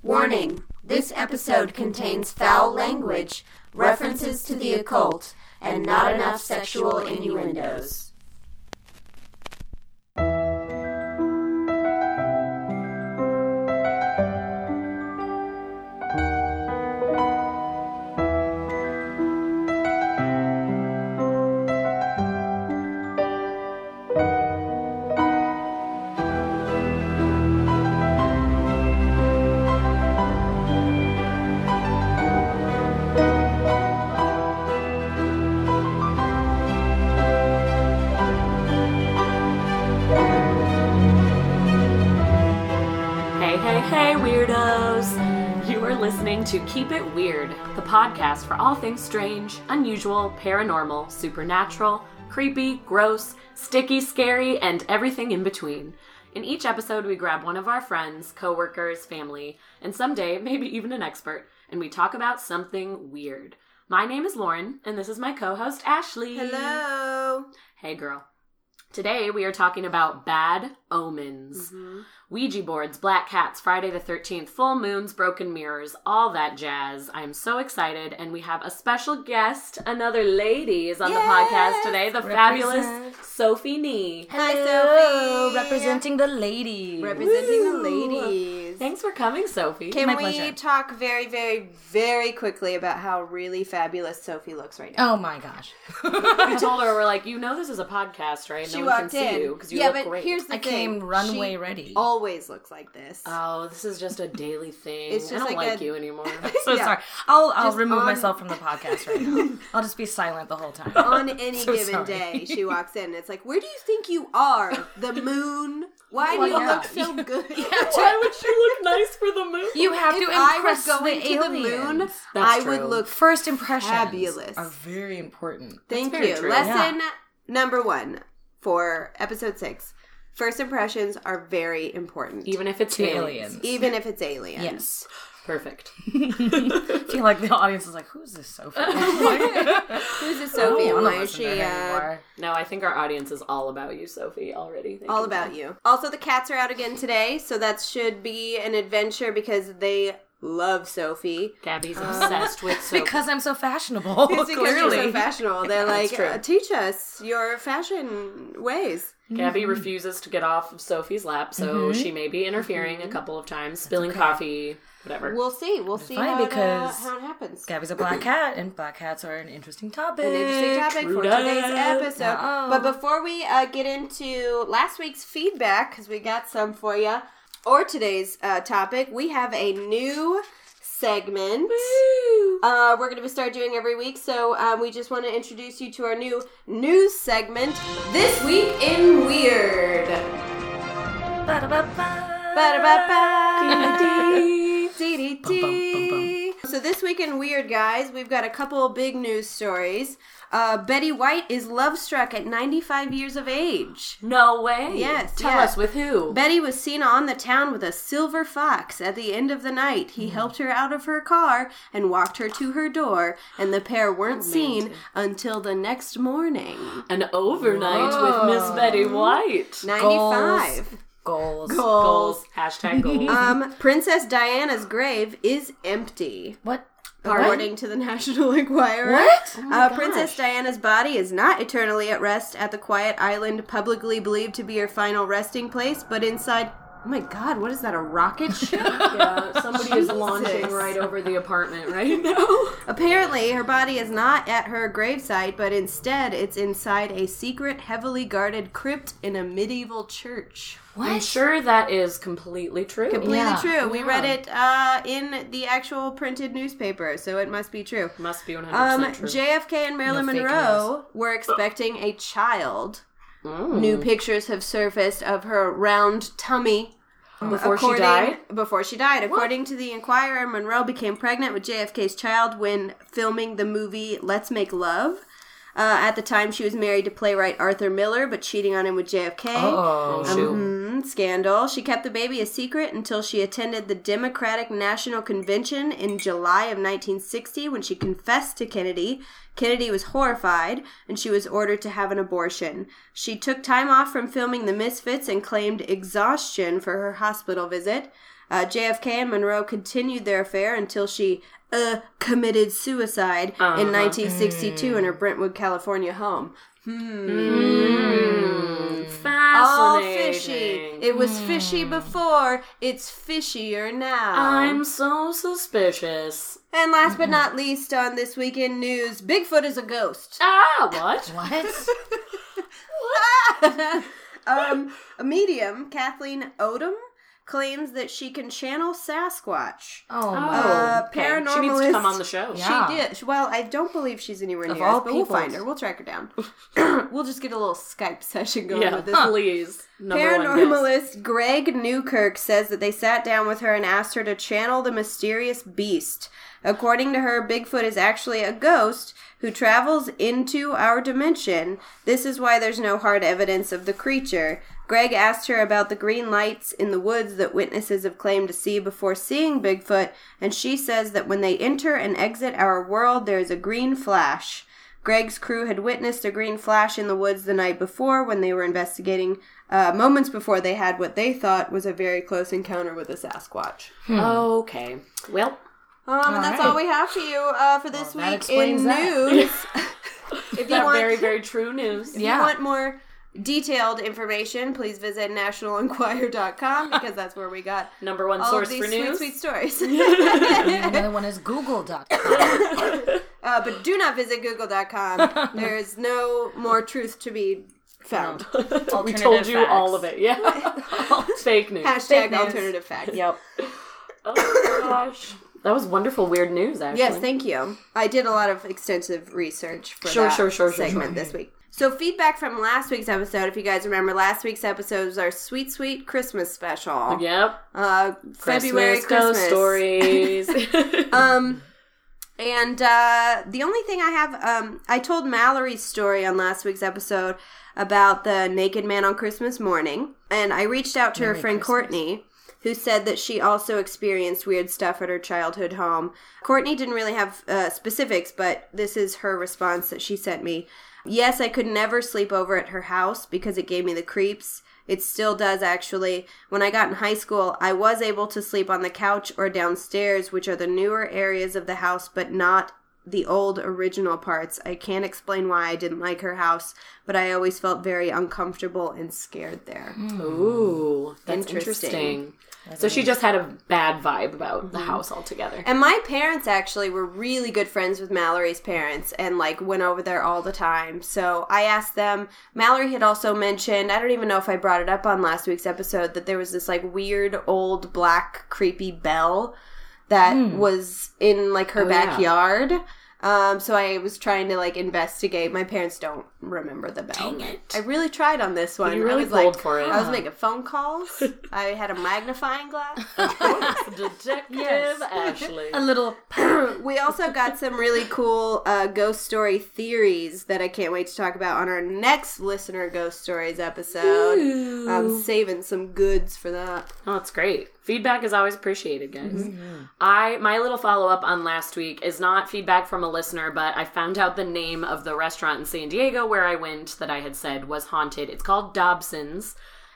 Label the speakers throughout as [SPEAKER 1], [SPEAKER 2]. [SPEAKER 1] Warning this episode contains foul language, references to the occult, and not enough sexual innuendos.
[SPEAKER 2] Hey, hey, hey, weirdos! You are listening to Keep It Weird, the podcast for all things strange, unusual, paranormal, supernatural, creepy, gross, sticky, scary, and everything in between. In each episode, we grab one of our friends, coworkers, family, and someday maybe even an expert, and we talk about something weird. My name is Lauren, and this is my co-host Ashley.
[SPEAKER 3] Hello.
[SPEAKER 2] Hey, girl. Today we are talking about bad omens.
[SPEAKER 3] Mm-hmm.
[SPEAKER 2] Ouija boards, black cats, Friday the 13th, full moons, broken mirrors, all that jazz. I'm so excited. And we have a special guest. Another lady is on the podcast
[SPEAKER 3] Yes!
[SPEAKER 2] today, the
[SPEAKER 4] Represent.
[SPEAKER 2] fabulous Sophie Nee.
[SPEAKER 3] Hi,
[SPEAKER 4] Hello,
[SPEAKER 3] Sophie.
[SPEAKER 4] Representing the ladies.
[SPEAKER 3] Representing
[SPEAKER 2] Woo!
[SPEAKER 3] the ladies.
[SPEAKER 2] Thanks for coming, Sophie.
[SPEAKER 3] Can
[SPEAKER 4] My
[SPEAKER 3] we
[SPEAKER 4] pleasure.
[SPEAKER 3] talk very, very, very quickly about how really fabulous Sophie looks right now?
[SPEAKER 4] oh my gosh.
[SPEAKER 2] I told her, we're like, you know, this is a podcast, right?
[SPEAKER 3] she
[SPEAKER 2] no one
[SPEAKER 3] walked
[SPEAKER 2] can see
[SPEAKER 3] in.
[SPEAKER 2] you because you
[SPEAKER 3] yeah,
[SPEAKER 2] look
[SPEAKER 3] but
[SPEAKER 2] great.
[SPEAKER 3] here's the
[SPEAKER 4] I
[SPEAKER 3] thing.
[SPEAKER 4] came runway
[SPEAKER 3] She
[SPEAKER 4] ready.
[SPEAKER 3] Always looks like this.
[SPEAKER 2] Oh, this is just a daily thing.
[SPEAKER 3] It's
[SPEAKER 2] I
[SPEAKER 3] just
[SPEAKER 2] don't
[SPEAKER 3] like
[SPEAKER 2] like,
[SPEAKER 3] a-
[SPEAKER 2] you anymore.
[SPEAKER 4] so
[SPEAKER 3] Yeah.
[SPEAKER 4] sorry. I'll I'll
[SPEAKER 3] Just
[SPEAKER 4] remove
[SPEAKER 3] on-
[SPEAKER 4] myself from the podcast right now. I'll just be silent the whole time.
[SPEAKER 3] On any
[SPEAKER 4] So
[SPEAKER 3] given
[SPEAKER 4] sorry.
[SPEAKER 3] day, she walks in. and It's like, where do you think you are? The moon. Why do
[SPEAKER 4] Well,
[SPEAKER 3] you
[SPEAKER 4] yeah.
[SPEAKER 3] look so good?
[SPEAKER 2] Why would she look nice for the moon?
[SPEAKER 4] You have
[SPEAKER 3] If
[SPEAKER 4] to
[SPEAKER 3] I was
[SPEAKER 4] impress
[SPEAKER 3] going
[SPEAKER 4] the
[SPEAKER 3] to the
[SPEAKER 4] aliens.
[SPEAKER 3] moon, I
[SPEAKER 2] That's
[SPEAKER 3] would
[SPEAKER 2] true.
[SPEAKER 3] look
[SPEAKER 4] First impressions
[SPEAKER 3] Fabulous.
[SPEAKER 4] are very important.
[SPEAKER 3] Thank
[SPEAKER 2] very
[SPEAKER 3] you.
[SPEAKER 2] true.
[SPEAKER 3] Lesson number one for episode six. First impressions are very important. Even,
[SPEAKER 2] Even if it's
[SPEAKER 4] To
[SPEAKER 2] aliens.
[SPEAKER 4] aliens.
[SPEAKER 3] if it's aliens.
[SPEAKER 4] Yes.
[SPEAKER 2] Perfect.
[SPEAKER 4] I feel like the audience is like, who's this Sophie? Who's
[SPEAKER 3] Who's this Sophie? Why Oh, is she uh,
[SPEAKER 2] No, I think our audience is all about you, Sophie, already. They
[SPEAKER 3] all
[SPEAKER 2] can
[SPEAKER 3] about you? Also, the cats are out again today, so that should be an adventure because they love Sophie.
[SPEAKER 2] Gabby's obsessed with soap.
[SPEAKER 4] Because I'm so fashionable.
[SPEAKER 3] It's because you're
[SPEAKER 4] clearly.
[SPEAKER 3] so fashionable. They're
[SPEAKER 2] That's
[SPEAKER 3] like,
[SPEAKER 2] true.
[SPEAKER 3] uh, teach us your fashion ways.
[SPEAKER 2] Gabby refuses to get off of Sophie's lap, so
[SPEAKER 3] Mm-hmm.
[SPEAKER 2] she may be interfering a couple of times, spilling coffee, whatever.
[SPEAKER 3] We'll see. We'll see
[SPEAKER 4] funny
[SPEAKER 3] how,
[SPEAKER 4] because
[SPEAKER 3] it, uh, how it happens.
[SPEAKER 4] Gabby's a black cat, and black cats are an interesting topic.
[SPEAKER 3] an interesting topic for
[SPEAKER 2] True
[SPEAKER 3] today's
[SPEAKER 2] dat.
[SPEAKER 3] episode.
[SPEAKER 4] Uh-oh.
[SPEAKER 3] But before we uh, get into last week's feedback, because we got some for you, or today's uh, topic, we have a new segment. Uh, we're going to start doing every week, so um, we just want to introduce you to our new news segment, This Week in Weird. Ba-da-ba-ba. Dee-dee-dee. So this week in Weird Guys, we've got a couple big news stories. Uh, Betty White is love struck at 95 years of age.
[SPEAKER 2] No way.
[SPEAKER 3] Yes,
[SPEAKER 2] Tell
[SPEAKER 3] yeah.
[SPEAKER 2] us with who.
[SPEAKER 3] Betty was seen on the town with a silver fox at the end of the night. He helped her out of her car and walked her to her door, and the pair weren't seen until the next morning.
[SPEAKER 2] An overnight with Miss Betty White.
[SPEAKER 3] 95.
[SPEAKER 4] Goals.
[SPEAKER 2] Goals. Hashtag goals.
[SPEAKER 3] Um, Princess Diana's grave is empty.
[SPEAKER 4] What?
[SPEAKER 3] According to the National Enquirer,
[SPEAKER 4] What? Oh
[SPEAKER 3] uh, Princess Diana's body is not eternally at rest at the quiet island publicly believed to be her final resting place, but inside. Oh my God! What is that? A rocket ship?
[SPEAKER 2] yeah, somebody is launching right over the apartment right now.
[SPEAKER 3] Apparently, her body is not at her gravesite, but instead, it's inside a secret, heavily guarded crypt in a medieval church.
[SPEAKER 2] I'm sure that is completely true.
[SPEAKER 3] Completely
[SPEAKER 4] Oh, Yeah,
[SPEAKER 3] true. We
[SPEAKER 4] yeah.
[SPEAKER 3] read it uh, in the actual printed newspaper, so it must be true.
[SPEAKER 2] Must be 100%
[SPEAKER 3] Um,
[SPEAKER 2] true.
[SPEAKER 3] JFK and Marilyn
[SPEAKER 4] No fake
[SPEAKER 3] Monroe were expecting a child.
[SPEAKER 2] Mm.
[SPEAKER 3] New pictures have surfaced of her round tummy.
[SPEAKER 2] Before she
[SPEAKER 3] according-
[SPEAKER 2] died?
[SPEAKER 3] Before she died. According to the Inquirer, Monroe became pregnant with JFK's child when filming the movie Let's Make Love. Uh, at the time, she was married to playwright Arthur Miller, but cheating on him with JFK.
[SPEAKER 4] Oh.
[SPEAKER 2] shoot.
[SPEAKER 3] Mhm, scandal. She kept the baby a secret until she attended the Democratic National Convention in July of 1960 when she confessed to Kennedy. Kennedy was horrified and she was ordered to have an abortion. She took time off from filming The Misfits and claimed exhaustion for her hospital visit. Uh, JFK and Monroe continued their affair until she uh, committed suicide in 1962 in her Brentwood, California home. All
[SPEAKER 2] Fascinating.
[SPEAKER 3] Oh,
[SPEAKER 2] Hmm.
[SPEAKER 3] fishy. It was fishy before. It's fishier now.
[SPEAKER 2] I'm so suspicious.
[SPEAKER 3] and last but not least, on this weekend news, Bigfoot is a ghost.
[SPEAKER 2] Ah, what?
[SPEAKER 4] What?
[SPEAKER 2] Ah!
[SPEAKER 3] um, a medium, Kathleen Odom, claims that she can channel Sasquatch.
[SPEAKER 4] Oh,
[SPEAKER 3] Uh,
[SPEAKER 2] She needs to
[SPEAKER 3] paranormalist.
[SPEAKER 2] come on the show.
[SPEAKER 4] Yeah.
[SPEAKER 3] She did. Well, I don't believe she's anywhere
[SPEAKER 4] Of
[SPEAKER 3] near
[SPEAKER 4] all
[SPEAKER 3] us, but we'll
[SPEAKER 4] people.
[SPEAKER 3] find her. We'll track her down. we'll just get a little Skype session going
[SPEAKER 2] Yeah,
[SPEAKER 3] with this.
[SPEAKER 2] please. Number one guest.
[SPEAKER 3] Paranormalist Greg Newkirk says that they sat down with her and asked her to channel the mysterious beast. According to her, Bigfoot is actually a ghost who travels into our dimension. This is why there's no hard evidence of the creature. Greg asked her about the green lights in the woods that witnesses have claimed to see before seeing Bigfoot, and she says that when they enter and exit our world, there is a green flash. Greg's crew had witnessed a green flash in the woods the night before when they were investigating, uh, moments before they had what they thought was a very close encounter with a Sasquatch.
[SPEAKER 2] Okay. Well,
[SPEAKER 3] Um, and that's
[SPEAKER 4] right.
[SPEAKER 3] all we have for you uh, for this
[SPEAKER 4] Well, that
[SPEAKER 3] week in
[SPEAKER 4] explains that.
[SPEAKER 3] news. if you
[SPEAKER 2] that
[SPEAKER 3] want,
[SPEAKER 2] very,
[SPEAKER 3] if
[SPEAKER 2] very true news.
[SPEAKER 3] you
[SPEAKER 4] Yeah.
[SPEAKER 3] want more detailed information, please visit nationalenquirer.com because that's where we got
[SPEAKER 2] Number one
[SPEAKER 3] all
[SPEAKER 2] source
[SPEAKER 3] of these
[SPEAKER 2] for news.
[SPEAKER 3] sweet, sweet stories.
[SPEAKER 4] Another one is Google.com.
[SPEAKER 3] uh, but do not visit google.com. there is no more truth to be found.
[SPEAKER 2] we told you all of it. Yeah. Fake news.
[SPEAKER 3] Hashtag alternative facts.
[SPEAKER 4] Yep.
[SPEAKER 2] Oh my gosh. That was wonderful, weird news, actually.
[SPEAKER 3] Yes, thank you. I did a lot of extensive research for
[SPEAKER 2] Sure,
[SPEAKER 3] that
[SPEAKER 2] sure, sure, sure,
[SPEAKER 3] segment this week. So feedback from last week's episode, if you guys remember, last week's episode was our sweet, sweet Christmas special.
[SPEAKER 2] Yep.
[SPEAKER 3] Uh, February
[SPEAKER 2] Christmas ghost
[SPEAKER 3] Christmas.
[SPEAKER 2] stories.
[SPEAKER 3] Um, and uh, the only thing I have, um, I told Mallory's story on last week's episode about the naked man on Christmas morning, and I reached out to her friend Courtney. Who said that she also experienced weird stuff at her childhood home? Courtney didn't really have uh, specifics, but this is her response that she sent me. Yes, I could never sleep over at her house because it gave me the creeps. It still does, actually. When I got in high school, I was able to sleep on the couch or downstairs, which are the newer areas of the house, but not the old original parts. I can't explain why I didn't like her house, but I always felt very uncomfortable and scared there.
[SPEAKER 2] Ooh, that's
[SPEAKER 3] Interesting.
[SPEAKER 2] interesting. Mm-hmm. So she just had a bad vibe about the house altogether.
[SPEAKER 3] And my parents actually were really good friends with Mallory's parents and like went over there all the time. So I asked them. Mallory had also mentioned, I don't even know if I brought it up on last week's episode, that there was this like weird old black creepy bell that was in like her
[SPEAKER 2] Hmm. Oh, yeah.
[SPEAKER 3] backyard. Um, so I was trying to like investigate. My parents don't remember the bell.
[SPEAKER 2] Dang it.
[SPEAKER 3] I really tried on this one.
[SPEAKER 2] You really
[SPEAKER 3] I was like,
[SPEAKER 2] pulled for it.
[SPEAKER 3] I was making phone calls. I had a magnifying glass.
[SPEAKER 2] Detective
[SPEAKER 4] Yes.
[SPEAKER 2] Ashley.
[SPEAKER 4] A little.
[SPEAKER 3] we also got some really cool uh, ghost story theories that I can't wait to talk about on our next listener ghost stories episode. I'm saving some goods for that.
[SPEAKER 2] Oh, that's great. Feedback is always appreciated, guys. I my little follow up on last week is not feedback from a listener, but I found out the name of the restaurant in San Diego where I went that I had said was haunted. It's called Dobson's.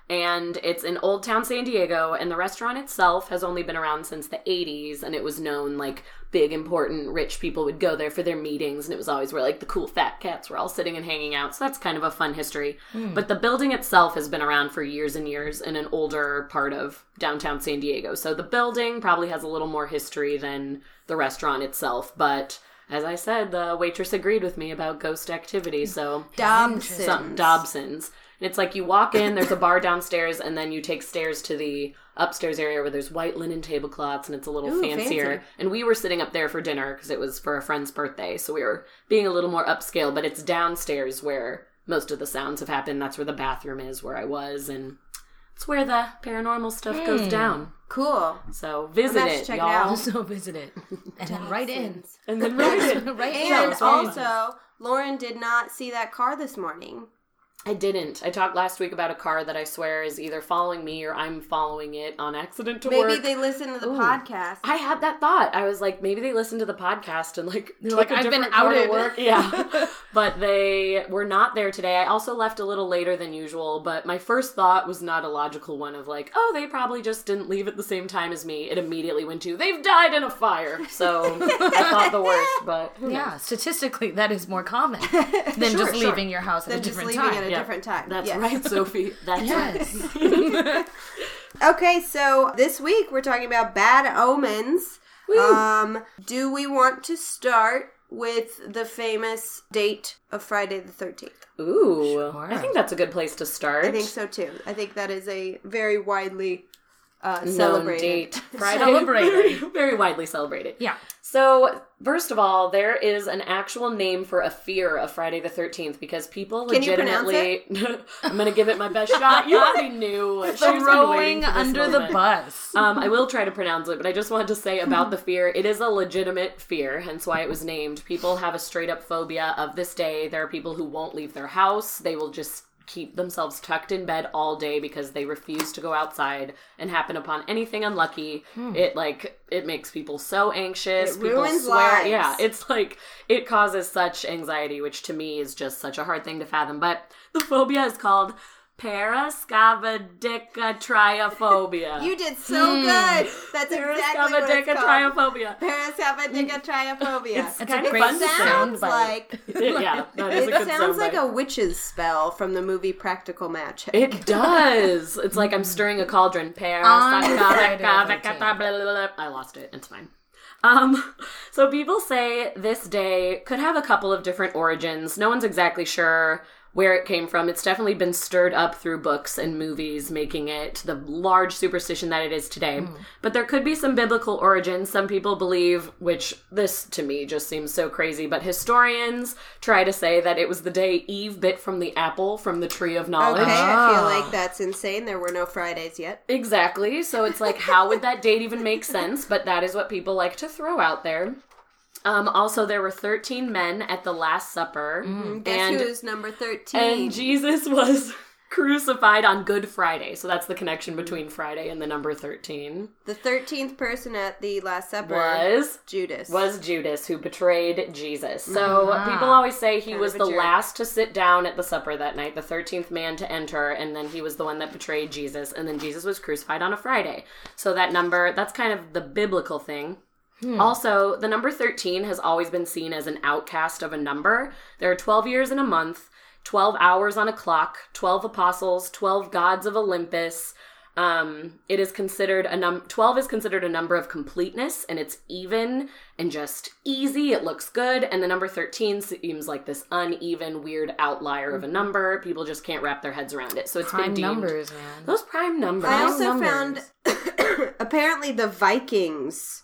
[SPEAKER 2] And it's in Old Town San Diego, and the restaurant itself has only been around since the 80s, and it was known like big, important, rich people would go there for their meetings, and it was always where like the cool fat cats were all sitting and hanging out. So that's kind of a fun history. But the building itself has been around for years and years in an older part of downtown San Diego. So the building probably has a little more history than the restaurant itself. But as I said, the waitress agreed with me about ghost activity. So
[SPEAKER 3] Dobson.
[SPEAKER 2] some Dobson's. And it's like you walk in, there's a bar downstairs, and then you take stairs to the upstairs area where there's white linen tablecloths and it's a little
[SPEAKER 3] Ooh,
[SPEAKER 2] fancier.
[SPEAKER 3] fancy.
[SPEAKER 2] And we were sitting up there for dinner because it was for a friend's birthday. So we were being a little more upscale, but it's downstairs where most of the sounds have happened. That's where the bathroom is, where I was. And it's where the paranormal stuff goes down.
[SPEAKER 3] Cool.
[SPEAKER 2] So
[SPEAKER 3] Hmm.
[SPEAKER 2] visit
[SPEAKER 3] have to
[SPEAKER 2] it,
[SPEAKER 3] check it
[SPEAKER 2] y'all.
[SPEAKER 3] out.
[SPEAKER 4] So visit it. And then write in.
[SPEAKER 2] and then write it.
[SPEAKER 4] Write in.
[SPEAKER 3] And also, Lauren did not see that car this morning.
[SPEAKER 2] I didn't. I talked last week about a car that I swear is either following me or I'm following it on accident to
[SPEAKER 3] Maybe
[SPEAKER 2] work.
[SPEAKER 3] they listen to the podcast.
[SPEAKER 2] I had that thought. I was like, maybe they listened to the podcast and like took
[SPEAKER 4] like,
[SPEAKER 2] a
[SPEAKER 4] "I've been
[SPEAKER 2] different car to
[SPEAKER 4] outed."
[SPEAKER 2] work. Yeah, but they were not there today. I also left a little later than usual, but my first thought was not a logical one of like, oh, they probably just didn't leave at the same time as me. It immediately went to they've died in a fire. So I thought the worst, but who knows?
[SPEAKER 4] Yeah, statistically, that is more common than
[SPEAKER 2] Sure,
[SPEAKER 4] just
[SPEAKER 2] sure.
[SPEAKER 4] leaving your house at a
[SPEAKER 3] They're just
[SPEAKER 4] different
[SPEAKER 3] leaving at
[SPEAKER 4] time.
[SPEAKER 3] a
[SPEAKER 2] Yeah.
[SPEAKER 3] different time.
[SPEAKER 2] That's
[SPEAKER 3] Yes.
[SPEAKER 2] right, Sophie. That's right.
[SPEAKER 4] Yes.
[SPEAKER 3] Okay, so this week we're talking about bad omens. Um, do we want to start with the famous date of Friday the 13th?
[SPEAKER 2] Ooh,
[SPEAKER 4] Sure.
[SPEAKER 2] I think that's a good place to start.
[SPEAKER 3] I think so too. I think that is a very widely uh,
[SPEAKER 2] Known
[SPEAKER 3] celebrated
[SPEAKER 2] date. Friday.
[SPEAKER 4] Celebrated.
[SPEAKER 2] Very widely celebrated.
[SPEAKER 4] yeah.
[SPEAKER 2] So, first of all, there is an actual name for a fear of Friday the 13th because people
[SPEAKER 3] Can you pronounce
[SPEAKER 2] legitimately. I'm going to give it my best shot. You already knew. She's been waiting
[SPEAKER 4] Throwing
[SPEAKER 2] for this
[SPEAKER 4] under
[SPEAKER 2] moment.
[SPEAKER 4] the bus.
[SPEAKER 2] Um, I will try to pronounce it, but I just wanted to say about the fear, it is a legitimate fear, hence why it was named. People have a straight up phobia of this day. There are people who won't leave their house. They will just keep themselves tucked in bed all day because they refuse to go outside and happen upon anything unlucky. It like it makes people so anxious.
[SPEAKER 3] Hmm. It
[SPEAKER 2] people
[SPEAKER 3] ruins
[SPEAKER 2] swear.
[SPEAKER 3] lives.
[SPEAKER 2] Yeah, it's like it causes such anxiety, which to me is just such a hard thing to fathom. But the phobia is called parascavadicatriophobia.
[SPEAKER 3] You did so
[SPEAKER 2] Hmm.
[SPEAKER 3] good. That's exactly what it's called.
[SPEAKER 2] Parascavadicatriophobia.
[SPEAKER 3] Parascavadicatriophobia.
[SPEAKER 4] That's
[SPEAKER 2] kind
[SPEAKER 4] a
[SPEAKER 2] of
[SPEAKER 4] great
[SPEAKER 2] fun
[SPEAKER 3] it
[SPEAKER 4] sound
[SPEAKER 3] sounds like
[SPEAKER 2] yeah, that is a
[SPEAKER 3] it
[SPEAKER 2] good
[SPEAKER 3] sounds
[SPEAKER 2] soundbite.
[SPEAKER 3] like a witch's spell from the movie Practical Magic.
[SPEAKER 2] It does. It's like I'm stirring a cauldron. Pear.
[SPEAKER 4] On
[SPEAKER 2] suck,
[SPEAKER 4] Friday the
[SPEAKER 2] suck, suck, suck, blah, blah, blah. I lost it. It's fine. Um, so people say this day could have a couple of different origins. No one's exactly sure where it came from. It's definitely been stirred up through books and movies, making it the large superstition that it is today.
[SPEAKER 4] Hmm.
[SPEAKER 2] But there could be some biblical origins. Some people believe, which this to me just seems so crazy, but historians try to say that it was the day Eve bit from the apple from the tree of knowledge.
[SPEAKER 3] Okay, I feel like that's insane. There were no Fridays yet.
[SPEAKER 2] Exactly. So it's like, how would that date even make sense? But that is what people like to throw out there. Um, also, there were 13 men at the Last Supper,
[SPEAKER 3] Guess
[SPEAKER 2] and,
[SPEAKER 3] who's number thirteen?
[SPEAKER 2] and Jesus was crucified on Good Friday. So that's the connection between Friday and the number 13.
[SPEAKER 3] the thirteenth person at the Last Supper
[SPEAKER 2] Was
[SPEAKER 3] Judas. Ah,
[SPEAKER 2] was Judas who betrayed Jesus. So people always say he was
[SPEAKER 3] of a
[SPEAKER 2] the
[SPEAKER 3] jerk.
[SPEAKER 2] last to sit down at the supper that night, the 13th man to enter, and then he was the one that betrayed Jesus, and then Jesus was crucified on a Friday. So that number, that's kind of the biblical thing.
[SPEAKER 3] Hmm.
[SPEAKER 2] Also, the number 13 has always been seen as an outcast of a number. There are 12 years in a month, 12 hours on a clock, 12 apostles, 12 gods of Olympus. Um, it is considered a num 12 is considered a number of completeness and it's even and just easy. It looks good. And the number 13 seems like this uneven, weird outlier of a number. People just can't wrap their heads around it. So it's
[SPEAKER 4] Prime
[SPEAKER 2] been deemed.
[SPEAKER 4] numbers, man.
[SPEAKER 2] Those prime numbers.
[SPEAKER 3] I also found apparently the Vikings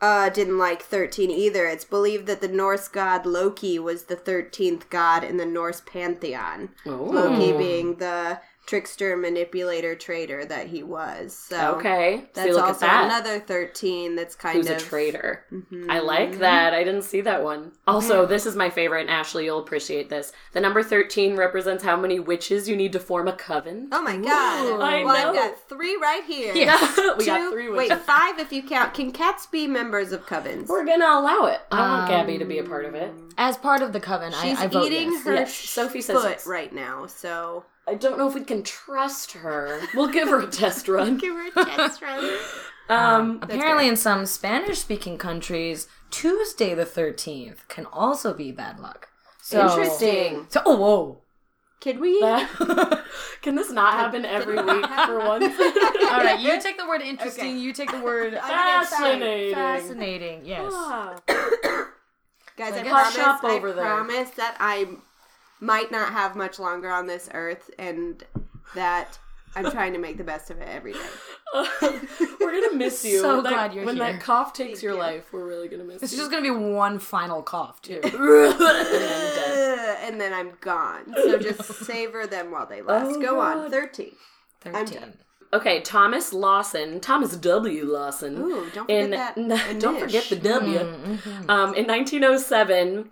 [SPEAKER 3] uh, didn't like thirteen either. It's believed that the Norse god Loki was the thirteenth god in the Norse pantheon.
[SPEAKER 2] Ooh.
[SPEAKER 3] Loki being the trickster, manipulator, traitor that he was. So
[SPEAKER 2] Okay.
[SPEAKER 3] That's
[SPEAKER 2] See, look
[SPEAKER 3] also
[SPEAKER 2] at that.
[SPEAKER 3] another thirteen. That's kind
[SPEAKER 2] who's
[SPEAKER 3] of Mm-hmm.
[SPEAKER 2] a traitor. I like that. I didn't see that one. Also, this is my favorite, and Ashley, you'll appreciate this. The number 13 represents how many witches you need to form a coven.
[SPEAKER 3] Oh my god!
[SPEAKER 2] I
[SPEAKER 3] well, I've
[SPEAKER 2] know.
[SPEAKER 3] got three right here.
[SPEAKER 2] we
[SPEAKER 3] Oh, Two-
[SPEAKER 2] got three witches.
[SPEAKER 3] Wait, five if you count. Can cats be members of covens?
[SPEAKER 2] We're gonna allow it. I want Gabby to be a part of it.
[SPEAKER 4] As part of the coven,
[SPEAKER 3] She's
[SPEAKER 4] I, I vote
[SPEAKER 3] eating
[SPEAKER 4] yes.
[SPEAKER 3] her
[SPEAKER 2] Yes, Sophie says
[SPEAKER 3] foot
[SPEAKER 2] yes.
[SPEAKER 3] right now, so
[SPEAKER 2] I don't know if we can trust her. We'll give her a test run.
[SPEAKER 3] give her a test run.
[SPEAKER 2] Um,
[SPEAKER 4] Apparently, in some Spanish-speaking countries, Tuesday the thirteenth can also be bad luck. So,
[SPEAKER 3] Interesting.
[SPEAKER 4] So, oh, whoa.
[SPEAKER 3] Could we?
[SPEAKER 4] Um,
[SPEAKER 2] can this not happen every week for once?
[SPEAKER 4] All right, you take the word interesting. You take the word
[SPEAKER 2] Fascinating.
[SPEAKER 4] fascinating. Yes.
[SPEAKER 2] Ah.
[SPEAKER 3] Guys, I
[SPEAKER 4] Like,
[SPEAKER 3] promise.
[SPEAKER 2] hush up
[SPEAKER 3] I
[SPEAKER 2] over there.
[SPEAKER 3] promise that I might not have much longer on this earth, and that I'm trying to make the best of it every day.
[SPEAKER 2] We're gonna miss you.
[SPEAKER 4] So
[SPEAKER 2] When that-
[SPEAKER 4] glad you're
[SPEAKER 2] When
[SPEAKER 4] here.
[SPEAKER 2] that cough takes your life, we're really gonna miss
[SPEAKER 4] It's
[SPEAKER 2] you.
[SPEAKER 4] just gonna be one final cough too.
[SPEAKER 3] Ugh, and then I'm gone. So just savor them while they
[SPEAKER 4] Oh,
[SPEAKER 3] last. Go on, thirteen.
[SPEAKER 4] Thirteen.
[SPEAKER 2] Okay, Thomas Lawson, Thomas W. Lawson.
[SPEAKER 3] Ooh, don't forget that
[SPEAKER 2] don't
[SPEAKER 3] initial.
[SPEAKER 2] forget the W. Um, in 1907,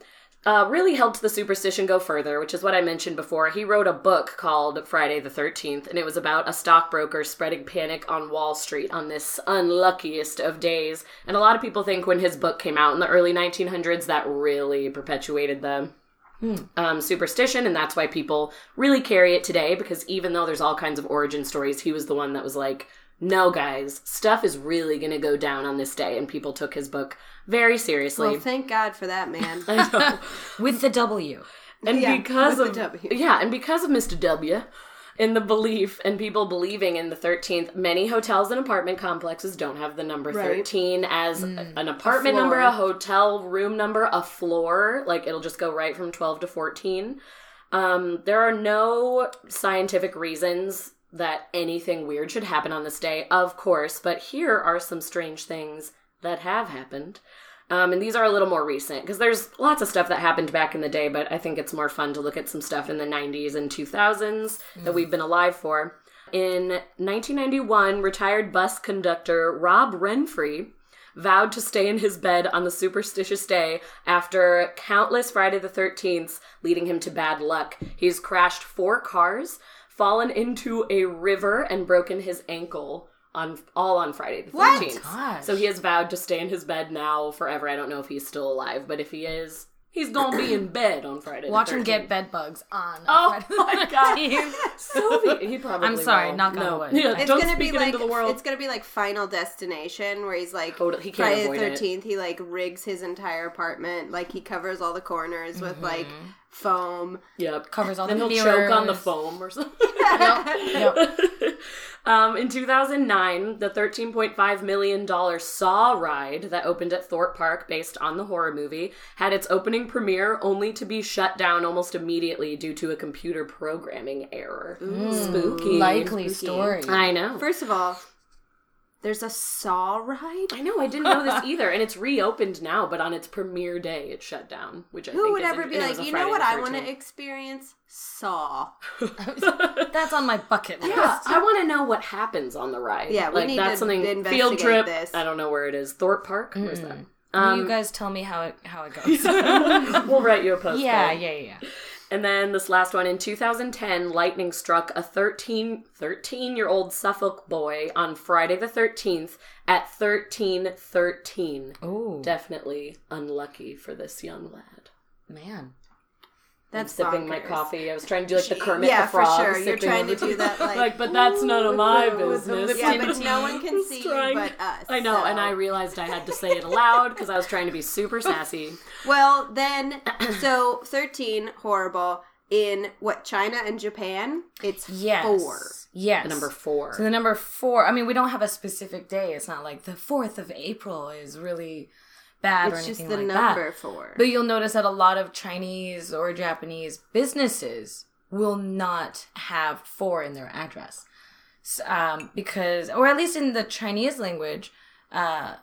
[SPEAKER 2] uh, really helped the superstition go further, which is what I mentioned before. He wrote a book called Friday the 13th, and it was about a stockbroker spreading panic on Wall Street on this unluckiest of days. And a lot of people think when his book came out in the early 1900s, that really perpetuated the um, superstition, and that's why people really carry it today because even though there's all kinds of origin stories, he was the one that was like, no, guys, stuff is really going to go down on this day. And people took his book very seriously.
[SPEAKER 3] Well, thank God for that, man.
[SPEAKER 4] With the W.
[SPEAKER 2] and
[SPEAKER 3] Yeah,
[SPEAKER 2] because
[SPEAKER 3] with
[SPEAKER 2] of
[SPEAKER 3] the W.
[SPEAKER 2] yeah, and because of Mr. W and the belief and people believing in the 13th, many hotels and apartment complexes don't have the number
[SPEAKER 3] Right. Mm.
[SPEAKER 2] 13 as a- an apartment number, a hotel room number, a floor, like it'll just go right from 12 to 14. Um, there are no scientific reasons that anything weird should happen on this day, of course, but here are some strange things that have happened. Um, and these are a little more recent because there's lots of stuff that happened back in the day, but I think it's more fun to look at some stuff in the 90s and 2000s that we've been alive for. In 1991, retired bus conductor Rob Renfrey vowed to stay in his bed on the superstitious day after countless Friday the 13ths leading him to bad luck. He's crashed four cars, fallen into a river, and broken his ankle on all on Friday the 13th.
[SPEAKER 3] What?
[SPEAKER 4] Gosh.
[SPEAKER 2] So he has vowed to stay in his bed now forever. I don't know if he's still alive, but if he is, he's going to be in bed on Friday the
[SPEAKER 4] Watch him get
[SPEAKER 2] 13th.
[SPEAKER 4] bed bugs on.
[SPEAKER 2] Oh my God.
[SPEAKER 4] Jeez.
[SPEAKER 2] Sophie, he probably
[SPEAKER 4] I'm sorry,
[SPEAKER 2] will.
[SPEAKER 4] knock on
[SPEAKER 2] no.
[SPEAKER 4] wood.
[SPEAKER 2] Yeah,
[SPEAKER 4] It's
[SPEAKER 3] It's
[SPEAKER 2] don't
[SPEAKER 3] gonna
[SPEAKER 2] speak
[SPEAKER 3] be
[SPEAKER 2] it
[SPEAKER 3] like
[SPEAKER 2] into the world.
[SPEAKER 3] it's gonna be like Final Destination, where he's like
[SPEAKER 2] Totally- he can't
[SPEAKER 3] Friday the
[SPEAKER 2] avoid it.
[SPEAKER 3] Thirteenth. He like rigs his entire apartment, like he covers all the corners
[SPEAKER 2] Mm-hmm.
[SPEAKER 3] with like foam.
[SPEAKER 2] Yep.
[SPEAKER 4] Covers all
[SPEAKER 2] then
[SPEAKER 4] the
[SPEAKER 2] he'll choke on the
[SPEAKER 4] mirrors.
[SPEAKER 2] foam or something.
[SPEAKER 4] Yep, yep.
[SPEAKER 2] Um, in 2009, the $13.5 million Saw ride that opened at Thorpe Park based on the horror movie had its opening premiere only to be shut down almost immediately due to a computer programming error. Spooky.
[SPEAKER 4] Likely story.
[SPEAKER 2] I know.
[SPEAKER 3] First of all, there's a saw ride.
[SPEAKER 2] I know, I didn't know this either. And it's reopened now, but on its premiere day, it shut down, which I
[SPEAKER 3] Who
[SPEAKER 2] think
[SPEAKER 3] would
[SPEAKER 2] is
[SPEAKER 3] ever
[SPEAKER 2] in-
[SPEAKER 3] be
[SPEAKER 2] and it was
[SPEAKER 3] like,
[SPEAKER 2] a
[SPEAKER 3] you know
[SPEAKER 2] Friday
[SPEAKER 3] what
[SPEAKER 2] the
[SPEAKER 3] I want
[SPEAKER 2] 13th.
[SPEAKER 3] to experience? Saw.
[SPEAKER 4] That's on my bucket list.
[SPEAKER 2] Yeah, I want to know what happens on the ride.
[SPEAKER 3] Yeah, we
[SPEAKER 2] like
[SPEAKER 3] need
[SPEAKER 2] that's
[SPEAKER 3] to
[SPEAKER 2] something
[SPEAKER 3] investigate
[SPEAKER 2] field trip.
[SPEAKER 3] this.
[SPEAKER 2] I don't know where it is. Thorpe Park. Where's that?
[SPEAKER 4] Will
[SPEAKER 2] Um,
[SPEAKER 4] you guys tell me how it how it goes? yeah,
[SPEAKER 2] We'll write you a post.
[SPEAKER 4] yeah,
[SPEAKER 2] babe.
[SPEAKER 4] yeah, yeah.
[SPEAKER 2] And then this last one in 2010, lightning struck a 13 13 year old Suffolk boy on Friday the 13th at 1313.
[SPEAKER 4] Oh
[SPEAKER 2] Definitely unlucky for this young lad.
[SPEAKER 4] man.
[SPEAKER 3] That's
[SPEAKER 2] sipping my
[SPEAKER 3] bonkers.
[SPEAKER 2] coffee. I was trying to do like the Kermit
[SPEAKER 3] yeah,
[SPEAKER 2] the Frog.
[SPEAKER 3] for sure. You're
[SPEAKER 2] sipping
[SPEAKER 3] trying to
[SPEAKER 2] over-
[SPEAKER 3] do that like,
[SPEAKER 2] but that's none of my business.
[SPEAKER 3] yeah, but no one can see you
[SPEAKER 2] trying-
[SPEAKER 3] but us.
[SPEAKER 2] I know,
[SPEAKER 3] so.
[SPEAKER 2] and I realized I had to say it aloud because I was trying to be super sassy.
[SPEAKER 3] Well, then, so 13, horrible. In what, China and Japan? It's
[SPEAKER 4] Yes.
[SPEAKER 3] four.
[SPEAKER 4] Yes.
[SPEAKER 2] The number four.
[SPEAKER 4] So the number four. I mean, we don't have a specific day. It's not like the fourth of April is really bad
[SPEAKER 3] It's
[SPEAKER 4] or
[SPEAKER 3] just
[SPEAKER 4] anything
[SPEAKER 3] the
[SPEAKER 4] like
[SPEAKER 3] number
[SPEAKER 4] that.
[SPEAKER 3] four.
[SPEAKER 4] But you'll notice that a lot of Chinese or Japanese businesses will not have four in their address, S- um, because, or at least in the Chinese language, uh,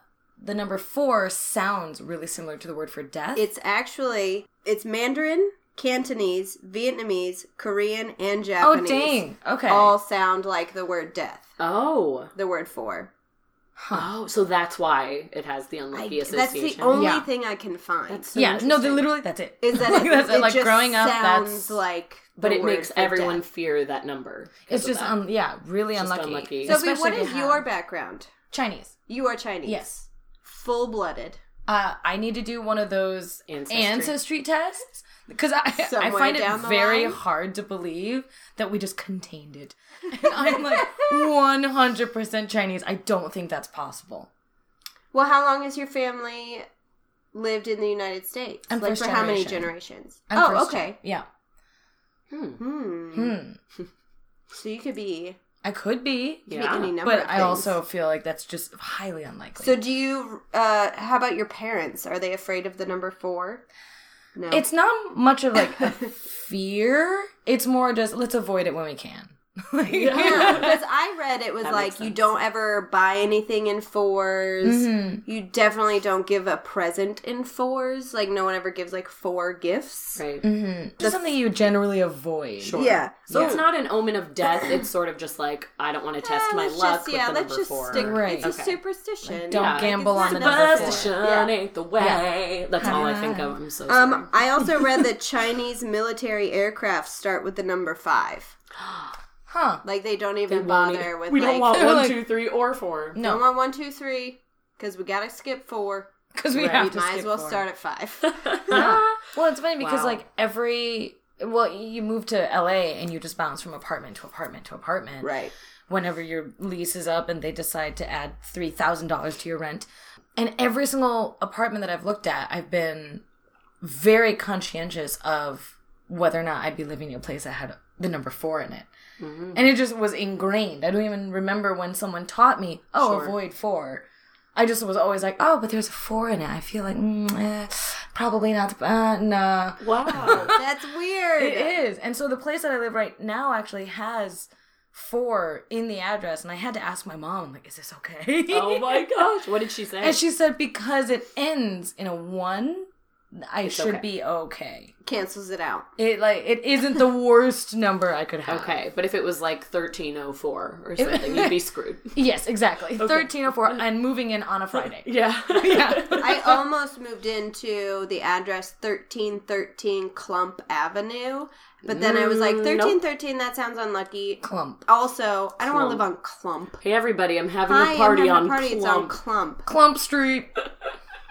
[SPEAKER 4] the number four sounds really similar to the word for death.
[SPEAKER 3] It's actually, it's Mandarin, Cantonese, Vietnamese, Korean, and
[SPEAKER 4] oh
[SPEAKER 3] Japanese.
[SPEAKER 4] dang, okay,
[SPEAKER 3] All sound like the word death,
[SPEAKER 2] oh,
[SPEAKER 3] the word four.
[SPEAKER 2] oh, so that's why it has the
[SPEAKER 3] I,
[SPEAKER 2] unlucky
[SPEAKER 3] that's
[SPEAKER 2] association.
[SPEAKER 3] the only
[SPEAKER 4] Yeah.
[SPEAKER 3] thing I can find.
[SPEAKER 2] so
[SPEAKER 4] yeah, no, they
[SPEAKER 2] interesting.
[SPEAKER 4] literally that's it.
[SPEAKER 3] is that
[SPEAKER 4] Like,
[SPEAKER 3] it,
[SPEAKER 4] that's
[SPEAKER 3] it
[SPEAKER 4] like
[SPEAKER 3] just
[SPEAKER 4] growing up?
[SPEAKER 3] sounds
[SPEAKER 4] That's
[SPEAKER 3] like
[SPEAKER 2] but
[SPEAKER 3] the
[SPEAKER 2] it
[SPEAKER 3] word
[SPEAKER 2] makes
[SPEAKER 3] for
[SPEAKER 2] everyone
[SPEAKER 3] death.
[SPEAKER 2] fear that number.
[SPEAKER 4] it's
[SPEAKER 2] because of
[SPEAKER 4] just
[SPEAKER 2] that.
[SPEAKER 4] um, yeah, really
[SPEAKER 2] Just
[SPEAKER 4] unlucky.
[SPEAKER 2] unlucky.
[SPEAKER 3] Sophie,
[SPEAKER 4] Especially
[SPEAKER 3] what
[SPEAKER 4] if
[SPEAKER 3] is
[SPEAKER 4] you
[SPEAKER 3] your
[SPEAKER 4] have-
[SPEAKER 3] background?
[SPEAKER 4] Chinese?
[SPEAKER 3] You are Chinese.
[SPEAKER 4] Yes.
[SPEAKER 3] Full blooded.
[SPEAKER 4] uh, I need to do one of those
[SPEAKER 2] Ancestry.
[SPEAKER 4] ancestry, tests because I, I
[SPEAKER 3] Somewhere
[SPEAKER 4] find it
[SPEAKER 3] down the
[SPEAKER 4] very
[SPEAKER 3] line.
[SPEAKER 4] hard to believe that we just contained it. And I'm like 100% Chinese. I don't think that's possible.
[SPEAKER 3] Well, how long has your family lived in the United States?
[SPEAKER 4] I'm
[SPEAKER 3] like
[SPEAKER 4] first
[SPEAKER 3] for how many
[SPEAKER 4] generation.
[SPEAKER 3] generations?
[SPEAKER 4] I'm
[SPEAKER 3] oh,
[SPEAKER 4] first
[SPEAKER 3] okay.
[SPEAKER 4] gen- Yeah.
[SPEAKER 3] Hmm.
[SPEAKER 4] Hmm.
[SPEAKER 3] So you could be,
[SPEAKER 4] I could be,
[SPEAKER 3] you could
[SPEAKER 2] Yeah.
[SPEAKER 3] be any number.
[SPEAKER 4] but
[SPEAKER 3] of
[SPEAKER 4] I
[SPEAKER 3] things.
[SPEAKER 4] also feel like that's just highly unlikely.
[SPEAKER 3] So do you? Uh, how about your parents? Are they afraid of the number four? No.
[SPEAKER 4] it's not much of like a fear. It's more just let's avoid it when we can. like,
[SPEAKER 3] Yeah, because I read it was
[SPEAKER 2] That
[SPEAKER 3] like
[SPEAKER 2] makes
[SPEAKER 3] you
[SPEAKER 2] sense.
[SPEAKER 3] don't ever buy anything in 4s
[SPEAKER 4] Mhm.
[SPEAKER 3] You definitely don't give a present in fours. Like no one ever gives like four gifts.
[SPEAKER 2] Right.
[SPEAKER 4] Mhm. Just something you generally avoid.
[SPEAKER 2] Sure.
[SPEAKER 3] mm-hmm, Yeah.
[SPEAKER 2] So
[SPEAKER 4] Yeah.
[SPEAKER 2] it's not an omen of death. It's sort of just like I don't want to test
[SPEAKER 3] Eh,
[SPEAKER 2] my
[SPEAKER 3] let's
[SPEAKER 2] luck
[SPEAKER 3] just-
[SPEAKER 2] with
[SPEAKER 3] yeah,
[SPEAKER 2] the
[SPEAKER 3] let's
[SPEAKER 2] number
[SPEAKER 3] just
[SPEAKER 2] four.
[SPEAKER 3] stick.
[SPEAKER 4] Right.
[SPEAKER 3] It's just
[SPEAKER 2] Okay.
[SPEAKER 3] superstition.
[SPEAKER 4] don't
[SPEAKER 3] Like, it's
[SPEAKER 4] gamble
[SPEAKER 3] not
[SPEAKER 4] on the
[SPEAKER 3] necessary.
[SPEAKER 4] number four.
[SPEAKER 2] Superstition
[SPEAKER 3] Yeah.
[SPEAKER 2] ain't the way. That's all I think of. I'm so sorry.
[SPEAKER 3] Um, I also read that Chinese military aircraft start with the number five.
[SPEAKER 4] Huh.
[SPEAKER 3] Like they e- don't even
[SPEAKER 2] They won't
[SPEAKER 3] bother
[SPEAKER 2] eat-
[SPEAKER 3] with.
[SPEAKER 2] we
[SPEAKER 3] like,
[SPEAKER 2] don't want
[SPEAKER 4] They're
[SPEAKER 2] one,
[SPEAKER 4] like-
[SPEAKER 2] two, three, or four.
[SPEAKER 3] we don't
[SPEAKER 4] No,
[SPEAKER 3] want one, two, three, because we gotta skip four.
[SPEAKER 4] because we
[SPEAKER 2] Right.
[SPEAKER 4] have
[SPEAKER 3] We
[SPEAKER 4] to
[SPEAKER 3] might as
[SPEAKER 4] skip
[SPEAKER 3] well
[SPEAKER 4] forward.
[SPEAKER 3] start at five.
[SPEAKER 4] Yeah. Well, it's funny because
[SPEAKER 2] Wow.
[SPEAKER 4] like every well, you move to LA and you just bounce from apartment to apartment to apartment.
[SPEAKER 3] right.
[SPEAKER 4] Whenever your lease is up and they decide to add three thousand dollars to your rent, and every single apartment that I've looked at, I've been very conscientious of whether or not I'd be living in a place that had the number four in it. And it just was ingrained. I don't even remember when someone taught me, oh,
[SPEAKER 2] Sure.
[SPEAKER 4] avoid four. I just was always like, oh, but there's a four in it. I feel like, mm, eh, probably not. Uh, nah.
[SPEAKER 2] Wow.
[SPEAKER 3] That's weird.
[SPEAKER 4] It is. And so the place that I live right now actually has four in the address. And I had to ask my mom, like, is this okay?
[SPEAKER 2] oh my gosh. What did she say?
[SPEAKER 4] and she said, because it ends in a one, I should
[SPEAKER 2] okay.
[SPEAKER 4] be okay.
[SPEAKER 3] Cancels it out.
[SPEAKER 4] It like it isn't the worst number I could have.
[SPEAKER 2] okay, but if it was like 1304 or something, you'd be screwed.
[SPEAKER 4] Yes, exactly. Thirteen oh four and moving in on a Friday.
[SPEAKER 2] Yeah.
[SPEAKER 4] yeah.
[SPEAKER 3] I almost moved into the address 1313 Clump Avenue, but then I was like,
[SPEAKER 2] Mm,
[SPEAKER 3] 1313, that sounds unlucky.
[SPEAKER 4] Clump.
[SPEAKER 3] Also, I don't want to
[SPEAKER 2] Clump.
[SPEAKER 3] live on Clump.
[SPEAKER 2] Hey everybody, I'm having
[SPEAKER 3] Hi,
[SPEAKER 2] a
[SPEAKER 3] I'm
[SPEAKER 2] party
[SPEAKER 3] having
[SPEAKER 2] on
[SPEAKER 3] a party. It's on
[SPEAKER 2] Plump.
[SPEAKER 3] Clump.
[SPEAKER 4] Clump Street.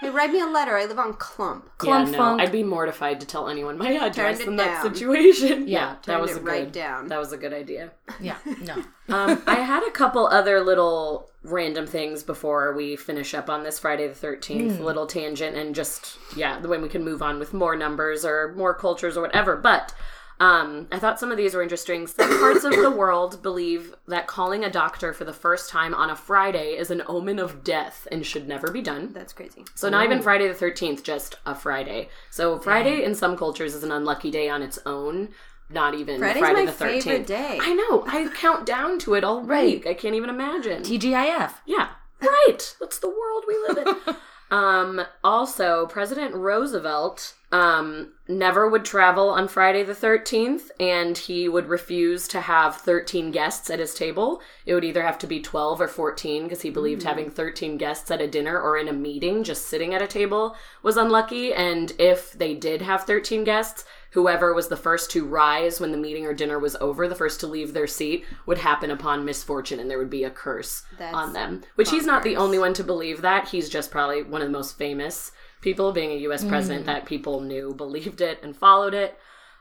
[SPEAKER 3] Hey, write me a letter. I live on Clump.
[SPEAKER 2] Yeah,
[SPEAKER 4] Clump
[SPEAKER 2] no,
[SPEAKER 4] funk.
[SPEAKER 2] I'd be mortified to tell anyone my address
[SPEAKER 3] it
[SPEAKER 2] in that
[SPEAKER 3] down.
[SPEAKER 2] situation.
[SPEAKER 4] Yeah,
[SPEAKER 2] that
[SPEAKER 3] turned
[SPEAKER 2] was
[SPEAKER 3] it
[SPEAKER 2] a good.
[SPEAKER 3] right down.
[SPEAKER 2] That was a good idea.
[SPEAKER 4] Yeah. No.
[SPEAKER 2] Um, I had a couple other little random things before we finish up on this Friday the 13th, little tangent, and just, yeah, the way we can move on with more numbers or more cultures or whatever. But um, I thought some of these were interesting. Some parts of the world believe that calling a doctor for the first time on a Friday is an omen of death and should never be done.
[SPEAKER 3] That's crazy.
[SPEAKER 2] So not even Friday the thirteenth, just a Friday. So Friday in some cultures is an unlucky day on its own. Not even
[SPEAKER 3] Friday's
[SPEAKER 2] Friday
[SPEAKER 3] my
[SPEAKER 2] the thirteenth.
[SPEAKER 3] favorite day.
[SPEAKER 2] I know. I count down to it all
[SPEAKER 4] Right.
[SPEAKER 2] week. I can't even imagine.
[SPEAKER 4] TGIF.
[SPEAKER 2] Yeah. Right. That's the world we live in. um, also, President Roosevelt um, never would travel on Friday the 13th, and he would refuse to have 13 guests at his table. It would either have to be 12 or 14 because he believed having 13 guests at a dinner or in a meeting, just sitting at a table, was unlucky. And if they did have 13 guests, Whoever was the first to rise when the meeting or dinner was over, the first to leave their seat, would happen upon misfortune and there would be a curse
[SPEAKER 3] That's-
[SPEAKER 2] on them. Which he's not the only one to believe that. He's just probably one of the most famous people, being a US president that people knew believed it and followed it.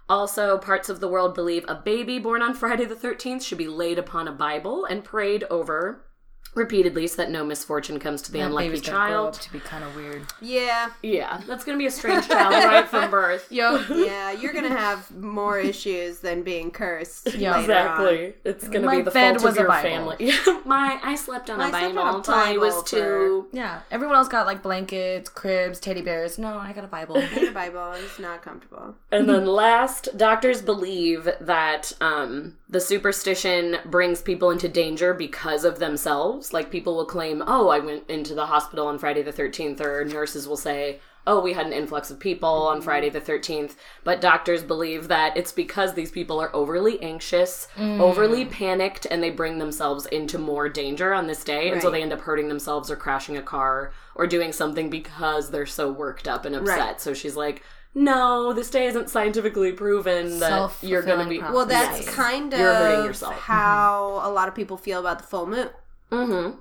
[SPEAKER 2] Also, parts of the world believe a baby born on Friday the 13th should be laid upon a Bible and prayed over repeatedly so that no misfortune comes to the
[SPEAKER 4] That
[SPEAKER 2] unlucky
[SPEAKER 4] baby's gonna grow
[SPEAKER 2] child.
[SPEAKER 4] up to be kind of weird.
[SPEAKER 3] Yeah,
[SPEAKER 2] Yeah, that's going to be a strange child right from birth.
[SPEAKER 4] Yo.
[SPEAKER 3] yeah, you're gonna have more issues than being cursed.
[SPEAKER 4] Yeah.
[SPEAKER 3] later on.
[SPEAKER 2] Exactly. It's going to
[SPEAKER 4] My
[SPEAKER 2] be the
[SPEAKER 4] bed
[SPEAKER 2] fault
[SPEAKER 4] was
[SPEAKER 2] of
[SPEAKER 4] a
[SPEAKER 2] your
[SPEAKER 4] Bible.
[SPEAKER 2] family. My I slept on
[SPEAKER 3] I
[SPEAKER 2] a
[SPEAKER 3] slept on
[SPEAKER 2] Bible
[SPEAKER 3] a
[SPEAKER 2] until I
[SPEAKER 3] Bible
[SPEAKER 2] was
[SPEAKER 3] for-
[SPEAKER 2] two.
[SPEAKER 4] Yeah. Everyone else got like blankets, cribs, teddy bears. No, I got a Bible.
[SPEAKER 3] Read a Bible. It's not comfortable.
[SPEAKER 2] And then last, doctors believe that um, the superstition brings people into danger because of themselves. Like people will claim, "Oh, I went into the hospital on Friday the 13th," or nurses will say, "Oh, we had an influx of people on Friday the 13th." But doctors believe that it's because these people are overly anxious, overly
[SPEAKER 3] Mm.
[SPEAKER 2] panicked, and they bring themselves into more danger on this day, and so
[SPEAKER 3] Right.
[SPEAKER 2] they end up hurting themselves or crashing a car or doing something because they're so worked up and upset.
[SPEAKER 3] Right.
[SPEAKER 2] So she's like, no, this day isn't scientifically proven that you're going to be.
[SPEAKER 4] Self-fulfilling
[SPEAKER 3] Well, that's
[SPEAKER 4] Yes.
[SPEAKER 3] kind of
[SPEAKER 2] You're hurting yourself.
[SPEAKER 3] how a lot of people feel about the full moon.
[SPEAKER 2] Mm-hmm.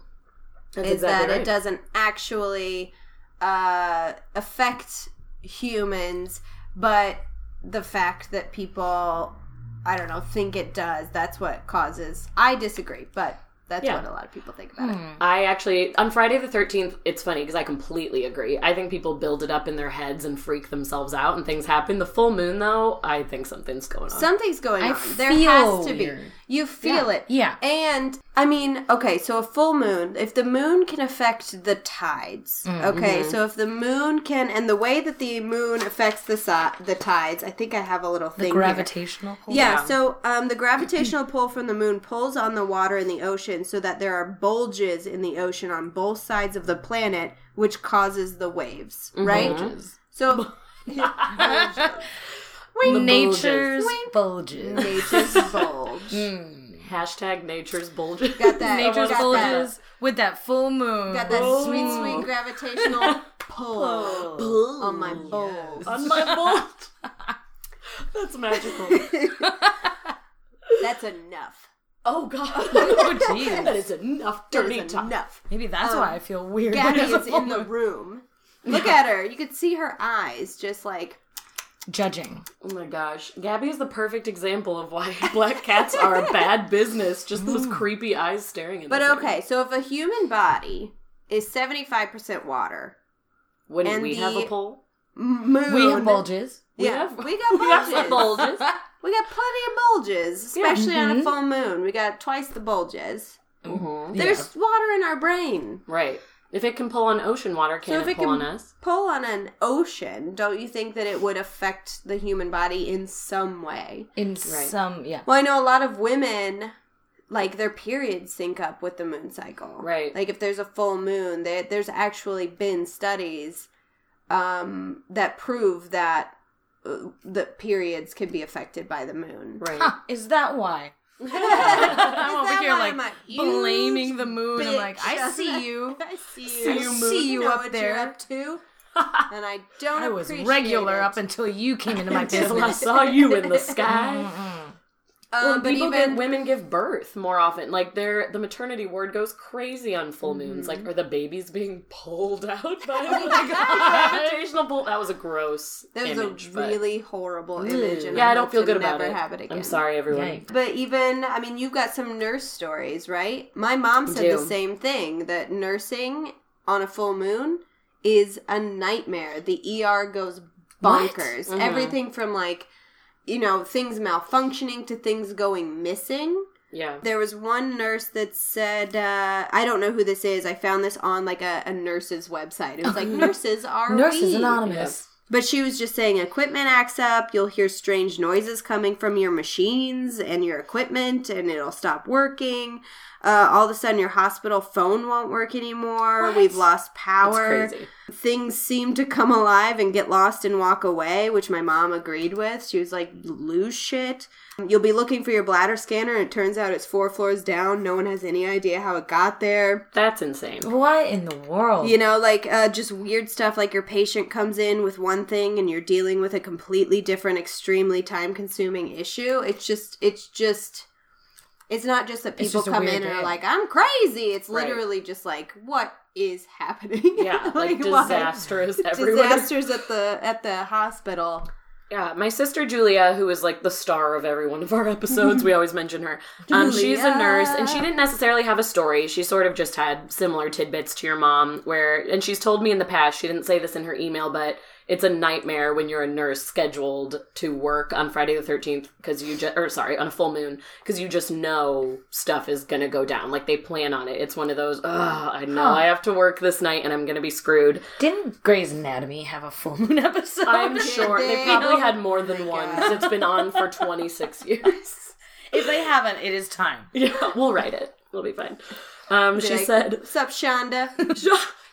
[SPEAKER 2] That's
[SPEAKER 3] is that
[SPEAKER 2] right.
[SPEAKER 3] it doesn't actually uh, affect humans, but the fact that people, I don't know, think it does, that's what causes. I disagree, but That's
[SPEAKER 2] Yeah.
[SPEAKER 3] what a lot of people think about it.
[SPEAKER 2] I actually on Friday the 13th, it's funny because I completely agree. I think people build it up in their heads and freak themselves out and things happen. The full moon though, I think something's going on.
[SPEAKER 3] Something's going
[SPEAKER 4] I
[SPEAKER 3] on. there
[SPEAKER 4] feel
[SPEAKER 3] has to be.
[SPEAKER 4] weird.
[SPEAKER 3] You feel it.
[SPEAKER 4] Yeah.
[SPEAKER 3] And I mean, okay, so a full moon, if the moon can affect the tides,
[SPEAKER 4] Mm-hmm.
[SPEAKER 3] okay, so if the moon can, and the way that the moon affects the si- the tides, I think I have a little thing. here.
[SPEAKER 4] Gravitational pull.
[SPEAKER 3] Yeah, so um, the gravitational pull from the moon pulls on the water in the ocean so that there are bulges in the ocean on both sides of the planet, which causes the waves,
[SPEAKER 4] Mm-hmm.
[SPEAKER 3] right? So
[SPEAKER 2] The
[SPEAKER 4] Nature's
[SPEAKER 2] bulges.
[SPEAKER 4] bulges.
[SPEAKER 3] nature's bulge.
[SPEAKER 2] Hashtag nature's bulges.
[SPEAKER 3] Got that. got
[SPEAKER 4] Nature's
[SPEAKER 3] That.
[SPEAKER 4] bulges with that full moon.
[SPEAKER 3] Got that sweet,
[SPEAKER 4] Oh.
[SPEAKER 3] sweet gravitational pull, on my bulge.
[SPEAKER 2] on my bolt. That's magical.
[SPEAKER 3] That's enough.
[SPEAKER 2] Oh god.
[SPEAKER 4] Oh, jeez.
[SPEAKER 2] that is enough
[SPEAKER 3] That
[SPEAKER 2] dirty
[SPEAKER 3] is
[SPEAKER 2] talk.
[SPEAKER 3] enough.
[SPEAKER 4] Maybe that's why I feel weird.
[SPEAKER 3] Gabby
[SPEAKER 4] There's a
[SPEAKER 3] is
[SPEAKER 4] full
[SPEAKER 3] in the
[SPEAKER 4] moon.
[SPEAKER 3] room. Look at her. You could see her eyes just like
[SPEAKER 4] judging.
[SPEAKER 2] Oh my gosh. Gabby is the perfect example of why black cats are a bad business. Just those creepy eyes staring at
[SPEAKER 3] But
[SPEAKER 2] us.
[SPEAKER 3] okay, so if a human body is 75% water,
[SPEAKER 2] Wouldn't
[SPEAKER 3] and
[SPEAKER 2] we have a
[SPEAKER 3] the-
[SPEAKER 2] poll?
[SPEAKER 3] m- moon.
[SPEAKER 4] Mm-hmm. We have bulges.
[SPEAKER 2] We
[SPEAKER 3] Yeah,
[SPEAKER 2] have-
[SPEAKER 3] we got
[SPEAKER 2] we have
[SPEAKER 3] bulges.
[SPEAKER 2] some bulges.
[SPEAKER 3] We got plenty of bulges, especially
[SPEAKER 4] Mm-hmm.
[SPEAKER 3] on a full moon. We got twice the bulges.
[SPEAKER 2] Mhm.
[SPEAKER 3] There's water in our brain.
[SPEAKER 2] Right. If it can pull on ocean water,
[SPEAKER 3] So
[SPEAKER 2] can
[SPEAKER 3] if
[SPEAKER 2] it
[SPEAKER 3] it
[SPEAKER 2] pull
[SPEAKER 3] can-
[SPEAKER 2] on us?
[SPEAKER 3] Pull on an ocean, don't you think that it would affect the human body in some way?
[SPEAKER 4] in some yeah.
[SPEAKER 3] Well, I know a lot of women, like their periods sync up with the moon cycle.
[SPEAKER 2] Right.
[SPEAKER 3] Like if there's a full moon, there, there's actually been studies um, that prove that uh, the periods can be affected by the moon.
[SPEAKER 2] Right.
[SPEAKER 4] Huh, is that why? I'm
[SPEAKER 3] Is
[SPEAKER 4] over
[SPEAKER 3] that
[SPEAKER 4] here
[SPEAKER 3] why
[SPEAKER 4] like
[SPEAKER 3] I'm a huge
[SPEAKER 4] blaming the moon. I'm like, I
[SPEAKER 3] bitch?
[SPEAKER 4] see you.
[SPEAKER 3] I see you.
[SPEAKER 4] See you,
[SPEAKER 3] I
[SPEAKER 4] moon.
[SPEAKER 3] see you
[SPEAKER 4] Know
[SPEAKER 3] up
[SPEAKER 4] what
[SPEAKER 3] there.
[SPEAKER 4] you're
[SPEAKER 3] up
[SPEAKER 4] up
[SPEAKER 3] to. And I don't.
[SPEAKER 4] I was
[SPEAKER 3] appreciate
[SPEAKER 4] regular
[SPEAKER 3] it.
[SPEAKER 4] up until you came into my
[SPEAKER 2] Until I
[SPEAKER 4] business.
[SPEAKER 2] saw you in the
[SPEAKER 3] Mm.
[SPEAKER 2] sky.
[SPEAKER 3] Um,
[SPEAKER 2] Well,
[SPEAKER 3] but
[SPEAKER 2] people
[SPEAKER 3] even
[SPEAKER 2] give, women give birth more often. Like their the maternity ward goes crazy on full moons.
[SPEAKER 3] Mm-hmm.
[SPEAKER 2] Like are the babies being pulled out by oh my god gravitational pull? That was a gross
[SPEAKER 3] that was
[SPEAKER 2] image.
[SPEAKER 3] a
[SPEAKER 2] but-
[SPEAKER 3] really horrible image. And
[SPEAKER 2] yeah, I
[SPEAKER 3] hope
[SPEAKER 2] don't feel
[SPEAKER 3] to
[SPEAKER 2] good about
[SPEAKER 3] never
[SPEAKER 2] it.
[SPEAKER 3] Have it again.
[SPEAKER 2] I'm sorry, everyone.
[SPEAKER 4] Yikes.
[SPEAKER 3] But even, I mean, you've got some nurse stories, right? My mom said
[SPEAKER 2] do.
[SPEAKER 3] the same thing that nursing on a full moon is a nightmare. The ER goes bonkers.
[SPEAKER 2] Mhm.
[SPEAKER 3] Everything from like, you know, things malfunctioning to things going missing.
[SPEAKER 2] Yeah,
[SPEAKER 3] There was one nurse that said, uh, I don't know who this is. I found this on like a, a nurse's website. It was like, nurses are
[SPEAKER 4] Nurses
[SPEAKER 3] weird."
[SPEAKER 4] Anonymous.
[SPEAKER 3] But she was just saying equipment acts up, you'll hear strange noises coming from your machines and your equipment, and it'll stop working. Uh, all of a sudden, your hospital phone won't work anymore. We've lost
[SPEAKER 2] it's
[SPEAKER 3] power.
[SPEAKER 2] crazy.
[SPEAKER 3] Things seem to come alive and get lost and walk away, which my mom agreed with. She was like, lose shit. You'll be looking for your bladder scanner, and it turns out it's four floors down. No one has any idea how it got there.
[SPEAKER 2] That's insane.
[SPEAKER 4] What in the
[SPEAKER 2] Oh.
[SPEAKER 4] world?
[SPEAKER 3] You know, like uh, just weird stuff like your patient comes in with one thing and you're dealing with a completely different, extremely time consuming issue. It's just, it's just, it's not just that
[SPEAKER 4] It's
[SPEAKER 3] people
[SPEAKER 4] just a
[SPEAKER 3] come
[SPEAKER 4] weird
[SPEAKER 3] in and are
[SPEAKER 4] day.
[SPEAKER 3] like, I'm crazy. It's
[SPEAKER 2] Right.
[SPEAKER 3] literally just like, what is happening?
[SPEAKER 2] Yeah, like,
[SPEAKER 3] why?
[SPEAKER 2] disastrous everywhere.
[SPEAKER 3] Disasters at the at the hospital.
[SPEAKER 2] Yeah, my sister Julia, who is like the star of every one of our episodes, we always mention her. Um, she's a nurse, and she didn't necessarily have a story. She sort of just had similar tidbits to your mom, where, and she's told me in the past, she didn't say this in her email, but it's a nightmare when you're a nurse scheduled to work on Friday the 13th, because you just, or sorry, on a full moon, because you just know stuff is going to go down. Like they plan on it. It's one of those, ugh, I know I have to work this night and I'm going to be screwed.
[SPEAKER 4] Didn't Grey's Anatomy have a full moon episode?
[SPEAKER 2] I'm sure they
[SPEAKER 3] Damn.
[SPEAKER 2] probably had more than one because it's been on for 26 years.
[SPEAKER 4] if they haven't, it is time.
[SPEAKER 2] Yeah, we'll write it. We'll be fine. Um, she
[SPEAKER 3] Like,
[SPEAKER 2] said,
[SPEAKER 3] "What's up, Shonda?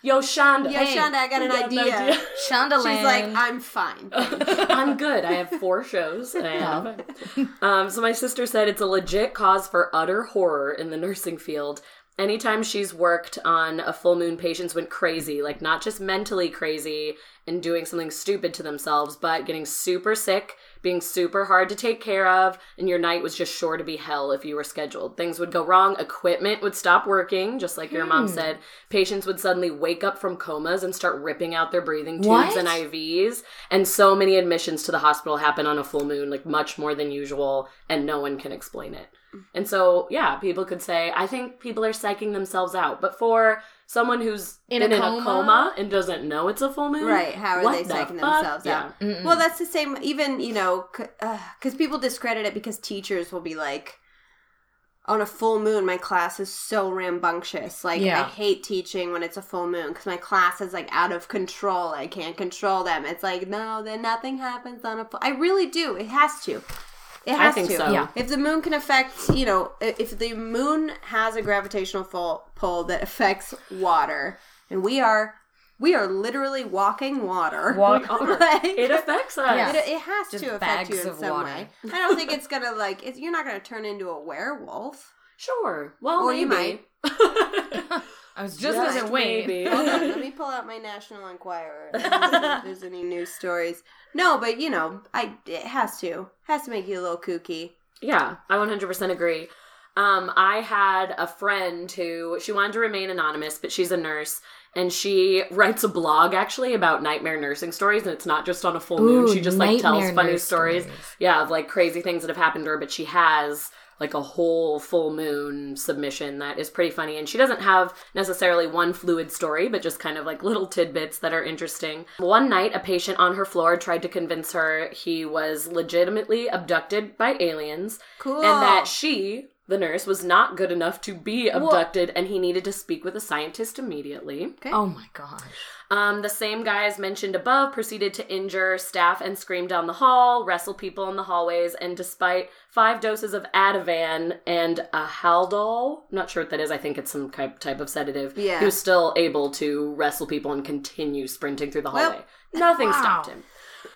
[SPEAKER 2] "Yo, Shonda,
[SPEAKER 3] Yeah, Shonda, I got an
[SPEAKER 2] I got an
[SPEAKER 3] idea."
[SPEAKER 2] idea.
[SPEAKER 4] Shondaland.
[SPEAKER 3] She's like, "I'm fine."
[SPEAKER 2] I'm good. I have four shows. And I am fine." um, so my sister said it's a legit cause for utter horror in the nursing field. Anytime she's worked on a full moon, patients went crazy. Like not just mentally crazy and doing something stupid to themselves, but getting super sick, being super hard to take care of, and your night was just sure to be hell if you were scheduled. Things would go wrong. Equipment would stop working, just like your mom said. Patients would suddenly wake up from comas and start ripping out their breathing tubes
[SPEAKER 4] What?
[SPEAKER 2] and IVs. And so many admissions to the hospital happen on a full moon, like much more than usual, and no one can explain it. And so, yeah, people could say, I think people are psyching themselves out. But for someone who's
[SPEAKER 4] In a
[SPEAKER 2] been in
[SPEAKER 4] coma?
[SPEAKER 2] a coma and doesn't know it's a full moon,
[SPEAKER 3] Right, how are
[SPEAKER 2] what
[SPEAKER 3] they
[SPEAKER 2] the
[SPEAKER 3] psyching
[SPEAKER 2] fuck?
[SPEAKER 3] themselves
[SPEAKER 2] Yeah.
[SPEAKER 3] out? Well, that's the same. Even you know, because people discredit it because teachers will be like, "On a full moon, my class is so rambunctious. Like, I
[SPEAKER 4] Yeah.
[SPEAKER 3] hate teaching when it's a full moon because my class is like out of control. I can't control them. It's like no, then nothing happens on a. Full- I really do. It has to. It
[SPEAKER 2] I
[SPEAKER 3] has
[SPEAKER 2] think
[SPEAKER 3] to.
[SPEAKER 2] so.
[SPEAKER 4] Yeah.
[SPEAKER 3] If the moon can affect, you know, i- if the moon has a gravitational full, pull that affects water, and we are, we are literally walking water.
[SPEAKER 4] Walk
[SPEAKER 3] Like-
[SPEAKER 2] It affects us.
[SPEAKER 4] Yeah.
[SPEAKER 3] it, it has
[SPEAKER 4] Just
[SPEAKER 3] to affect you
[SPEAKER 4] bags
[SPEAKER 3] in
[SPEAKER 4] of
[SPEAKER 3] some
[SPEAKER 4] water.
[SPEAKER 3] way. I don't think it's gonna like it's, you're not gonna turn into a werewolf.
[SPEAKER 2] Sure. Well,
[SPEAKER 3] Or
[SPEAKER 2] maybe.
[SPEAKER 3] you
[SPEAKER 4] I was
[SPEAKER 2] Just
[SPEAKER 4] just, gonna say wait.
[SPEAKER 2] maybe.
[SPEAKER 3] Hold on, let me pull out my National Enquirer. and see if there's any news stories? No, but you know, I it has to has to make you a little kooky.
[SPEAKER 2] Yeah, I 100% agree. Um, I had a friend who she wanted to remain anonymous, but she's a nurse and she writes a blog actually about nightmare nursing stories, and it's not just on a full moon.
[SPEAKER 4] Ooh,
[SPEAKER 2] She just like tells
[SPEAKER 4] nightmare
[SPEAKER 2] funny
[SPEAKER 4] nurse
[SPEAKER 2] stories,
[SPEAKER 4] stories.
[SPEAKER 2] yeah, of like crazy things that have happened to her. But she has like a whole full moon submission that is pretty funny, and she doesn't have necessarily one fluid story, but just kind of like little tidbits that are interesting. One night, a patient on her floor tried to convince her he was legitimately abducted by aliens
[SPEAKER 3] Cool.
[SPEAKER 2] and that she, the nurse, was not good enough to be abducted, and he needed to speak with a scientist immediately.
[SPEAKER 4] Oh my gosh.
[SPEAKER 2] Um, the same guy as mentioned above proceeded to injure staff and scream down the hall, wrestle people in the hallways, and despite five doses of Ativan and a Haldol, not sure what that is. I think it's some type type of sedative.
[SPEAKER 3] Yeah.
[SPEAKER 2] he was still able to wrestle people and continue sprinting through the
[SPEAKER 3] Well,
[SPEAKER 2] hallway. Nothing
[SPEAKER 4] wow.
[SPEAKER 2] stopped him.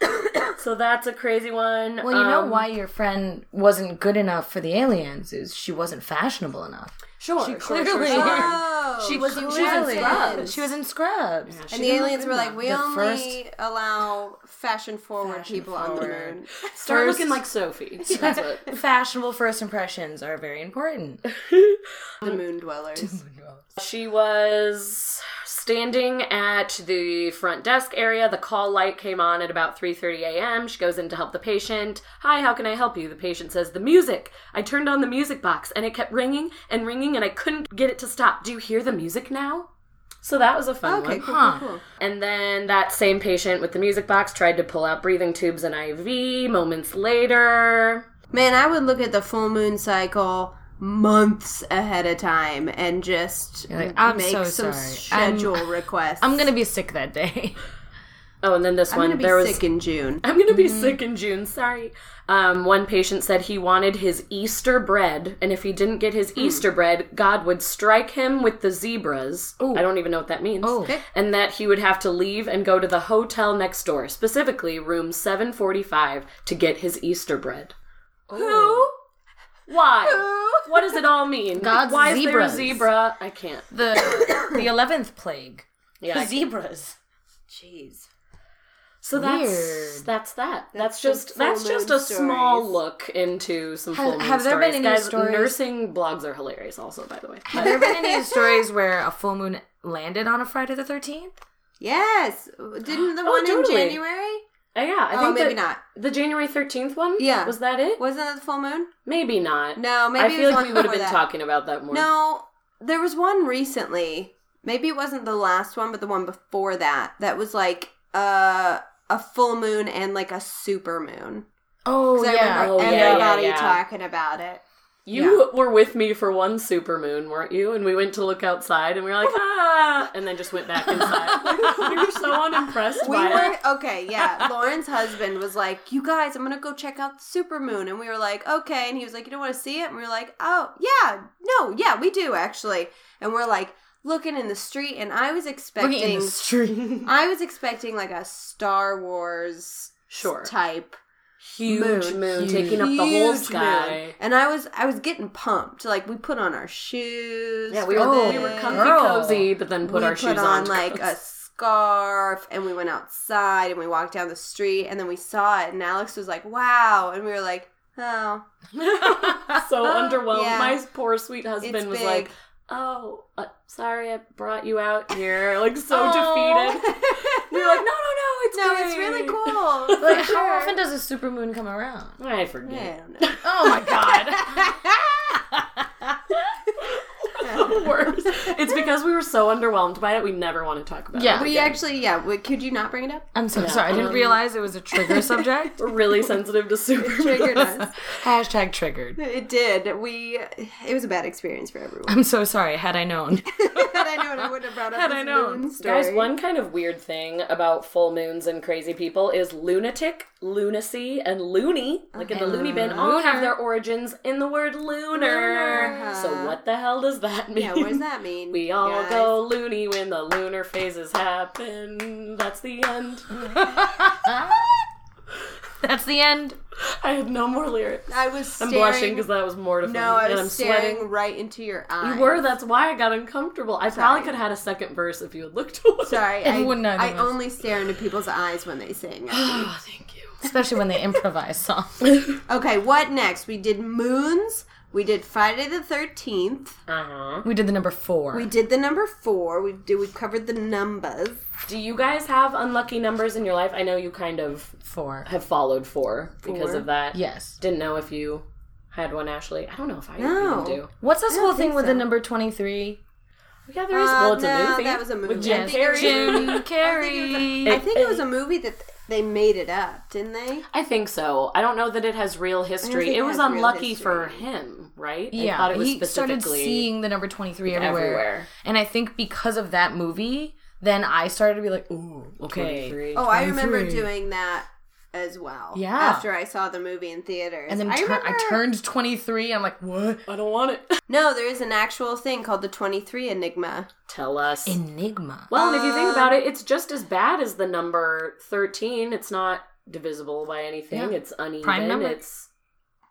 [SPEAKER 2] so that's a crazy one.
[SPEAKER 4] Well, you know
[SPEAKER 2] Um,
[SPEAKER 4] why your friend wasn't good enough for the aliens is she wasn't fashionable enough.
[SPEAKER 2] Sure,
[SPEAKER 4] She
[SPEAKER 2] sure, sure,
[SPEAKER 4] clearly-
[SPEAKER 2] sure.
[SPEAKER 3] Oh,
[SPEAKER 2] She was- she was in
[SPEAKER 3] clearly.
[SPEAKER 2] scrubs.
[SPEAKER 4] She was in scrubs.
[SPEAKER 2] Yeah, she
[SPEAKER 3] And the
[SPEAKER 2] didn't look
[SPEAKER 3] aliens
[SPEAKER 2] good
[SPEAKER 3] were
[SPEAKER 2] enough.
[SPEAKER 3] like, we
[SPEAKER 4] The
[SPEAKER 3] only
[SPEAKER 4] first-
[SPEAKER 3] allow fashion forward
[SPEAKER 4] Fashion
[SPEAKER 3] people on the
[SPEAKER 4] forward.
[SPEAKER 3] moon.
[SPEAKER 2] Start
[SPEAKER 4] First-
[SPEAKER 2] looking like Sophie. That's what.
[SPEAKER 4] Fashionable first impressions are very important.
[SPEAKER 3] The moon dwellers.
[SPEAKER 2] She was standing at the front desk area. The call light came on at about 3:30 a.m. She goes in to help the patient. "Hi, how can I help you?" The patient says, "The music. I turned on the music box and it kept ringing and ringing and I couldn't get it to stop. Do you hear the music now?" So that was a fun
[SPEAKER 3] Okay,
[SPEAKER 2] one.
[SPEAKER 3] cool,
[SPEAKER 4] Huh.
[SPEAKER 3] cool, cool.
[SPEAKER 2] And then that same patient with the music box tried to pull out breathing tubes and IV moments later.
[SPEAKER 3] Man, I would look at the full moon cycle months ahead of time and just
[SPEAKER 4] You're like, "I'm
[SPEAKER 3] make
[SPEAKER 4] so
[SPEAKER 3] some
[SPEAKER 4] sorry. I'm-
[SPEAKER 3] schedule requests.
[SPEAKER 4] I'm gonna be sick that day.
[SPEAKER 2] Oh, and then this
[SPEAKER 3] I'm
[SPEAKER 2] one
[SPEAKER 3] gonna be
[SPEAKER 2] there was
[SPEAKER 3] sick in June.
[SPEAKER 2] I'm gonna
[SPEAKER 4] Mm-hmm.
[SPEAKER 2] be sick in June. Sorry. Um, one patient said he wanted his Easter bread, and if he didn't get
[SPEAKER 4] Mm.
[SPEAKER 2] his Easter bread, God would strike him with the zebras. I don't even know what that means.
[SPEAKER 4] Oh.
[SPEAKER 3] Okay.
[SPEAKER 2] And that he would have to leave and go to the hotel next door, specifically room 745, to get his Easter bread. Who? Why? What does it all mean?
[SPEAKER 4] God's
[SPEAKER 2] Why
[SPEAKER 4] zebras.
[SPEAKER 2] is there a zebra? I can't.
[SPEAKER 4] The the eleventh plague.
[SPEAKER 2] Yeah. I can't.
[SPEAKER 4] Zebras.
[SPEAKER 3] Jeez.
[SPEAKER 2] So that's
[SPEAKER 4] Weird.
[SPEAKER 2] that's that.
[SPEAKER 3] That's
[SPEAKER 2] That's, just
[SPEAKER 3] some full
[SPEAKER 2] that's just a
[SPEAKER 3] moon
[SPEAKER 2] small
[SPEAKER 3] stories.
[SPEAKER 2] look into some
[SPEAKER 4] Has-
[SPEAKER 2] full moon
[SPEAKER 4] have there been
[SPEAKER 2] stories.
[SPEAKER 4] any
[SPEAKER 2] Guys,
[SPEAKER 4] stories-
[SPEAKER 2] Nursing blogs are hilarious, also by the way.
[SPEAKER 4] Have there been any stories where a full moon landed on a Friday the thirteenth?
[SPEAKER 3] Yes. Didn't the
[SPEAKER 2] Oh,
[SPEAKER 3] one
[SPEAKER 2] totally.
[SPEAKER 3] in January?
[SPEAKER 2] Uh, yeah, I
[SPEAKER 3] Oh,
[SPEAKER 2] think
[SPEAKER 3] maybe
[SPEAKER 2] that-
[SPEAKER 3] not.
[SPEAKER 2] The January thirteenth one.
[SPEAKER 3] Yeah.
[SPEAKER 2] was that it?
[SPEAKER 3] Wasn't that the full moon?
[SPEAKER 2] Maybe not.
[SPEAKER 3] No, maybe
[SPEAKER 2] I
[SPEAKER 3] it
[SPEAKER 2] feel
[SPEAKER 3] was
[SPEAKER 2] like
[SPEAKER 3] one
[SPEAKER 2] we would have
[SPEAKER 3] before
[SPEAKER 2] been
[SPEAKER 3] that.
[SPEAKER 2] talking about that more.
[SPEAKER 3] No, there was one recently. Maybe it wasn't the last one, but the one before that. That was like uh, a full moon and like a super moon.
[SPEAKER 4] Oh
[SPEAKER 3] 'Cause I
[SPEAKER 4] yeah.
[SPEAKER 3] remember
[SPEAKER 2] Oh, yeah, yeah,
[SPEAKER 3] everybody
[SPEAKER 2] yeah.
[SPEAKER 3] talking about it.
[SPEAKER 2] you were with me for one supermoon, weren't you? And we went to look outside, and we were like, ah, and then just went back inside. we were so unimpressed
[SPEAKER 3] We
[SPEAKER 2] by it.
[SPEAKER 3] were okay, yeah. Lauren's husband was like, "You guys, I'm gonna go check out the supermoon," and we were like, "Okay," and he was like, "You don't want to see it?" And we were like, "Oh, yeah, no, yeah, we do actually." And we're like looking in the street, and I was
[SPEAKER 4] Looking in
[SPEAKER 3] expecting,
[SPEAKER 4] the street.
[SPEAKER 3] I was expecting like a Star Wars
[SPEAKER 2] Sure.
[SPEAKER 3] type
[SPEAKER 2] Huge moon,
[SPEAKER 3] Moon.
[SPEAKER 2] taking up the whole
[SPEAKER 3] huge
[SPEAKER 2] sky.
[SPEAKER 3] moon. and I was I was getting pumped. Like we put on our shoes.
[SPEAKER 2] Yeah, we
[SPEAKER 3] for
[SPEAKER 2] were,
[SPEAKER 4] Oh,
[SPEAKER 2] we were
[SPEAKER 3] this.
[SPEAKER 2] comfy
[SPEAKER 4] girl.
[SPEAKER 2] cozy, but then put
[SPEAKER 3] we
[SPEAKER 2] our
[SPEAKER 3] put
[SPEAKER 2] shoes
[SPEAKER 3] on
[SPEAKER 2] to
[SPEAKER 3] like
[SPEAKER 2] go.
[SPEAKER 3] a scarf and we went outside and we walked down the street and then we saw it and alex was like wow and we were like oh
[SPEAKER 2] so underwhelmed.
[SPEAKER 3] Yeah.
[SPEAKER 2] My poor sweet husband
[SPEAKER 3] It's
[SPEAKER 2] was
[SPEAKER 3] big.
[SPEAKER 2] like, "Oh, uh, sorry, I brought you out here." Like so
[SPEAKER 4] Oh.
[SPEAKER 2] defeated. We were like, "No, no, no, it's
[SPEAKER 3] no
[SPEAKER 2] great.
[SPEAKER 3] it's really cool
[SPEAKER 4] Like,
[SPEAKER 3] for sure."
[SPEAKER 4] how often does a supermoon come around?
[SPEAKER 2] I forget.
[SPEAKER 3] Yeah, I don't know.
[SPEAKER 4] Oh my god.
[SPEAKER 2] the worst. It's because we were so underwhelmed by it, we never want to talk about
[SPEAKER 4] Yeah.
[SPEAKER 2] it.
[SPEAKER 3] We actually, yeah. we- Could you not bring it up?
[SPEAKER 4] I'm so sorry. I didn't realize it was a trigger subject.
[SPEAKER 2] We're really sensitive to
[SPEAKER 3] Triggered
[SPEAKER 2] super.
[SPEAKER 3] us.
[SPEAKER 4] Hashtag triggered.
[SPEAKER 3] It did. We. It was a bad experience for everyone.
[SPEAKER 4] I'm so sorry. Had I known.
[SPEAKER 3] Had I known, I wouldn't have brought up
[SPEAKER 4] Had
[SPEAKER 3] this
[SPEAKER 4] I known.
[SPEAKER 3] moon story.
[SPEAKER 2] Guys, one kind of weird thing about full moons and crazy people is lunatic, lunacy, and loony, like in the loony bin, all have their origins in the word lunar.
[SPEAKER 3] Lunar.
[SPEAKER 2] So what the hell does that mean?
[SPEAKER 3] Yeah, what does that mean?
[SPEAKER 2] We all
[SPEAKER 3] guys?
[SPEAKER 2] go loony when the lunar phases happen. That's the end.
[SPEAKER 4] That's the end.
[SPEAKER 2] I had no more lyrics.
[SPEAKER 3] I was.
[SPEAKER 2] I'm
[SPEAKER 3] Staring,
[SPEAKER 2] blushing because that was mortifying.
[SPEAKER 3] No, I was
[SPEAKER 2] and I'm
[SPEAKER 3] staring
[SPEAKER 2] sweating.
[SPEAKER 3] right into your eyes.
[SPEAKER 2] You were. That's why I got uncomfortable. I probably could have had a second verse if you had looked away.
[SPEAKER 3] Sorry,
[SPEAKER 4] It
[SPEAKER 3] I,
[SPEAKER 4] would not
[SPEAKER 3] I
[SPEAKER 4] have us.
[SPEAKER 3] only stare into people's eyes when they sing.
[SPEAKER 2] Oh, thank you.
[SPEAKER 4] Especially when they improvise songs.
[SPEAKER 3] okay, what next? We did moons. We did Friday the Thirteenth.
[SPEAKER 2] Uh
[SPEAKER 3] Uh-huh.
[SPEAKER 2] huh.
[SPEAKER 4] We did the number four.
[SPEAKER 3] We did the number four. We did. We covered the numbers.
[SPEAKER 2] Do you guys have unlucky numbers in your life? I know you kind of
[SPEAKER 4] four.
[SPEAKER 2] have followed four because
[SPEAKER 3] Four?
[SPEAKER 2] of that.
[SPEAKER 4] Yes.
[SPEAKER 2] Didn't know if you had one, Ashley. I don't know if I
[SPEAKER 3] No.
[SPEAKER 2] even do.
[SPEAKER 4] What's this whole thing
[SPEAKER 3] think
[SPEAKER 4] with the
[SPEAKER 3] so.
[SPEAKER 4] number 23?
[SPEAKER 2] Yeah, there is.
[SPEAKER 3] Uh,
[SPEAKER 2] well, it's a
[SPEAKER 3] no,
[SPEAKER 2] movie.
[SPEAKER 3] that was a movie.
[SPEAKER 2] With Jim
[SPEAKER 3] I think it
[SPEAKER 2] Carrey.
[SPEAKER 3] was-
[SPEAKER 4] Jim
[SPEAKER 3] I
[SPEAKER 4] Carrey.
[SPEAKER 3] think it was a movie that they made it up, didn't they?
[SPEAKER 2] I think so. I don't know that it has real history.
[SPEAKER 3] think
[SPEAKER 2] it
[SPEAKER 3] it
[SPEAKER 2] was
[SPEAKER 3] has real
[SPEAKER 2] unlucky for
[SPEAKER 3] history.
[SPEAKER 2] him, right? I
[SPEAKER 4] Yeah,
[SPEAKER 2] thought it was
[SPEAKER 4] he started
[SPEAKER 2] specifically
[SPEAKER 4] seeing the number 23 everywhere.
[SPEAKER 2] everywhere.
[SPEAKER 4] And I think because of that movie, then I started to be like, ooh, okay.
[SPEAKER 2] 23.
[SPEAKER 3] Oh, I remember
[SPEAKER 4] 23.
[SPEAKER 3] doing that as well.
[SPEAKER 4] Yeah.
[SPEAKER 3] After I saw the movie in theaters,
[SPEAKER 4] And then
[SPEAKER 3] I
[SPEAKER 4] I,
[SPEAKER 3] remember.
[SPEAKER 4] I turned 23. I'm like, what?
[SPEAKER 2] I don't want it.
[SPEAKER 3] No, there is an actual thing called the twenty-three enigma.
[SPEAKER 2] Tell us.
[SPEAKER 4] Enigma.
[SPEAKER 2] well, and if you think about
[SPEAKER 4] Um,
[SPEAKER 2] it, it's just as bad as the number 13. It's not divisible by anything.
[SPEAKER 4] Yeah.
[SPEAKER 2] It's uneven.
[SPEAKER 4] Prime number.
[SPEAKER 2] It's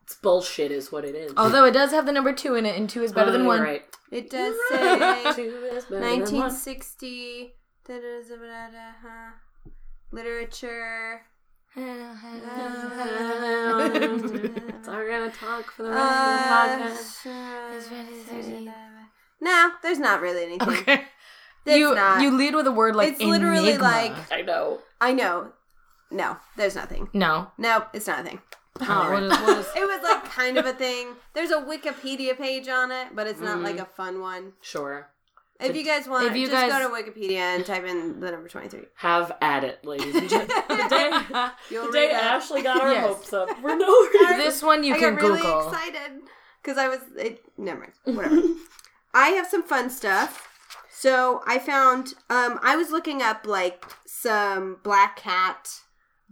[SPEAKER 2] it's bullshit is what it is.
[SPEAKER 4] Although it does have the number two in it, and two is better
[SPEAKER 2] Oh,
[SPEAKER 4] than
[SPEAKER 2] you're
[SPEAKER 4] one.
[SPEAKER 2] Right.
[SPEAKER 3] It does
[SPEAKER 2] Two
[SPEAKER 3] say
[SPEAKER 2] is better than
[SPEAKER 3] nineteen
[SPEAKER 2] one.
[SPEAKER 3] sixty. huh? Literature.
[SPEAKER 2] So we're gonna talk
[SPEAKER 4] Uh,
[SPEAKER 2] for the rest of
[SPEAKER 3] Uh,
[SPEAKER 2] the podcast.
[SPEAKER 3] no, there's not really anything.
[SPEAKER 4] Okay.
[SPEAKER 3] That's
[SPEAKER 4] you
[SPEAKER 3] not-
[SPEAKER 4] you lead with a word like
[SPEAKER 3] It's literally
[SPEAKER 4] enigma.
[SPEAKER 3] like-
[SPEAKER 2] I know.
[SPEAKER 3] I know. No, there's nothing.
[SPEAKER 4] no.
[SPEAKER 3] No, it's not a thing.
[SPEAKER 4] Oh, we'll just- we'll just-
[SPEAKER 3] It was like kind of a thing. There's a Wikipedia page on it, but it's not
[SPEAKER 4] Mm.
[SPEAKER 3] like a fun one.
[SPEAKER 2] Sure.
[SPEAKER 3] If you guys want,
[SPEAKER 4] If you
[SPEAKER 3] just
[SPEAKER 4] guys-
[SPEAKER 3] go to Wikipedia and type in the number 23.
[SPEAKER 2] Have at it, ladies and gentlemen. the day,
[SPEAKER 3] You'll
[SPEAKER 2] the
[SPEAKER 3] read
[SPEAKER 2] day
[SPEAKER 3] it.
[SPEAKER 2] Ashley got our
[SPEAKER 4] Yes.
[SPEAKER 2] hopes up. We're nowhere.
[SPEAKER 4] this one you
[SPEAKER 3] I
[SPEAKER 4] can
[SPEAKER 3] got really
[SPEAKER 4] Google.
[SPEAKER 3] excited because I was. It, never mind. Whatever. I have some fun stuff. So I found. Um, I was looking up like some black cat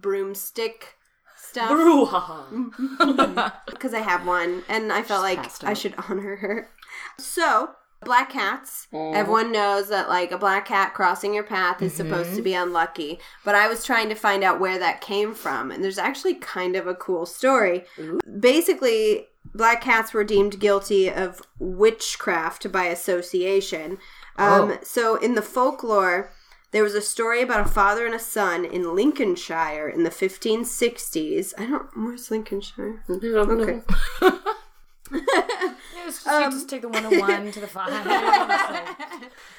[SPEAKER 3] broomstick stuff
[SPEAKER 2] Brouhaha.
[SPEAKER 3] because I have one, and I felt
[SPEAKER 2] passed
[SPEAKER 3] like I
[SPEAKER 2] out.
[SPEAKER 3] should honor her. So black cats. Everyone knows that like a black cat crossing your path is supposed to be unlucky. But I was trying to find out where that came from, and there's actually kind of a cool story. Basically, black cats were deemed guilty of witchcraft by association. Um,
[SPEAKER 4] Oh.
[SPEAKER 3] So in the folklore. There was a story about a father and a son in Lincolnshire in the 1560s. I don't. Where's Lincolnshire? Okay.
[SPEAKER 4] It's just, you just take the one to one to the five.
[SPEAKER 3] Uh,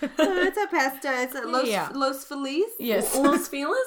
[SPEAKER 3] it's a pasta. It's a Los,
[SPEAKER 4] Yeah.
[SPEAKER 3] Los Feliz.
[SPEAKER 4] yes.
[SPEAKER 2] Los Feliz?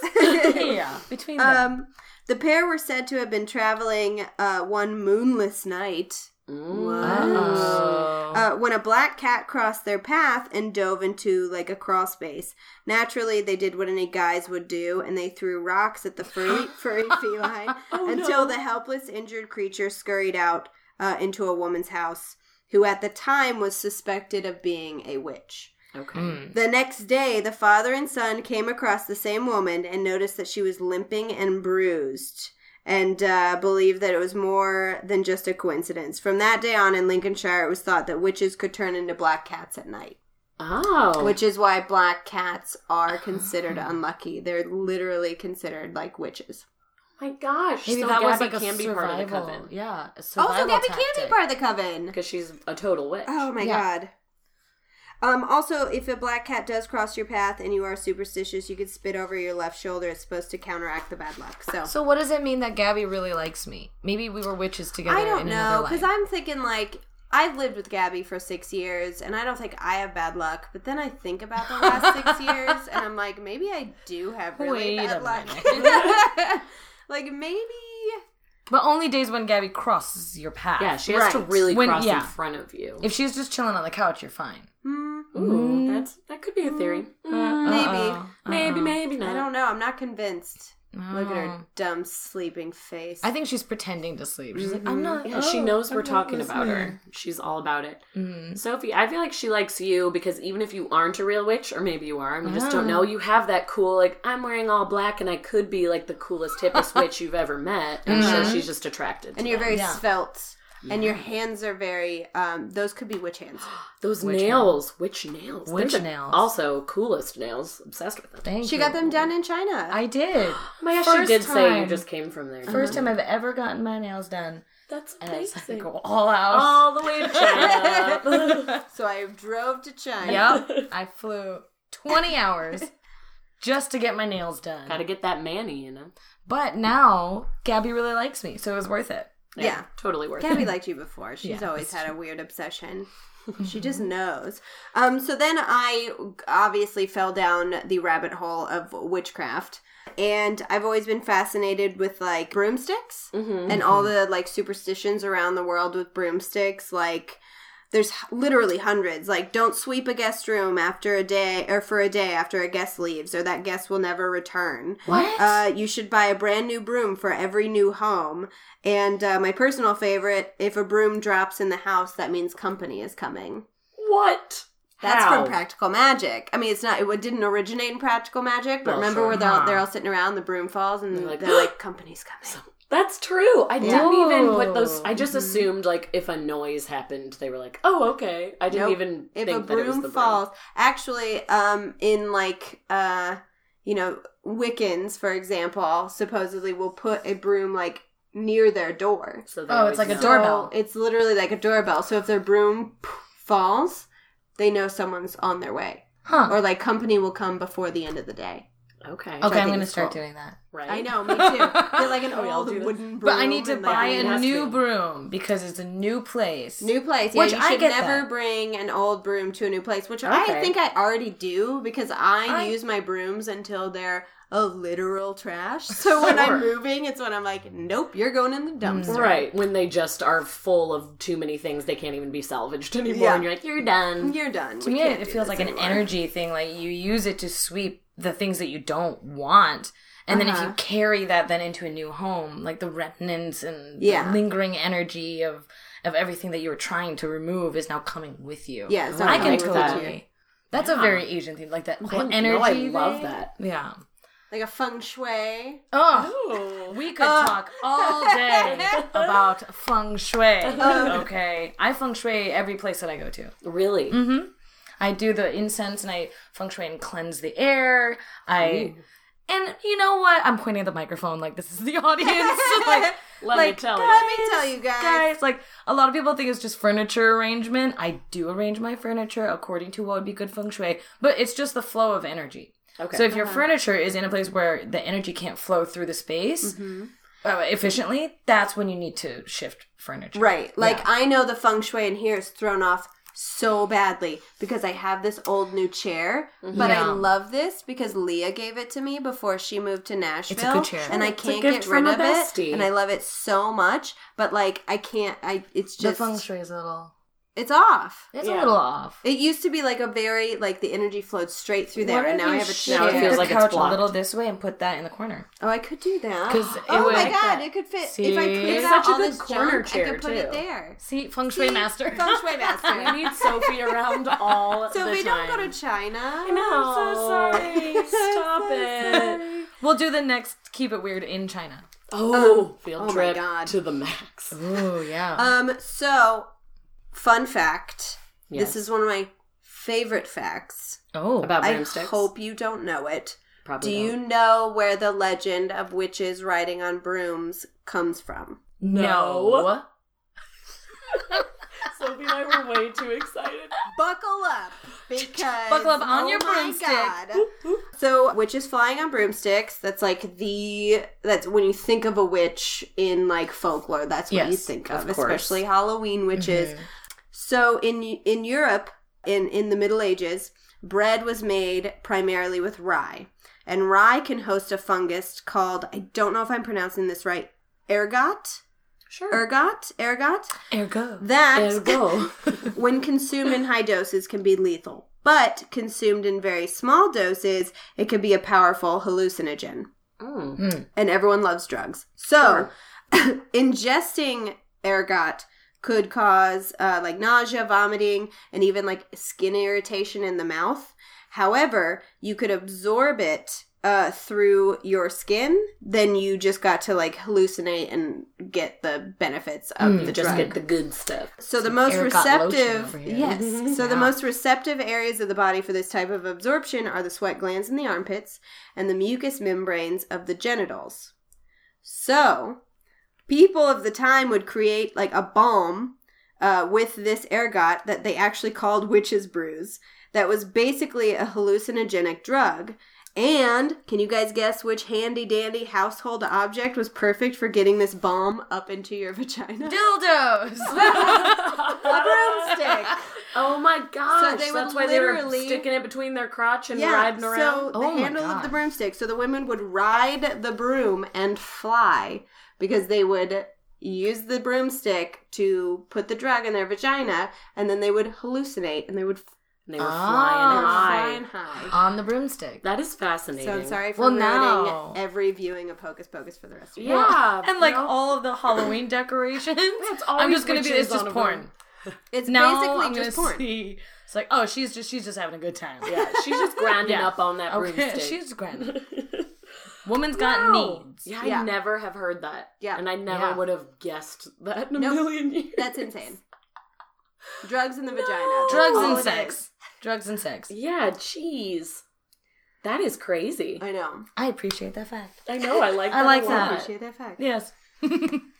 [SPEAKER 4] yeah. Between them.
[SPEAKER 3] Um, the pair were said to have been traveling uh, one moonless night Um,
[SPEAKER 4] Oh.
[SPEAKER 3] uh, when a black cat crossed their path and dove into like a crawl space. Naturally, they did what any guys would do, and they threw rocks at the furry, furry feline
[SPEAKER 4] Oh,
[SPEAKER 3] until the helpless injured creature scurried out uh, into a woman's house, who at the time was suspected of being a witch.
[SPEAKER 2] Okay.
[SPEAKER 4] Hmm.
[SPEAKER 3] The next day, the father and son came across the same woman and noticed that she was limping and bruised and uh, believed that it was more than just a coincidence. From that day on in Lincolnshire, it was thought that witches could turn into black cats at night,
[SPEAKER 2] Oh.
[SPEAKER 3] which is why black cats are considered unlucky. They're literally considered like witches.
[SPEAKER 2] my gosh.
[SPEAKER 4] Maybe
[SPEAKER 2] so
[SPEAKER 4] that was
[SPEAKER 2] Gabby
[SPEAKER 4] like a
[SPEAKER 2] can be
[SPEAKER 4] survival.
[SPEAKER 2] part of the coven.
[SPEAKER 4] Yeah. a
[SPEAKER 3] Also,
[SPEAKER 4] survival
[SPEAKER 3] Gabby can
[SPEAKER 4] tactic.
[SPEAKER 3] be part of the coven.
[SPEAKER 2] Because she's a total witch.
[SPEAKER 3] Oh my
[SPEAKER 4] Yeah.
[SPEAKER 3] god. Um, also, if a black cat does cross your path and you are superstitious, you could spit over your left shoulder. It's supposed to counteract the bad luck. So,
[SPEAKER 4] So what does it mean that Gabby really likes me? Maybe we were witches together.
[SPEAKER 3] I don't
[SPEAKER 4] in
[SPEAKER 3] know because
[SPEAKER 4] because
[SPEAKER 3] I'm thinking like I've lived with Gabby for six years and I don't think I have bad luck. But then I think about the last six years and I'm like, maybe I do have really
[SPEAKER 4] Wait a
[SPEAKER 3] bad luck. like maybe
[SPEAKER 4] But only days when Gabby crosses your path.
[SPEAKER 2] Yeah, she has to
[SPEAKER 3] Right.
[SPEAKER 2] really
[SPEAKER 4] When-
[SPEAKER 2] cross
[SPEAKER 4] yeah.
[SPEAKER 2] in front of you.
[SPEAKER 4] if she's just chilling on the couch, you're fine.
[SPEAKER 3] hmm,
[SPEAKER 2] Ooh, that's that could be a theory.
[SPEAKER 4] Uh-huh.
[SPEAKER 2] Mm,
[SPEAKER 3] Maybe.
[SPEAKER 2] maybe, maybe not.
[SPEAKER 3] I don't know. I'm not convinced. Look at her
[SPEAKER 4] Uh-uh. No.
[SPEAKER 3] dumb sleeping face.
[SPEAKER 4] I think she's pretending to sleep. She's like, I'm not.
[SPEAKER 2] Mm-hmm. Yeah, she
[SPEAKER 4] oh,
[SPEAKER 2] knows
[SPEAKER 4] I'm
[SPEAKER 2] we're
[SPEAKER 4] not
[SPEAKER 2] talking about
[SPEAKER 4] listening.
[SPEAKER 2] her. She's all about it.
[SPEAKER 4] Mm.
[SPEAKER 2] Sophie, I feel like she likes you because even if you aren't a real witch, or maybe you are, and we just don't know, you have that cool, like, I'm wearing all black and I could be like the coolest, hippest witch you've ever met. And so she's just attracted. to
[SPEAKER 3] and you're
[SPEAKER 2] that.
[SPEAKER 3] very
[SPEAKER 4] Yeah.
[SPEAKER 3] svelte. And your hands are very. Um, those could be witch hands.
[SPEAKER 2] Those nails, witch nails.
[SPEAKER 4] Witch
[SPEAKER 2] They're the-
[SPEAKER 4] nails.
[SPEAKER 2] Also, coolest nails. Obsessed with them.
[SPEAKER 4] Thank
[SPEAKER 3] She
[SPEAKER 4] you.
[SPEAKER 3] got them done in China.
[SPEAKER 4] I did.
[SPEAKER 2] Oh my gosh,
[SPEAKER 4] First
[SPEAKER 2] you did say you
[SPEAKER 4] time.
[SPEAKER 2] just came from there.
[SPEAKER 4] 1st time I've ever gotten my nails done.
[SPEAKER 2] Uh-huh. That's
[SPEAKER 4] And I was like,
[SPEAKER 2] amazing.
[SPEAKER 4] go all out.
[SPEAKER 2] All the way to China.
[SPEAKER 3] so I drove to China.
[SPEAKER 4] Yep. I flew 20 hours just to get my nails done.
[SPEAKER 2] Gotta get that manny, you know?
[SPEAKER 4] But now Gabby really likes me, so it was worth it.
[SPEAKER 3] Yeah.
[SPEAKER 2] Totally worth
[SPEAKER 3] Gabby
[SPEAKER 2] it.
[SPEAKER 3] liked you before. She's
[SPEAKER 4] Yeah,
[SPEAKER 3] always had a weird obsession. she just knows. Um, so then I obviously fell down the rabbit hole of witchcraft. And I've always been fascinated with like broomsticks and all the like superstitions around the world with broomsticks. Like, there's h- literally hundreds. Like, don't sweep a guest room after a day or for a day after a guest leaves, or that guest will never return.
[SPEAKER 4] What?
[SPEAKER 3] Uh, you should buy a brand new broom for every new home. And uh, my personal favorite, if a broom drops in the house, that means company is coming.
[SPEAKER 2] What?
[SPEAKER 3] That's
[SPEAKER 2] How?
[SPEAKER 3] from Practical Magic. I mean, it's not. It didn't originate in Practical Magic, but
[SPEAKER 2] Well,
[SPEAKER 3] remember
[SPEAKER 2] sure.
[SPEAKER 3] where they're, all- they're all sitting around, the broom falls, and
[SPEAKER 2] They're
[SPEAKER 3] they're
[SPEAKER 2] like,
[SPEAKER 3] like, "Company's coming."
[SPEAKER 2] That's true. I didn't even put those. I just
[SPEAKER 3] Mhm.
[SPEAKER 2] assumed like if a noise happened, they were like, "Oh, okay." I didn't
[SPEAKER 3] Nope.
[SPEAKER 2] even
[SPEAKER 3] If
[SPEAKER 2] think
[SPEAKER 3] a
[SPEAKER 2] that it was
[SPEAKER 3] broom
[SPEAKER 2] the
[SPEAKER 3] falls, actually, um, in like, uh, you know, Wiccans, for example, supposedly will put a broom like near their door.
[SPEAKER 2] So they
[SPEAKER 4] Oh,
[SPEAKER 2] always
[SPEAKER 4] it's like a
[SPEAKER 2] know.
[SPEAKER 4] door-
[SPEAKER 3] So
[SPEAKER 4] doorbell.
[SPEAKER 3] It's literally like a doorbell. So if their broom falls, they know someone's on their way,
[SPEAKER 4] huh.
[SPEAKER 3] or like company will come before the end of the day.
[SPEAKER 2] Okay.
[SPEAKER 4] okay,
[SPEAKER 3] I
[SPEAKER 4] I'm
[SPEAKER 3] think
[SPEAKER 4] going to
[SPEAKER 3] it's
[SPEAKER 4] start
[SPEAKER 3] cool.
[SPEAKER 4] doing that.
[SPEAKER 2] Right.
[SPEAKER 3] I know, me too. They're like an
[SPEAKER 2] Oh, yeah, I'll
[SPEAKER 3] old
[SPEAKER 2] do this.
[SPEAKER 3] wooden broom.
[SPEAKER 4] But I need to
[SPEAKER 3] and, like,
[SPEAKER 4] buy
[SPEAKER 2] it
[SPEAKER 4] a
[SPEAKER 2] has
[SPEAKER 4] new
[SPEAKER 2] to.
[SPEAKER 4] broom because it's a new place.
[SPEAKER 3] New place, yeah.
[SPEAKER 4] Which
[SPEAKER 3] you
[SPEAKER 4] I
[SPEAKER 3] should
[SPEAKER 4] get
[SPEAKER 3] never
[SPEAKER 4] that.
[SPEAKER 3] bring an old broom to a new place, which I
[SPEAKER 2] Okay.
[SPEAKER 3] think I already do because I,
[SPEAKER 4] I-
[SPEAKER 3] use my brooms until they're a literal trash. So when I'm moving, it's when I'm like, nope, you're going in the
[SPEAKER 4] Mm.
[SPEAKER 3] dumpster.
[SPEAKER 2] Right when they just are full of too many things, they can't even be salvaged anymore,
[SPEAKER 3] Yeah.
[SPEAKER 2] and you're like, "You're done."
[SPEAKER 3] You're done.
[SPEAKER 4] to me, it feels like an energy thing. Like you use it to sweep the things that you don't want. And then if
[SPEAKER 3] Uh-huh.
[SPEAKER 4] you carry that then into a new home, like the remnants and the
[SPEAKER 3] Yeah.
[SPEAKER 4] lingering energy of of everything that you were trying to remove is now coming with you.
[SPEAKER 3] Yeah, it's not
[SPEAKER 4] I can
[SPEAKER 2] coming with that.
[SPEAKER 4] totally. That's a very Asian thing, like that
[SPEAKER 3] Oh,
[SPEAKER 2] I
[SPEAKER 4] whole
[SPEAKER 2] know,
[SPEAKER 4] energy.
[SPEAKER 2] I love
[SPEAKER 4] thing.
[SPEAKER 2] that.
[SPEAKER 4] Yeah.
[SPEAKER 3] Like a feng shui.
[SPEAKER 4] Oh, we could talk all day about feng shui. okay, I feng shui every place that I go to.
[SPEAKER 2] Really?
[SPEAKER 4] Mm-hmm. I do the incense and I feng shui and cleanse the air. I and you know what? I'm pointing at the microphone like this is the audience. like,
[SPEAKER 2] Let
[SPEAKER 4] like,
[SPEAKER 2] me tell
[SPEAKER 4] guys,
[SPEAKER 3] Let
[SPEAKER 2] you.
[SPEAKER 3] me tell you guys.
[SPEAKER 4] guys, like a lot of people think it's just furniture arrangement. I do arrange my furniture according to what would be good feng shui, but it's just the flow of energy.
[SPEAKER 2] Okay.
[SPEAKER 4] So if
[SPEAKER 3] Uh-huh.
[SPEAKER 4] your furniture is in a place where the energy can't flow through the space
[SPEAKER 3] Mm-hmm.
[SPEAKER 4] uh, efficiently, that's when you need to shift furniture.
[SPEAKER 3] Right. Like I know the feng shui in here is thrown off so badly because I have this old new chair, but I
[SPEAKER 4] Yeah.
[SPEAKER 3] love this because Leah gave it to me before she moved to Nashville.
[SPEAKER 4] good chair.
[SPEAKER 3] and I
[SPEAKER 2] It's a
[SPEAKER 3] can't
[SPEAKER 2] gift
[SPEAKER 3] get rid
[SPEAKER 2] from a
[SPEAKER 3] of it,
[SPEAKER 2] bestie.
[SPEAKER 3] and I love it so much. But like I can't. I it's
[SPEAKER 4] The
[SPEAKER 3] just
[SPEAKER 4] feng shui is a little.
[SPEAKER 3] it's off.
[SPEAKER 4] It's
[SPEAKER 2] Yeah.
[SPEAKER 4] a little off.
[SPEAKER 3] It used to be like a very like the energy flowed straight through there,
[SPEAKER 4] What
[SPEAKER 3] and
[SPEAKER 4] if
[SPEAKER 3] now I
[SPEAKER 4] you
[SPEAKER 3] have a
[SPEAKER 4] shift
[SPEAKER 3] chair.
[SPEAKER 2] Now it feels
[SPEAKER 4] the
[SPEAKER 2] like it's
[SPEAKER 4] couch a
[SPEAKER 2] blocked.
[SPEAKER 4] little this way and put that in the corner.
[SPEAKER 3] oh, I could do that.
[SPEAKER 4] 'Cause it
[SPEAKER 3] oh
[SPEAKER 4] would-
[SPEAKER 3] my
[SPEAKER 4] like
[SPEAKER 3] god,
[SPEAKER 4] that.
[SPEAKER 3] it could fit.
[SPEAKER 4] See?
[SPEAKER 3] If I cleared
[SPEAKER 4] It's
[SPEAKER 3] out
[SPEAKER 2] such a
[SPEAKER 3] all
[SPEAKER 2] good
[SPEAKER 3] this
[SPEAKER 2] corner
[SPEAKER 3] junk, I
[SPEAKER 2] chair,
[SPEAKER 3] could put it
[SPEAKER 2] too.
[SPEAKER 3] there.
[SPEAKER 4] See, feng shui master.
[SPEAKER 3] Feng shui master.
[SPEAKER 2] We need Sophie around all
[SPEAKER 3] So
[SPEAKER 2] the
[SPEAKER 3] we
[SPEAKER 2] time.
[SPEAKER 3] don't go to China.
[SPEAKER 2] I know. I'm so sorry. Stop it.
[SPEAKER 4] we'll do the next keep it weird in China.
[SPEAKER 2] Oh, field
[SPEAKER 3] oh my
[SPEAKER 2] trip
[SPEAKER 3] God.
[SPEAKER 2] to the max.
[SPEAKER 4] Oh yeah.
[SPEAKER 2] Uh,
[SPEAKER 3] Um, so fun fact.
[SPEAKER 2] Yes.
[SPEAKER 3] This is one of my favorite facts.
[SPEAKER 4] oh,
[SPEAKER 2] About
[SPEAKER 3] I
[SPEAKER 2] broomsticks.
[SPEAKER 3] hope you don't know it.
[SPEAKER 2] Probably
[SPEAKER 3] Do
[SPEAKER 2] don't.
[SPEAKER 3] you know where the legend of witches riding on brooms comes from?
[SPEAKER 4] no.
[SPEAKER 2] Sophie and I were way too excited.
[SPEAKER 3] Buckle up, because oh
[SPEAKER 4] Buckle up on your
[SPEAKER 3] my
[SPEAKER 4] broomstick.
[SPEAKER 3] So witches flying on broomsticks. That's like the that's when you think of a witch in like folklore. That's what you
[SPEAKER 4] Yes, Mm-hmm.
[SPEAKER 3] think
[SPEAKER 2] of
[SPEAKER 3] of,
[SPEAKER 2] course.
[SPEAKER 3] especially Halloween witches. So in in Europe in in the Middle Ages, bread was made primarily with rye. And rye can host a fungus called I don't know if I'm pronouncing this right, ergot,
[SPEAKER 4] Hmm.
[SPEAKER 2] Sure.
[SPEAKER 3] ergot, ergot.
[SPEAKER 4] Ergo.
[SPEAKER 3] That
[SPEAKER 2] Ergo.
[SPEAKER 3] when consumed in high doses can be lethal, but consumed in very small doses, it can be a powerful hallucinogen.
[SPEAKER 2] Mm.
[SPEAKER 3] And everyone loves drugs. So, ingesting ergot could cause uh, like nausea, vomiting, and even like skin irritation in the mouth. However, you could absorb it uh, through your skin. Then you just got to like hallucinate and get the benefits of
[SPEAKER 4] Mm,
[SPEAKER 3] the
[SPEAKER 2] Hmm, Just
[SPEAKER 3] drug.
[SPEAKER 2] get the good stuff.
[SPEAKER 3] So the most
[SPEAKER 4] Eric got lotion over
[SPEAKER 3] receptive,
[SPEAKER 4] here.
[SPEAKER 3] yes.
[SPEAKER 4] Mhm.
[SPEAKER 3] So the
[SPEAKER 4] Yeah.
[SPEAKER 3] most receptive areas of the body for this type of absorption are the sweat glands in the armpits and the mucous membranes of the genitals. So, people of the time would create like a balm uh, with this ergot that they actually called witch's brews. That was basically a hallucinogenic drug. And can you guys guess which handy dandy household object was perfect for getting this balm up into your vagina?
[SPEAKER 4] Dildos.
[SPEAKER 3] A broomstick.
[SPEAKER 2] Oh my gosh!
[SPEAKER 3] they would
[SPEAKER 2] That's why they were
[SPEAKER 3] literally-
[SPEAKER 2] sticking it between their crotch and
[SPEAKER 3] yeah,
[SPEAKER 2] riding
[SPEAKER 3] So
[SPEAKER 2] around.
[SPEAKER 3] the
[SPEAKER 4] Oh my
[SPEAKER 3] handle of the
[SPEAKER 4] gosh.
[SPEAKER 3] broomstick. So the women would ride the broom and fly because they would use the broomstick to put the drug in their vagina, and then they would hallucinate and they would
[SPEAKER 2] And they were
[SPEAKER 4] Oh.
[SPEAKER 2] flying high.
[SPEAKER 3] fly and high.
[SPEAKER 4] On the broomstick.
[SPEAKER 2] That is fascinating.
[SPEAKER 3] So I'm sorry for
[SPEAKER 4] Well,
[SPEAKER 3] ruining
[SPEAKER 4] now-
[SPEAKER 3] every viewing of Hocus Pocus for the rest of your life.
[SPEAKER 2] Yeah,
[SPEAKER 4] and like
[SPEAKER 2] you know?
[SPEAKER 4] all of the Halloween decorations.
[SPEAKER 2] It's
[SPEAKER 4] I'm
[SPEAKER 2] always
[SPEAKER 4] just gonna be.
[SPEAKER 2] witches
[SPEAKER 4] It's just
[SPEAKER 2] on a
[SPEAKER 4] porn.
[SPEAKER 2] broom.
[SPEAKER 3] It's
[SPEAKER 4] Now
[SPEAKER 3] basically
[SPEAKER 4] I'm gonna
[SPEAKER 3] just porn.
[SPEAKER 4] see. It's like, oh, she's just she's just having a good time.
[SPEAKER 2] Yeah, she's just grinding
[SPEAKER 4] Yeah.
[SPEAKER 2] up on that
[SPEAKER 4] Okay,
[SPEAKER 2] broomstick.
[SPEAKER 4] she's grand. Woman's got
[SPEAKER 2] No.
[SPEAKER 4] needs.
[SPEAKER 2] Yeah, I
[SPEAKER 3] Yeah.
[SPEAKER 2] never have heard that.
[SPEAKER 3] Yeah.
[SPEAKER 2] and I never
[SPEAKER 4] Yeah.
[SPEAKER 2] would have guessed that in a
[SPEAKER 3] Nope.
[SPEAKER 2] million years.
[SPEAKER 3] That's insane. Drugs in the vagina.
[SPEAKER 2] No.
[SPEAKER 3] That's
[SPEAKER 4] Drugs
[SPEAKER 3] all
[SPEAKER 2] Oh,
[SPEAKER 4] and
[SPEAKER 3] it
[SPEAKER 4] sex.
[SPEAKER 3] is.
[SPEAKER 4] Drugs and sex.
[SPEAKER 2] Yeah, jeez, that is crazy.
[SPEAKER 3] I know.
[SPEAKER 4] I appreciate that fact.
[SPEAKER 2] I know. I like. That
[SPEAKER 4] I
[SPEAKER 2] a
[SPEAKER 4] like
[SPEAKER 2] lot.
[SPEAKER 4] that.
[SPEAKER 3] Appreciate that fact.
[SPEAKER 4] Yes.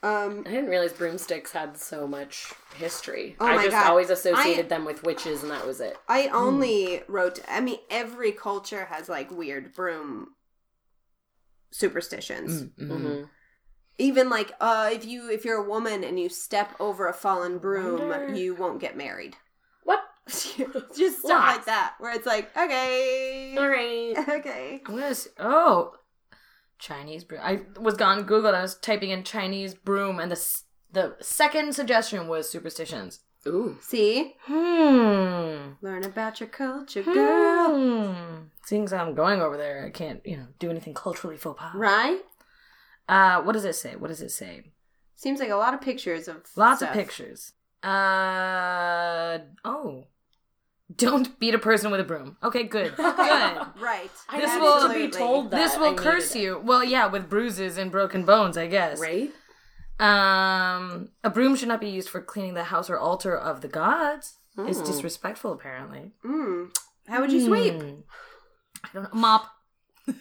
[SPEAKER 3] Um,
[SPEAKER 2] I didn't realize broomsticks had so much history.
[SPEAKER 3] Oh
[SPEAKER 2] I
[SPEAKER 3] my
[SPEAKER 2] just
[SPEAKER 3] God.
[SPEAKER 2] always associated
[SPEAKER 3] I-
[SPEAKER 2] them with witches, and that was it.
[SPEAKER 3] I only wrote. I mean, every culture has like weird broom superstitions.
[SPEAKER 4] Mm. Mm-hmm.
[SPEAKER 2] hmm
[SPEAKER 3] Even like, uh, if you if you're a woman and you step over a fallen broom,
[SPEAKER 2] Wonder-
[SPEAKER 3] you won't get married.
[SPEAKER 2] What?
[SPEAKER 3] Just stuff
[SPEAKER 2] Lots.
[SPEAKER 3] like that, where it's like, okay,
[SPEAKER 2] All right.
[SPEAKER 3] okay,
[SPEAKER 4] I'm gonna see. Oh, Chinese broom. I was on Google. and I was typing in Chinese broom, and the s- the second suggestion was superstitions.
[SPEAKER 2] Ooh.
[SPEAKER 3] see,
[SPEAKER 4] Hmm.
[SPEAKER 3] learn about your culture, girl.
[SPEAKER 4] Hmm. Seeing as I'm going over there, I can't you know do anything culturally faux pas.
[SPEAKER 3] Right?
[SPEAKER 4] Uh, what does it say? What does it say?
[SPEAKER 3] Seems like a lot of pictures of
[SPEAKER 4] Lots
[SPEAKER 3] stuff.
[SPEAKER 4] of pictures. Uh oh. Don't beat a person with a broom. Okay, good. Good.
[SPEAKER 3] Right.
[SPEAKER 2] I
[SPEAKER 4] This
[SPEAKER 2] needed
[SPEAKER 4] will-
[SPEAKER 2] to be told that.
[SPEAKER 4] this
[SPEAKER 2] I
[SPEAKER 4] will
[SPEAKER 2] needed
[SPEAKER 4] curse
[SPEAKER 2] it.
[SPEAKER 4] you. Well, yeah, with bruises and broken bones, I guess.
[SPEAKER 2] Right?
[SPEAKER 4] Um, a broom should not be used for cleaning the house or altar of the gods. It's
[SPEAKER 2] Mm.
[SPEAKER 4] disrespectful, apparently.
[SPEAKER 3] Mm. How would you sweep?
[SPEAKER 4] Hmm. I don't know. Mop.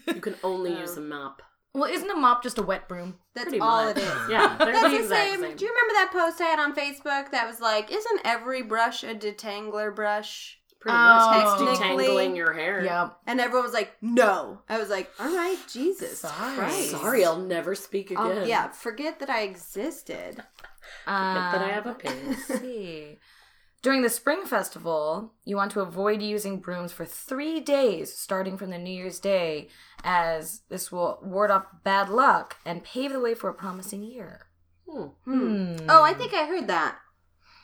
[SPEAKER 2] You can only use a mop.
[SPEAKER 4] Well, isn't a mop just a wet broom?
[SPEAKER 3] That's
[SPEAKER 2] Pretty
[SPEAKER 3] all
[SPEAKER 2] much.
[SPEAKER 3] it is.
[SPEAKER 2] Yeah, they're
[SPEAKER 3] That's
[SPEAKER 2] the
[SPEAKER 3] the
[SPEAKER 2] exact
[SPEAKER 3] same.
[SPEAKER 2] same.
[SPEAKER 3] Do you remember that post I had on Facebook that was like, "Isn't every brush a detangler brush?"
[SPEAKER 2] Pretty
[SPEAKER 4] Oh.
[SPEAKER 2] much
[SPEAKER 3] Technically-
[SPEAKER 2] detangling your hair.
[SPEAKER 4] Yep.
[SPEAKER 3] And everyone was like, "No." I was like, "All right, Jesus
[SPEAKER 4] Sorry.
[SPEAKER 3] Christ,
[SPEAKER 2] Sorry, I'll never speak
[SPEAKER 3] Um,
[SPEAKER 2] again.
[SPEAKER 3] yeah, forget that I existed.
[SPEAKER 4] Uh,
[SPEAKER 2] But I have a penis.
[SPEAKER 4] let's see. During the spring festival, you want to avoid using brooms for three days, starting from the New Year's Day, as this will ward off bad luck and pave the way for a promising year.
[SPEAKER 2] Hmm.
[SPEAKER 4] Hmm.
[SPEAKER 3] Oh, I think I heard that.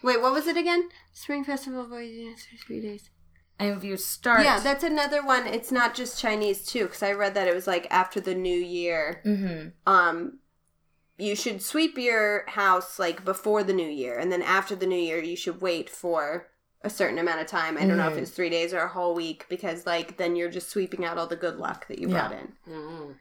[SPEAKER 3] Wait, what was it again? Spring Festival Boys Dance for three days.
[SPEAKER 4] And if you start,
[SPEAKER 3] Yeah, that's another one. It's not just Chinese too, because I read that it was like after the New Year.
[SPEAKER 4] hmm
[SPEAKER 3] um you should sweep your house like before the new year and then after the new year you should wait for a certain amount of time. I don't know if
[SPEAKER 4] Mhm.
[SPEAKER 3] it's 3 days or a whole week because like then you're just sweeping out all the good luck that you
[SPEAKER 4] Yeah.
[SPEAKER 3] brought in.
[SPEAKER 2] Mm.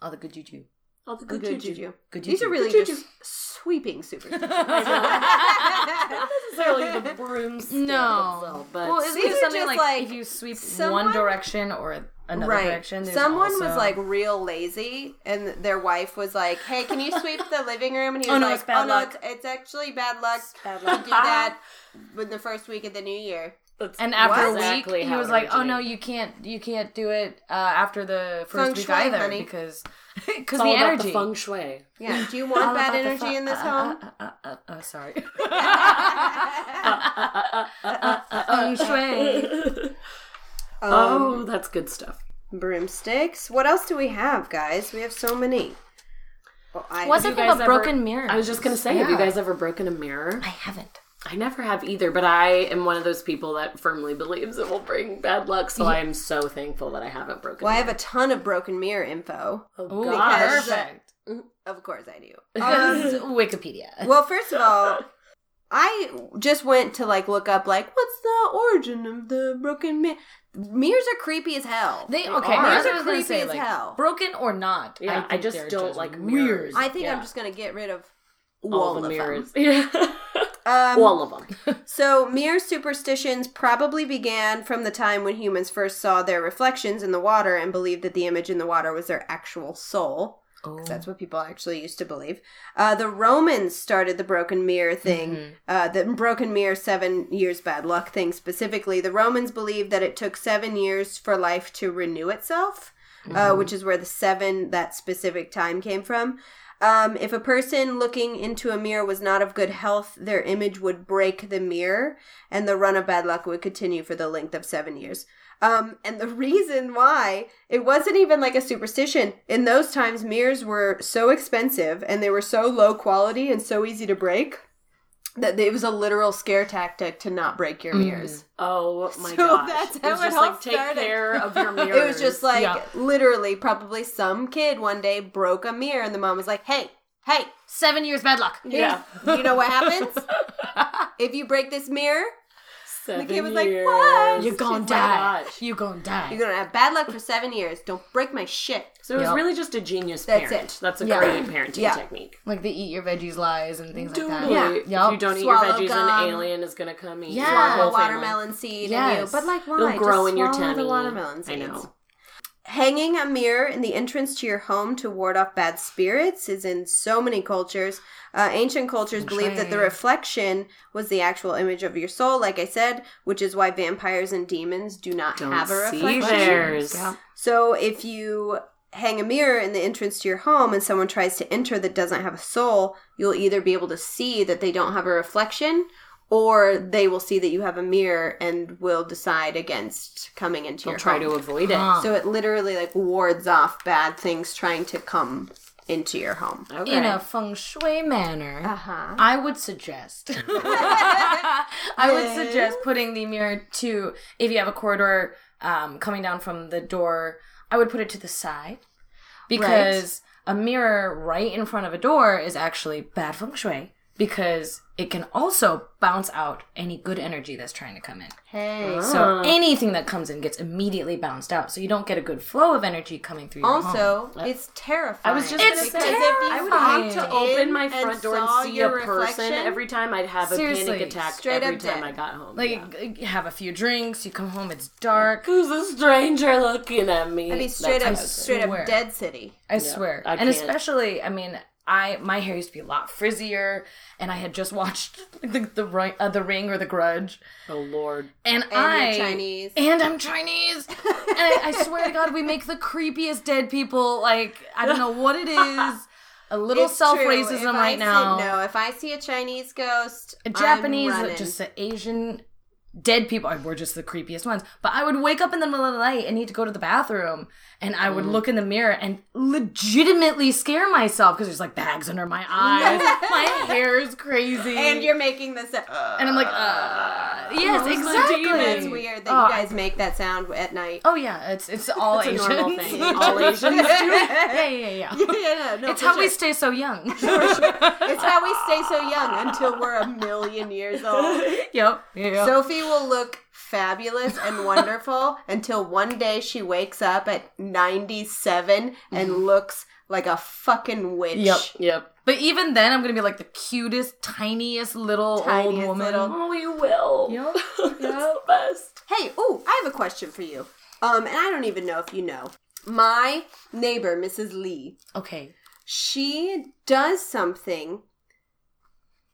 [SPEAKER 4] all the good juju.
[SPEAKER 2] All the
[SPEAKER 3] The
[SPEAKER 2] good, juju.
[SPEAKER 4] Good
[SPEAKER 3] These
[SPEAKER 4] juju.
[SPEAKER 3] are really
[SPEAKER 2] Good
[SPEAKER 3] just sweeping superstitions.
[SPEAKER 2] Not necessarily the broomstick
[SPEAKER 4] No,
[SPEAKER 2] itself, but
[SPEAKER 4] well, isn't
[SPEAKER 3] These
[SPEAKER 4] it
[SPEAKER 3] are
[SPEAKER 4] something
[SPEAKER 3] just
[SPEAKER 4] like,
[SPEAKER 3] like
[SPEAKER 4] if you sweep
[SPEAKER 3] someone-
[SPEAKER 4] one direction or another
[SPEAKER 3] right.
[SPEAKER 4] direction? there's
[SPEAKER 3] Someone was
[SPEAKER 4] also-
[SPEAKER 3] like real lazy, and their wife was like, "Hey, can you sweep the living room?" And he
[SPEAKER 4] Oh,
[SPEAKER 3] was
[SPEAKER 4] no,
[SPEAKER 3] like,
[SPEAKER 4] it's bad
[SPEAKER 3] "Oh
[SPEAKER 4] luck."
[SPEAKER 3] no, it's, it's actually bad luck
[SPEAKER 2] bad
[SPEAKER 3] to do that with the first week of the new year."
[SPEAKER 2] That's
[SPEAKER 4] And after
[SPEAKER 3] What?
[SPEAKER 4] a week,
[SPEAKER 2] exactly
[SPEAKER 4] he
[SPEAKER 2] how
[SPEAKER 4] was
[SPEAKER 2] it
[SPEAKER 4] like, "Oh no,
[SPEAKER 2] originated.
[SPEAKER 4] you can't, you can't do it uh, after the
[SPEAKER 3] Feng
[SPEAKER 4] first week
[SPEAKER 3] shui,
[SPEAKER 4] either
[SPEAKER 3] honey.
[SPEAKER 4] because
[SPEAKER 2] It's
[SPEAKER 4] because the
[SPEAKER 2] all about
[SPEAKER 4] energy."
[SPEAKER 2] the feng shui.
[SPEAKER 3] Yeah. Do you
[SPEAKER 4] All
[SPEAKER 3] want bad
[SPEAKER 4] about the
[SPEAKER 3] energy
[SPEAKER 4] fu-
[SPEAKER 3] in this
[SPEAKER 4] uh,
[SPEAKER 3] home?
[SPEAKER 4] Uh, uh, uh, uh, uh, sorry,
[SPEAKER 2] Feng
[SPEAKER 4] feng shui. uh.
[SPEAKER 3] Um,
[SPEAKER 2] Oh, that's good stuff.
[SPEAKER 3] Broomsticks. What else do we have, guys? We have so many. Well, I,
[SPEAKER 4] What's
[SPEAKER 2] Have
[SPEAKER 4] it
[SPEAKER 2] you
[SPEAKER 4] called? A
[SPEAKER 2] guys ever-
[SPEAKER 4] broken mirror.
[SPEAKER 2] I was just gonna say, have you
[SPEAKER 4] Yeah.
[SPEAKER 2] guys ever broken a mirror?
[SPEAKER 4] I haven't.
[SPEAKER 2] I never have either, but I am one of those people that firmly believes it will bring bad luck. So I am so thankful that I haven't broken.
[SPEAKER 3] well, I
[SPEAKER 2] a
[SPEAKER 3] have a ton of broken mirror info.
[SPEAKER 2] Oh,
[SPEAKER 4] Ooh,
[SPEAKER 2] gosh.
[SPEAKER 4] perfect.
[SPEAKER 3] Of course, I do. Um,
[SPEAKER 4] Because Wikipedia.
[SPEAKER 3] Well, first of all, I just went to like look up like what's the origin of the broken mirror. Mirrors are creepy as hell.
[SPEAKER 4] They
[SPEAKER 2] They
[SPEAKER 4] okay.
[SPEAKER 2] are.
[SPEAKER 4] That's
[SPEAKER 3] They're
[SPEAKER 4] what I was gonna
[SPEAKER 3] creepy
[SPEAKER 4] say.
[SPEAKER 3] as
[SPEAKER 4] Like,
[SPEAKER 3] hell.
[SPEAKER 4] broken or not.
[SPEAKER 2] Yeah, I
[SPEAKER 4] think
[SPEAKER 2] just
[SPEAKER 4] they're
[SPEAKER 2] don't
[SPEAKER 4] just
[SPEAKER 2] like
[SPEAKER 4] weird.
[SPEAKER 2] mirrors.
[SPEAKER 3] I think
[SPEAKER 4] Yeah.
[SPEAKER 3] I'm just gonna get rid of all,
[SPEAKER 2] all
[SPEAKER 3] of
[SPEAKER 2] the mirrors.
[SPEAKER 3] them.
[SPEAKER 2] Yeah.
[SPEAKER 3] Um,
[SPEAKER 2] all of them.
[SPEAKER 3] So, mirror superstitions probably began from the time when humans first saw their reflections in the water and believed that the image in the water was their actual soul. 'cause that's what people actually used to believe. Uh, the Romans started the broken mirror thing, uh, the broken mirror seven years bad luck thing specifically. The Romans believed that it took seven years for life to renew itself, uh, which is where the seven, that specific time, came from. Um, if a person looking into a mirror was not of good health, their image would break the mirror, and the run of bad luck would continue for the length of seven years. Um, and the reason why it wasn't even like a superstition in those times, mirrors were so expensive and they were so low quality and so easy to break that it was a literal scare tactic to not break your mirrors.
[SPEAKER 2] Oh my
[SPEAKER 3] So
[SPEAKER 2] gosh.
[SPEAKER 3] that's
[SPEAKER 2] It
[SPEAKER 3] how
[SPEAKER 2] was
[SPEAKER 3] it
[SPEAKER 2] just
[SPEAKER 3] all
[SPEAKER 2] like take
[SPEAKER 3] started.
[SPEAKER 2] care of your mirrors.
[SPEAKER 3] It was just like
[SPEAKER 4] Yeah.
[SPEAKER 3] literally, probably some kid one day broke a mirror, and the mom was like, "Hey, hey,
[SPEAKER 4] Seven years bad luck.
[SPEAKER 2] yeah.
[SPEAKER 3] you know what happens if you break this mirror?
[SPEAKER 2] Seven
[SPEAKER 3] kid was like,
[SPEAKER 2] years.
[SPEAKER 3] "What?"
[SPEAKER 4] You're gonna
[SPEAKER 2] Oh my
[SPEAKER 4] die.
[SPEAKER 2] gosh.
[SPEAKER 4] You're gonna die.
[SPEAKER 3] You're gonna have bad luck for seven years. Don't break my shit."
[SPEAKER 2] So it was
[SPEAKER 4] Yep.
[SPEAKER 2] really just a genius
[SPEAKER 3] That's
[SPEAKER 2] parent.
[SPEAKER 3] it.
[SPEAKER 2] That's a
[SPEAKER 4] Yeah.
[SPEAKER 2] great parenting
[SPEAKER 3] Yeah.
[SPEAKER 2] technique.
[SPEAKER 4] like they eat your veggies lies and things like that.
[SPEAKER 2] Totally.
[SPEAKER 3] Yeah.
[SPEAKER 2] If
[SPEAKER 4] Yep.
[SPEAKER 2] you don't eat
[SPEAKER 3] Swallow
[SPEAKER 2] your veggies,
[SPEAKER 3] gum.
[SPEAKER 2] an alien is gonna come eat
[SPEAKER 4] Yeah.
[SPEAKER 2] your
[SPEAKER 3] swallow
[SPEAKER 2] whole
[SPEAKER 3] a
[SPEAKER 2] family.
[SPEAKER 3] watermelon seed in you.
[SPEAKER 4] Yes.
[SPEAKER 3] But like why?
[SPEAKER 2] It'll grow
[SPEAKER 3] Just
[SPEAKER 2] in your
[SPEAKER 3] swallow
[SPEAKER 2] tummy.
[SPEAKER 3] The watermelon
[SPEAKER 2] I
[SPEAKER 3] seeds.
[SPEAKER 2] know.
[SPEAKER 3] Hanging a mirror in the entrance to your home to ward off bad spirits is in so many cultures. Uh, ancient cultures believed that the
[SPEAKER 4] shui.
[SPEAKER 3] reflection was the actual image of your soul, like I said, which is why vampires and demons do not
[SPEAKER 2] Don't
[SPEAKER 3] have a
[SPEAKER 2] see
[SPEAKER 3] reflection.
[SPEAKER 2] theirs.
[SPEAKER 4] Yeah.
[SPEAKER 3] So if you hang a mirror in the entrance to your home and someone tries to enter that doesn't have a soul, you'll either be able to see that they don't have a reflection or they will see that you have a mirror and will decide against coming into
[SPEAKER 2] They'll
[SPEAKER 3] your
[SPEAKER 2] try
[SPEAKER 3] home.
[SPEAKER 2] to avoid it.
[SPEAKER 4] Huh.
[SPEAKER 3] So it literally like wards off bad things trying to come into your home. Uh-huh.
[SPEAKER 2] Okay.
[SPEAKER 4] In a feng shui manner,
[SPEAKER 2] Uh.
[SPEAKER 3] huh.
[SPEAKER 4] I would suggest. I would suggest putting the mirror to if you have a corridor um, coming down from the door. I would put it to the side because a mirror right in front of a door is actually bad feng shui because it can also bounce out any good energy that's trying to come in.
[SPEAKER 3] Hey.
[SPEAKER 4] So anything that comes in gets immediately bounced out. So you don't get a good flow of energy coming through. Your home.
[SPEAKER 3] Also, it's terrifying.
[SPEAKER 2] I was just
[SPEAKER 4] It's
[SPEAKER 2] gonna say,
[SPEAKER 4] terrifying.
[SPEAKER 2] I would have
[SPEAKER 4] walked
[SPEAKER 2] to
[SPEAKER 3] in
[SPEAKER 2] open my
[SPEAKER 3] and
[SPEAKER 2] front door
[SPEAKER 3] saw
[SPEAKER 2] and see a
[SPEAKER 3] your
[SPEAKER 2] person
[SPEAKER 3] reflection.
[SPEAKER 2] every time. I'd have a
[SPEAKER 4] Seriously,
[SPEAKER 2] panic attack
[SPEAKER 3] straight
[SPEAKER 2] every
[SPEAKER 3] up
[SPEAKER 2] time
[SPEAKER 3] dead.
[SPEAKER 2] I got home.
[SPEAKER 4] like
[SPEAKER 2] yeah.
[SPEAKER 4] you have a few drinks, you come home, it's dark.
[SPEAKER 2] who's a stranger looking at me?
[SPEAKER 3] I'd be straight up,
[SPEAKER 2] That's-
[SPEAKER 3] straight
[SPEAKER 4] swear.
[SPEAKER 3] up dead city.
[SPEAKER 4] I swear.
[SPEAKER 2] I
[SPEAKER 4] and
[SPEAKER 2] can't.
[SPEAKER 4] especially, I mean, I my hair used to be a lot frizzier, and I had just watched the the, Ri- uh, the Ring or The Grudge,
[SPEAKER 2] Oh lord.
[SPEAKER 4] and,
[SPEAKER 3] you're
[SPEAKER 4] I
[SPEAKER 3] Chinese.
[SPEAKER 4] and I'm Chinese, and I, I swear to God, we make the creepiest dead people. Like I don't know what it is. A little
[SPEAKER 3] It's true.
[SPEAKER 4] self
[SPEAKER 3] If
[SPEAKER 4] racism
[SPEAKER 3] I
[SPEAKER 4] right
[SPEAKER 3] see-
[SPEAKER 4] now.
[SPEAKER 3] No, if I see a Chinese ghost,
[SPEAKER 4] A Japanese,
[SPEAKER 3] I'm running.
[SPEAKER 4] just the Asian dead people. I- We're just the creepiest ones. But I would wake up in the middle of the night and need to go to the bathroom, and I would look in the mirror and legitimately scare myself because there's like bags under my eyes, my hair is crazy,
[SPEAKER 3] and you're making this up.
[SPEAKER 4] and I'm like, uh, yes,
[SPEAKER 2] it's like
[SPEAKER 4] exactly.
[SPEAKER 2] demons.
[SPEAKER 3] It's weird that
[SPEAKER 4] Oh,
[SPEAKER 3] you
[SPEAKER 4] I-
[SPEAKER 3] guys make that sound at night.
[SPEAKER 4] Oh yeah, it's it's all
[SPEAKER 2] It's a
[SPEAKER 4] Asians.
[SPEAKER 2] normal thing. All Asians do it.
[SPEAKER 4] yeah, yeah, Oh, yeah.
[SPEAKER 3] yeah, no,
[SPEAKER 4] It's
[SPEAKER 3] for
[SPEAKER 4] how we
[SPEAKER 3] sure.
[SPEAKER 4] stay so young.
[SPEAKER 3] It's how we stay so young until we're a million years old.
[SPEAKER 4] yep. Yeah.
[SPEAKER 3] Sophie will look fabulous and wonderful until one day she wakes up at 97
[SPEAKER 4] Mm-hmm.
[SPEAKER 3] and looks like a fucking witch.
[SPEAKER 4] Yep.
[SPEAKER 2] Yep.
[SPEAKER 4] but even then, I'm gonna be like the cutest, tiniest little
[SPEAKER 3] Tiniest
[SPEAKER 4] old woman.
[SPEAKER 3] little-
[SPEAKER 2] Oh, you will.
[SPEAKER 4] Yep,
[SPEAKER 2] That's
[SPEAKER 4] yep.
[SPEAKER 2] the best.
[SPEAKER 3] Hey, oh, I have a question for you. Um, and I don't even know if you know. My neighbor, Mrs. Lee,
[SPEAKER 4] Okay.
[SPEAKER 3] she does something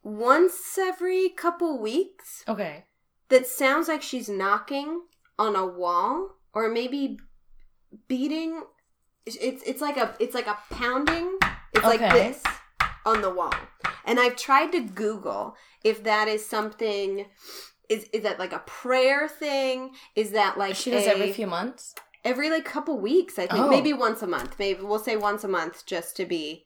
[SPEAKER 3] once every couple weeks
[SPEAKER 4] Okay.
[SPEAKER 3] that sounds like she's knocking on a wall or maybe beating it's it's like a it's like a pounding it's like
[SPEAKER 4] Okay.
[SPEAKER 3] this on the wall and i've tried to google if that is something is is that like a prayer thing is that like
[SPEAKER 4] She does
[SPEAKER 3] a-
[SPEAKER 4] every few months.
[SPEAKER 3] every like couple weeks i think
[SPEAKER 4] Oh.
[SPEAKER 3] maybe once a month maybe we'll say once a month just to be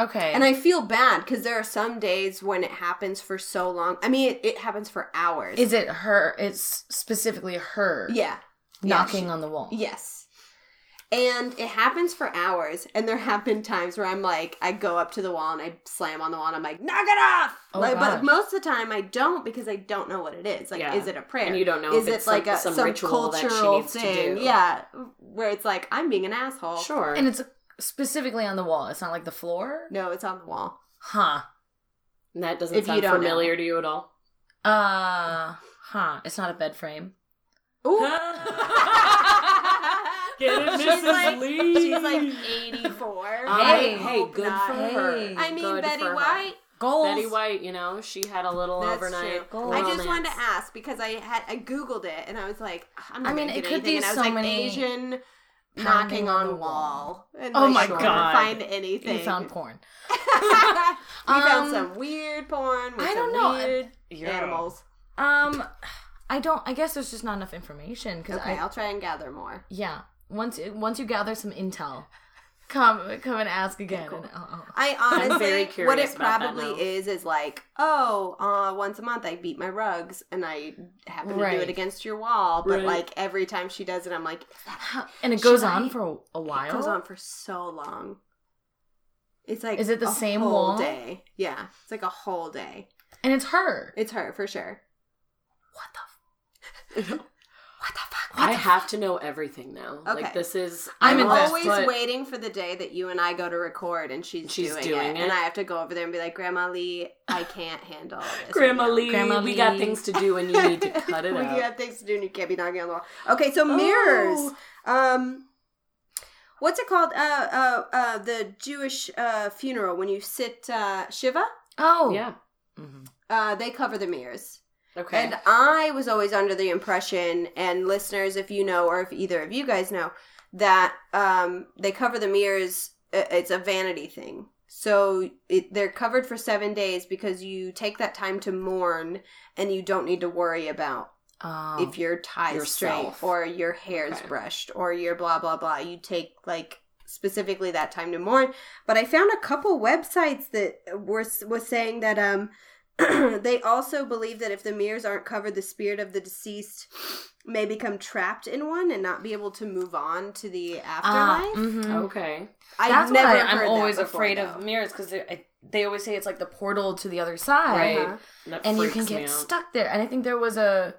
[SPEAKER 4] Okay.
[SPEAKER 3] And I feel bad because there are some days when it happens for so long. I mean, it, it happens for hours.
[SPEAKER 4] is it her? It's specifically her
[SPEAKER 3] yeah.
[SPEAKER 4] knocking
[SPEAKER 3] Yeah,
[SPEAKER 4] on the wall.
[SPEAKER 3] she- yes. And it happens for hours. And there have been times where I'm like, I go up to the wall and I slam on the wall and I'm like, knock it off.
[SPEAKER 4] Oh,
[SPEAKER 3] like,
[SPEAKER 4] gosh.
[SPEAKER 3] but most of the time I don't because I don't know what it is. Like,
[SPEAKER 2] Yeah.
[SPEAKER 3] is it a prayer?
[SPEAKER 2] And you don't know
[SPEAKER 3] is
[SPEAKER 2] if
[SPEAKER 3] it
[SPEAKER 2] it's like,
[SPEAKER 3] like, a,
[SPEAKER 2] some,
[SPEAKER 3] some,
[SPEAKER 2] ritual that she
[SPEAKER 3] cultural
[SPEAKER 2] needs
[SPEAKER 3] thing?
[SPEAKER 2] to do.
[SPEAKER 3] Yeah, where it's like I'm being an asshole.
[SPEAKER 2] Sure.
[SPEAKER 4] And it's specifically on the wall. It's not like the floor.
[SPEAKER 3] No, it's on the wall.
[SPEAKER 4] Huh.
[SPEAKER 2] And that doesn't
[SPEAKER 3] If you
[SPEAKER 2] sound
[SPEAKER 3] don't know.
[SPEAKER 2] familiar to you at all.
[SPEAKER 4] Uh. Huh. It's not a bed frame.
[SPEAKER 3] Ooh.
[SPEAKER 2] Get it,
[SPEAKER 3] she's
[SPEAKER 2] Mrs.
[SPEAKER 3] like
[SPEAKER 2] Lee.
[SPEAKER 3] she's like 84.
[SPEAKER 2] I-
[SPEAKER 4] Hey,
[SPEAKER 2] hey, good for
[SPEAKER 4] Hey.
[SPEAKER 2] her.
[SPEAKER 3] I mean
[SPEAKER 2] Good
[SPEAKER 3] Betty
[SPEAKER 2] for her.
[SPEAKER 3] White.
[SPEAKER 4] Goals.
[SPEAKER 2] Betty White, you know, she had a little
[SPEAKER 3] That's
[SPEAKER 2] overnight.
[SPEAKER 4] true.
[SPEAKER 3] I just
[SPEAKER 2] romance.
[SPEAKER 3] wanted to ask because I had I googled it and I was like, I'm not
[SPEAKER 4] I mean,
[SPEAKER 3] gonna
[SPEAKER 4] it
[SPEAKER 3] get
[SPEAKER 4] could
[SPEAKER 3] anything.
[SPEAKER 4] be
[SPEAKER 3] and I was
[SPEAKER 4] so
[SPEAKER 3] like
[SPEAKER 4] many
[SPEAKER 3] Asian
[SPEAKER 4] pounding
[SPEAKER 3] knocking
[SPEAKER 4] on the
[SPEAKER 3] on wall. And
[SPEAKER 4] Oh
[SPEAKER 3] like,
[SPEAKER 4] my
[SPEAKER 3] I couldn't
[SPEAKER 2] God.
[SPEAKER 3] Find anything.
[SPEAKER 4] You found porn.
[SPEAKER 3] we found
[SPEAKER 4] Um,
[SPEAKER 3] some weird porn. With
[SPEAKER 4] I don't
[SPEAKER 3] some
[SPEAKER 4] know.
[SPEAKER 3] Weird
[SPEAKER 2] Yeah.
[SPEAKER 3] animals.
[SPEAKER 4] Um, I don't. I guess there's just not enough information because
[SPEAKER 3] Okay,
[SPEAKER 4] I
[SPEAKER 3] I'll try and gather more.
[SPEAKER 4] yeah. Once you- once you gather some intel, come come and ask again.
[SPEAKER 3] cool.
[SPEAKER 4] And, oh, oh.
[SPEAKER 3] I
[SPEAKER 2] I'm very
[SPEAKER 3] honestly, what
[SPEAKER 2] curious
[SPEAKER 3] it
[SPEAKER 2] about that
[SPEAKER 3] probably
[SPEAKER 2] now.
[SPEAKER 3] is, is like, oh, uh, once a month I beat my rugs and I happen to do
[SPEAKER 4] Right.
[SPEAKER 3] it against your wall. But
[SPEAKER 2] Right.
[SPEAKER 3] like every time she does it, I'm like,
[SPEAKER 4] How- and it goes
[SPEAKER 3] Should
[SPEAKER 4] on
[SPEAKER 3] I-
[SPEAKER 4] for a, a while.
[SPEAKER 3] it goes on for so long. It's like
[SPEAKER 4] Is it the
[SPEAKER 3] a
[SPEAKER 4] same
[SPEAKER 3] whole
[SPEAKER 4] wall?
[SPEAKER 3] day? Yeah, it's like a whole day.
[SPEAKER 4] and it's her.
[SPEAKER 3] It's her for sure.
[SPEAKER 4] what the? F-
[SPEAKER 2] I have to know everything now.
[SPEAKER 3] Okay.
[SPEAKER 2] Like this is
[SPEAKER 4] I'm
[SPEAKER 3] I'm,
[SPEAKER 2] on
[SPEAKER 4] invested.
[SPEAKER 3] always
[SPEAKER 2] foot.
[SPEAKER 3] waiting for the day that you and I go to record and she's,
[SPEAKER 2] She's
[SPEAKER 3] doing,
[SPEAKER 2] doing
[SPEAKER 3] it,
[SPEAKER 2] it.
[SPEAKER 3] and I have to go over there and be like, Grandma Lee, I can't handle this.
[SPEAKER 2] Grandma
[SPEAKER 3] right now."
[SPEAKER 2] Lee,
[SPEAKER 4] Grandma
[SPEAKER 2] we
[SPEAKER 4] Lee.
[SPEAKER 2] got things to do and you need to cut it
[SPEAKER 3] we do
[SPEAKER 2] out. Oh,
[SPEAKER 3] have things to do and you can't be knocking on the wall. Okay, so mirrors. Um what's it called? Uh uh uh the Jewish uh funeral when you sit uh Shiva?
[SPEAKER 4] oh
[SPEAKER 2] Yeah.
[SPEAKER 4] Mhm.
[SPEAKER 3] Uh they cover the mirrors.
[SPEAKER 2] Okay.
[SPEAKER 3] And I was always under the impression, and listeners, if you know, or if either of you guys know, that um, they cover the mirrors. i- It's a vanity thing. So it, they're covered for seven days because you take that time to mourn, and you don't need to worry about
[SPEAKER 4] Oh.
[SPEAKER 3] if your tie's
[SPEAKER 2] Yourself.
[SPEAKER 3] straight or your hair's
[SPEAKER 2] Okay.
[SPEAKER 3] brushed or your blah blah blah. You take like specifically that time to mourn. But I found a couple websites that were was saying that um they also believe that if the mirrors aren't covered, the spirit of the deceased may become trapped in one and not be able to move on to the
[SPEAKER 4] Ah,
[SPEAKER 3] afterlife.
[SPEAKER 4] mhm.
[SPEAKER 2] okay.
[SPEAKER 3] I've
[SPEAKER 4] That's
[SPEAKER 3] never
[SPEAKER 4] why
[SPEAKER 3] heard
[SPEAKER 4] I'm
[SPEAKER 3] that
[SPEAKER 4] always
[SPEAKER 3] before,
[SPEAKER 4] afraid
[SPEAKER 3] though.
[SPEAKER 4] of mirrors because they, I- they always say it's like the portal to the other side,
[SPEAKER 2] Right.
[SPEAKER 3] Uh-huh.
[SPEAKER 2] That
[SPEAKER 4] and you
[SPEAKER 2] freaks
[SPEAKER 4] can
[SPEAKER 2] me out.
[SPEAKER 4] get stuck there. And I think there was a,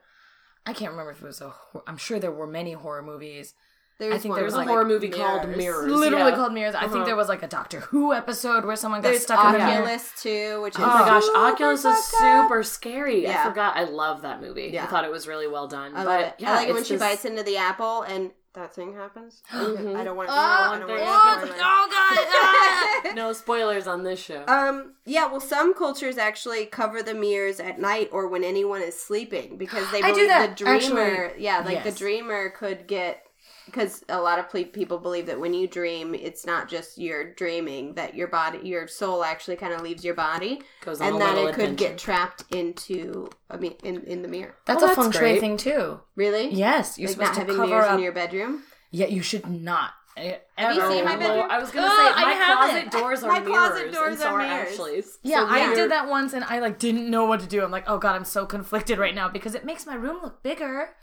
[SPEAKER 4] I can't remember if it was a. hor- I'm sure there were many horror movies.
[SPEAKER 3] There's
[SPEAKER 4] I think
[SPEAKER 3] one
[SPEAKER 4] there
[SPEAKER 2] There's
[SPEAKER 4] was
[SPEAKER 2] a
[SPEAKER 4] like
[SPEAKER 2] horror movie called
[SPEAKER 3] mirrors.
[SPEAKER 2] Mirrors.
[SPEAKER 4] literally
[SPEAKER 2] yeah.
[SPEAKER 4] called mirrors. I
[SPEAKER 2] Uh-huh.
[SPEAKER 4] think there was like a Doctor Who episode where someone got
[SPEAKER 3] There's
[SPEAKER 4] stuck in a mirror.
[SPEAKER 3] Oculus too, which is
[SPEAKER 2] Oh my gosh,
[SPEAKER 3] super
[SPEAKER 2] Oculus is
[SPEAKER 3] fucked up.
[SPEAKER 2] super scary. I
[SPEAKER 3] Yeah.
[SPEAKER 2] forgot. I love that movie. I
[SPEAKER 3] Yeah.
[SPEAKER 2] thought it was really well done.
[SPEAKER 3] I
[SPEAKER 2] but
[SPEAKER 3] love it.
[SPEAKER 2] yeah,
[SPEAKER 3] I like it when
[SPEAKER 2] it's
[SPEAKER 3] she
[SPEAKER 2] just-
[SPEAKER 3] bites into the apple and that thing happens.
[SPEAKER 2] Mhm.
[SPEAKER 3] I don't want it.
[SPEAKER 4] Ah,
[SPEAKER 3] I don't want it.
[SPEAKER 2] oh,
[SPEAKER 3] I don't
[SPEAKER 4] Oh,
[SPEAKER 3] want it.
[SPEAKER 4] oh god!
[SPEAKER 2] No spoilers on this show.
[SPEAKER 3] Um, yeah, well, some cultures actually cover the mirrors at night or when anyone is sleeping because they
[SPEAKER 4] I
[SPEAKER 3] believe
[SPEAKER 4] do that,
[SPEAKER 3] the dreamer,
[SPEAKER 4] actually.
[SPEAKER 3] yeah, like the
[SPEAKER 4] Yes.
[SPEAKER 3] dreamer could get because a lot of ple- people believe that when you dream, it's not just you're dreaming that your body, your soul actually kind of leaves your body,
[SPEAKER 2] Goes on a
[SPEAKER 3] and that
[SPEAKER 2] little
[SPEAKER 3] it could
[SPEAKER 2] adventure.
[SPEAKER 3] get trapped into, I mean, in in the mirror.
[SPEAKER 4] That's
[SPEAKER 2] Well,
[SPEAKER 4] a
[SPEAKER 2] that's
[SPEAKER 4] feng shui
[SPEAKER 2] great.
[SPEAKER 4] thing too.
[SPEAKER 3] Really?
[SPEAKER 4] Yes, you're
[SPEAKER 3] Like not
[SPEAKER 4] supposed to
[SPEAKER 3] having
[SPEAKER 4] cover
[SPEAKER 3] mirrors
[SPEAKER 4] up.
[SPEAKER 3] in your bedroom.
[SPEAKER 4] Yeah, you should not. Eh, Have
[SPEAKER 3] you seen my bedroom?
[SPEAKER 2] Oh, I was gonna
[SPEAKER 4] Ugh,
[SPEAKER 2] say
[SPEAKER 4] I
[SPEAKER 2] my closet
[SPEAKER 4] haven't.
[SPEAKER 2] doors are
[SPEAKER 3] My
[SPEAKER 2] mirrors.
[SPEAKER 3] closet doors
[SPEAKER 2] and so
[SPEAKER 3] are
[SPEAKER 2] are
[SPEAKER 3] mirrors.
[SPEAKER 2] Ashley's.
[SPEAKER 4] Yeah,
[SPEAKER 3] So
[SPEAKER 4] I
[SPEAKER 3] you're-
[SPEAKER 4] did that once, and I like didn't know what to do. I'm like, oh god, I'm so conflicted right now because it makes my room look bigger,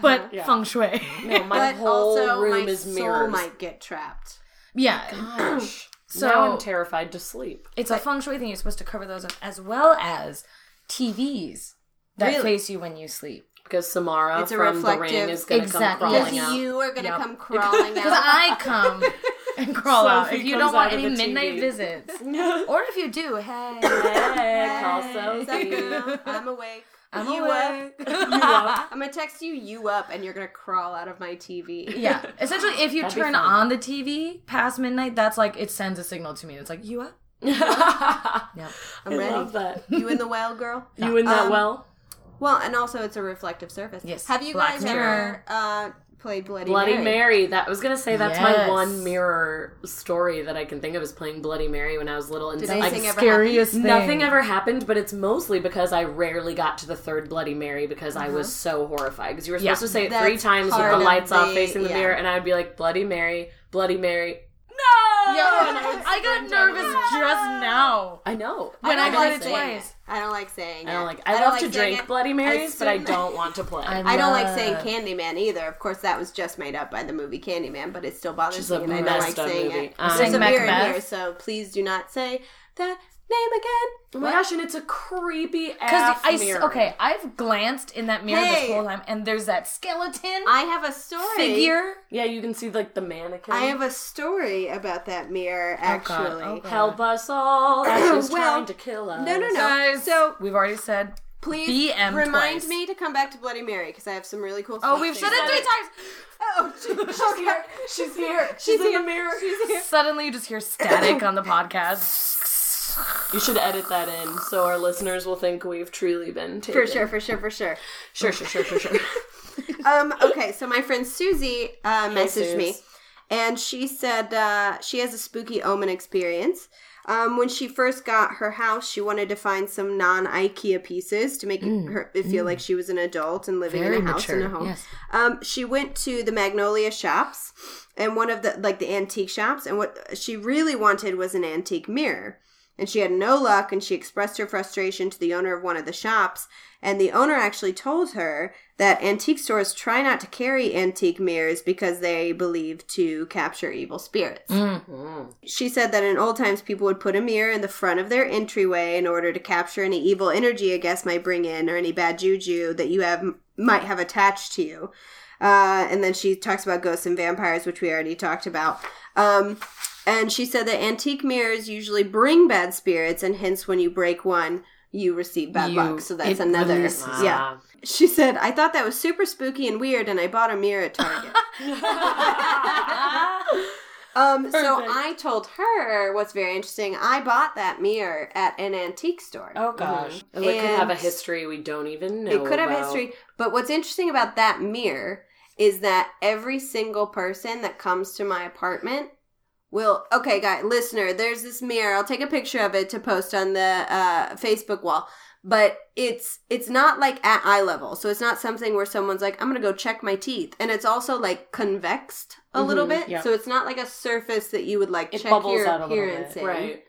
[SPEAKER 4] but
[SPEAKER 2] Uh-huh. Yeah.
[SPEAKER 4] feng shui.
[SPEAKER 2] No, my
[SPEAKER 3] but
[SPEAKER 2] whole
[SPEAKER 3] also,
[SPEAKER 2] room
[SPEAKER 3] my
[SPEAKER 2] is
[SPEAKER 3] soul
[SPEAKER 2] mirrors.
[SPEAKER 3] might get trapped.
[SPEAKER 4] yeah,
[SPEAKER 2] Gosh.
[SPEAKER 4] So-
[SPEAKER 2] now I'm terrified to sleep.
[SPEAKER 4] it's a feng shui thing. You're supposed to cover those up as well as TVs that
[SPEAKER 3] Really?
[SPEAKER 4] face you when you sleep.
[SPEAKER 2] Because Samara
[SPEAKER 3] It's a
[SPEAKER 2] from The
[SPEAKER 3] reflective-
[SPEAKER 2] Ring is going to
[SPEAKER 4] Exactly.
[SPEAKER 2] come crawling
[SPEAKER 4] Yes,
[SPEAKER 2] out.
[SPEAKER 3] Because you are gonna
[SPEAKER 4] Yep.
[SPEAKER 3] come crawling
[SPEAKER 4] Because
[SPEAKER 3] out.
[SPEAKER 4] I come and crawl out.
[SPEAKER 2] Sophie
[SPEAKER 4] If you
[SPEAKER 2] comes
[SPEAKER 4] don't want
[SPEAKER 2] out of
[SPEAKER 4] any
[SPEAKER 2] the
[SPEAKER 4] midnight
[SPEAKER 2] TV.
[SPEAKER 4] visits, or if you do, hey,
[SPEAKER 2] Heck,
[SPEAKER 3] What's
[SPEAKER 2] also
[SPEAKER 3] up,
[SPEAKER 2] you.
[SPEAKER 3] girl? I'm awake.
[SPEAKER 4] I'm
[SPEAKER 3] you
[SPEAKER 4] awake.
[SPEAKER 3] up?
[SPEAKER 2] up.
[SPEAKER 3] I'm gonna text you. You up? And you're gonna crawl out of my TV.
[SPEAKER 4] yeah. Essentially, if you
[SPEAKER 2] That'd be
[SPEAKER 4] turn
[SPEAKER 2] fun.
[SPEAKER 4] on the TV past midnight, that's like it sends a signal to me. It's like you up? Yep.
[SPEAKER 3] I'm
[SPEAKER 2] I
[SPEAKER 3] ready.
[SPEAKER 2] love that.
[SPEAKER 3] You in the well, girl?
[SPEAKER 2] You in that
[SPEAKER 3] Um,
[SPEAKER 2] well?
[SPEAKER 3] Well, and also it's a reflective surface.
[SPEAKER 4] Yes,
[SPEAKER 3] Have you
[SPEAKER 4] Black
[SPEAKER 3] guys ever
[SPEAKER 4] Mirror.
[SPEAKER 3] uh, played Bloody,
[SPEAKER 2] Bloody Mary.
[SPEAKER 3] Mary?
[SPEAKER 2] That I was gonna say that's my
[SPEAKER 4] Yes.
[SPEAKER 2] one mirror story that I can think of is playing Bloody Mary when I was little. And
[SPEAKER 3] Did
[SPEAKER 2] so-
[SPEAKER 3] anything
[SPEAKER 2] like,
[SPEAKER 3] ever
[SPEAKER 4] Scariest thing.
[SPEAKER 2] Nothing ever happened, but it's mostly because I rarely got to the third Bloody Mary because I was so horrified. Because you were supposed
[SPEAKER 4] Yeah.
[SPEAKER 2] to say it
[SPEAKER 3] That's
[SPEAKER 2] three times with
[SPEAKER 3] part
[SPEAKER 2] the
[SPEAKER 3] of
[SPEAKER 2] lights off,
[SPEAKER 3] the-
[SPEAKER 2] facing the
[SPEAKER 3] yeah.
[SPEAKER 2] mirror, and I'd be like, Bloody Mary, Bloody Mary, no!
[SPEAKER 4] I got nervous just now
[SPEAKER 2] I know.
[SPEAKER 4] when I,
[SPEAKER 3] don't
[SPEAKER 4] heard
[SPEAKER 3] like
[SPEAKER 4] it
[SPEAKER 3] saying
[SPEAKER 4] twice.
[SPEAKER 3] I don't like saying.
[SPEAKER 2] I don't like.
[SPEAKER 3] It.
[SPEAKER 2] I, love
[SPEAKER 3] like saying
[SPEAKER 2] to drink
[SPEAKER 3] it.
[SPEAKER 2] Bloody Marys, but I
[SPEAKER 3] still-
[SPEAKER 2] don't want to play.
[SPEAKER 4] I
[SPEAKER 3] I don't like saying
[SPEAKER 4] love-
[SPEAKER 3] Candyman either. Of course, that was just made up by the movie Candyman, but it still bothers
[SPEAKER 2] Just a
[SPEAKER 3] me, and I don't like
[SPEAKER 2] messed up
[SPEAKER 3] saying
[SPEAKER 2] movie.
[SPEAKER 3] it.
[SPEAKER 2] Um,
[SPEAKER 3] There's a
[SPEAKER 4] Saying
[SPEAKER 3] beer in
[SPEAKER 4] Macbeth.
[SPEAKER 3] here, so please do not say that name again.
[SPEAKER 2] oh my gosh, and it's a creepy
[SPEAKER 4] Because
[SPEAKER 2] ass
[SPEAKER 4] I s-
[SPEAKER 2] mirror.
[SPEAKER 4] okay, I've glanced in that mirror
[SPEAKER 3] Hey.
[SPEAKER 4] this whole time, and there's that skeleton
[SPEAKER 3] I have a story.
[SPEAKER 4] figure.
[SPEAKER 2] Yeah, you can see like the mannequin.
[SPEAKER 3] I have a story about that mirror, actually.
[SPEAKER 4] oh God.
[SPEAKER 2] Help us all. That's just
[SPEAKER 3] Well,
[SPEAKER 2] trying to kill us.
[SPEAKER 3] No, no, no.
[SPEAKER 4] Guys,
[SPEAKER 3] so
[SPEAKER 4] we've already said.
[SPEAKER 3] please
[SPEAKER 4] BM
[SPEAKER 3] remind
[SPEAKER 4] twice.
[SPEAKER 3] me to come back to Bloody Mary because I have some really cool.
[SPEAKER 4] Oh, we've said it three times.
[SPEAKER 3] Oh, she's here. She's here. She's,
[SPEAKER 2] She's in the mirror.
[SPEAKER 4] Suddenly, you just hear static on the podcast.
[SPEAKER 2] You should edit that in so our listeners will think we've truly been taken.
[SPEAKER 3] For sure, for sure, for sure.
[SPEAKER 2] sure, sure, sure, sure, sure.
[SPEAKER 3] Um, okay, so my friend Susie uh, messaged
[SPEAKER 2] Sus.
[SPEAKER 3] me, and she said uh, she has a spooky omen experience. Um, when she first got her house, she wanted to find some non IKEA pieces to make her it feel like she was an adult and living
[SPEAKER 4] Mm, Very
[SPEAKER 3] in a house and a
[SPEAKER 4] mature,
[SPEAKER 3] home.
[SPEAKER 4] yes.
[SPEAKER 3] Um, she went to the Magnolia shops and one of the like the antique shops, and what she really wanted was an antique mirror. And she had no luck, and she expressed her frustration to the owner of one of the shops. And the owner actually told her that antique stores try not to carry antique mirrors because they believe to capture evil spirits.
[SPEAKER 4] Mm.
[SPEAKER 3] She said that in old times, people would put a mirror in the front of their entryway in order to capture any evil energy a guest might bring in or any bad juju that you have might have attached to you. Uh, and then she talks about ghosts and vampires, which we already talked about. Um, and she said that antique mirrors usually bring bad spirits, and hence, when you break one, you receive bad
[SPEAKER 4] You-
[SPEAKER 3] luck. So that's
[SPEAKER 4] it
[SPEAKER 3] another.
[SPEAKER 4] releases.
[SPEAKER 3] Yeah. She said, I thought that was super spooky and weird, and I bought a mirror at Target. um, so
[SPEAKER 2] Perfect.
[SPEAKER 3] I told her what's very interesting. I bought that mirror at an antique store.
[SPEAKER 4] Oh gosh.
[SPEAKER 2] It could
[SPEAKER 3] And-
[SPEAKER 2] have a history we don't even know.
[SPEAKER 3] it could have
[SPEAKER 2] about.
[SPEAKER 3] history. But what's interesting about that mirror is that every single person that comes to my apartment will. Okay, guy, listener, there's this mirror. I'll take a picture of it to post on the uh, Facebook wall. But it's it's not like at eye level, so it's not something where someone's like, "I'm gonna go check my teeth," and it's also like convexed a little
[SPEAKER 2] Mhm,
[SPEAKER 3] bit,
[SPEAKER 2] yeah.
[SPEAKER 3] so it's not like a surface that you would like
[SPEAKER 4] Mm-hmm. It
[SPEAKER 3] check
[SPEAKER 4] bubbles
[SPEAKER 3] your
[SPEAKER 4] out a little bit,
[SPEAKER 3] appearance in.
[SPEAKER 2] Right.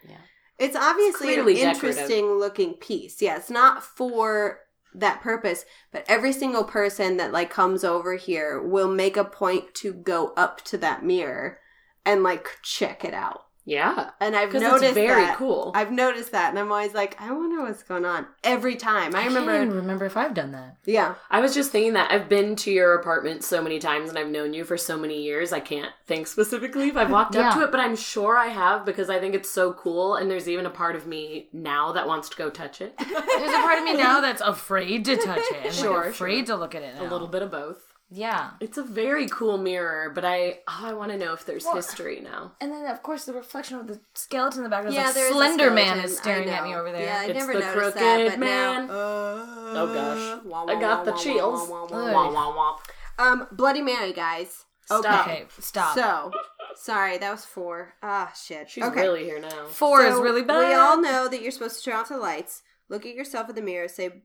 [SPEAKER 3] It's obviously
[SPEAKER 2] clearly
[SPEAKER 3] an
[SPEAKER 2] decorative.
[SPEAKER 3] interesting looking piece. Yeah, it's not for that purpose, but every single person that like comes over here will make a point to go up to that mirror and like check it out.
[SPEAKER 2] Yeah.
[SPEAKER 3] And I've
[SPEAKER 2] Because
[SPEAKER 3] noticed
[SPEAKER 2] it's very
[SPEAKER 3] that.
[SPEAKER 2] cool.
[SPEAKER 3] I've noticed that, and I'm always like, I wonder what's going on every time. I
[SPEAKER 4] I
[SPEAKER 3] remember,
[SPEAKER 4] remember. Can't even remember if I've done that.
[SPEAKER 3] yeah,
[SPEAKER 2] I was just thinking that I've been to your apartment so many times and I've known you for so many years. I can't think specifically if I've walked up
[SPEAKER 4] Yeah.
[SPEAKER 2] to it, but I'm sure I have because I think it's so cool. And there's even a part of me now that wants to go touch it.
[SPEAKER 4] There's a part of me now that's afraid to touch it. And
[SPEAKER 2] Sure,
[SPEAKER 4] like, afraid to look at it.
[SPEAKER 2] a
[SPEAKER 4] now.
[SPEAKER 2] little bit of both.
[SPEAKER 4] Yeah.
[SPEAKER 2] It's a very cool mirror, but I oh, I want to know if there's history now.
[SPEAKER 4] And then, of course, the reflection of the skeleton in the background.
[SPEAKER 3] yeah.
[SPEAKER 4] Yeah,
[SPEAKER 3] there's
[SPEAKER 4] like
[SPEAKER 3] a
[SPEAKER 4] Slender Man
[SPEAKER 3] skeleton.
[SPEAKER 4] is
[SPEAKER 3] I
[SPEAKER 4] staring at
[SPEAKER 3] know.
[SPEAKER 4] me over there.
[SPEAKER 3] Yeah, I
[SPEAKER 2] It's
[SPEAKER 3] never
[SPEAKER 2] the
[SPEAKER 3] noticed
[SPEAKER 2] crooked
[SPEAKER 3] that, but
[SPEAKER 2] man.
[SPEAKER 3] now, uh,
[SPEAKER 2] Oh gosh,
[SPEAKER 3] wah, wah,
[SPEAKER 2] I got the
[SPEAKER 3] wah, wah,
[SPEAKER 2] chills.
[SPEAKER 3] wah, wah, wah,
[SPEAKER 4] Ugh.
[SPEAKER 2] Wah, wah, wah.
[SPEAKER 3] wah. Um, Bloody Mary, guys.
[SPEAKER 2] Stop.
[SPEAKER 4] Okay, stop.
[SPEAKER 3] So, sorry, that was four. Ah, shit.
[SPEAKER 2] She's really here now.
[SPEAKER 4] Four is
[SPEAKER 3] So,
[SPEAKER 4] really bad.
[SPEAKER 3] We all know that you're supposed to turn off the lights, look at yourself in the mirror, say,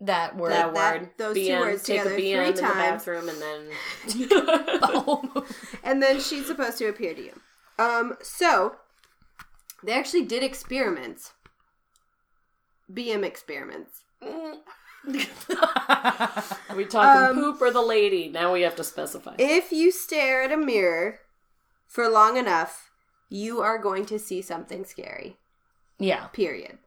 [SPEAKER 4] that word.
[SPEAKER 2] That,
[SPEAKER 3] that-
[SPEAKER 2] word.
[SPEAKER 3] those two
[SPEAKER 2] BM,
[SPEAKER 3] words
[SPEAKER 2] take
[SPEAKER 3] together
[SPEAKER 2] a BM
[SPEAKER 3] three
[SPEAKER 2] in the
[SPEAKER 3] times.
[SPEAKER 2] bathroom and then.
[SPEAKER 3] and then she's supposed to appear to you. Um, so they actually did experiments, BM experiments.
[SPEAKER 2] Are we talking
[SPEAKER 3] Um,
[SPEAKER 2] poop or the lady? Now we have to specify.
[SPEAKER 3] If you stare at a mirror for long enough, you are going to see something scary.
[SPEAKER 4] yeah.
[SPEAKER 3] period.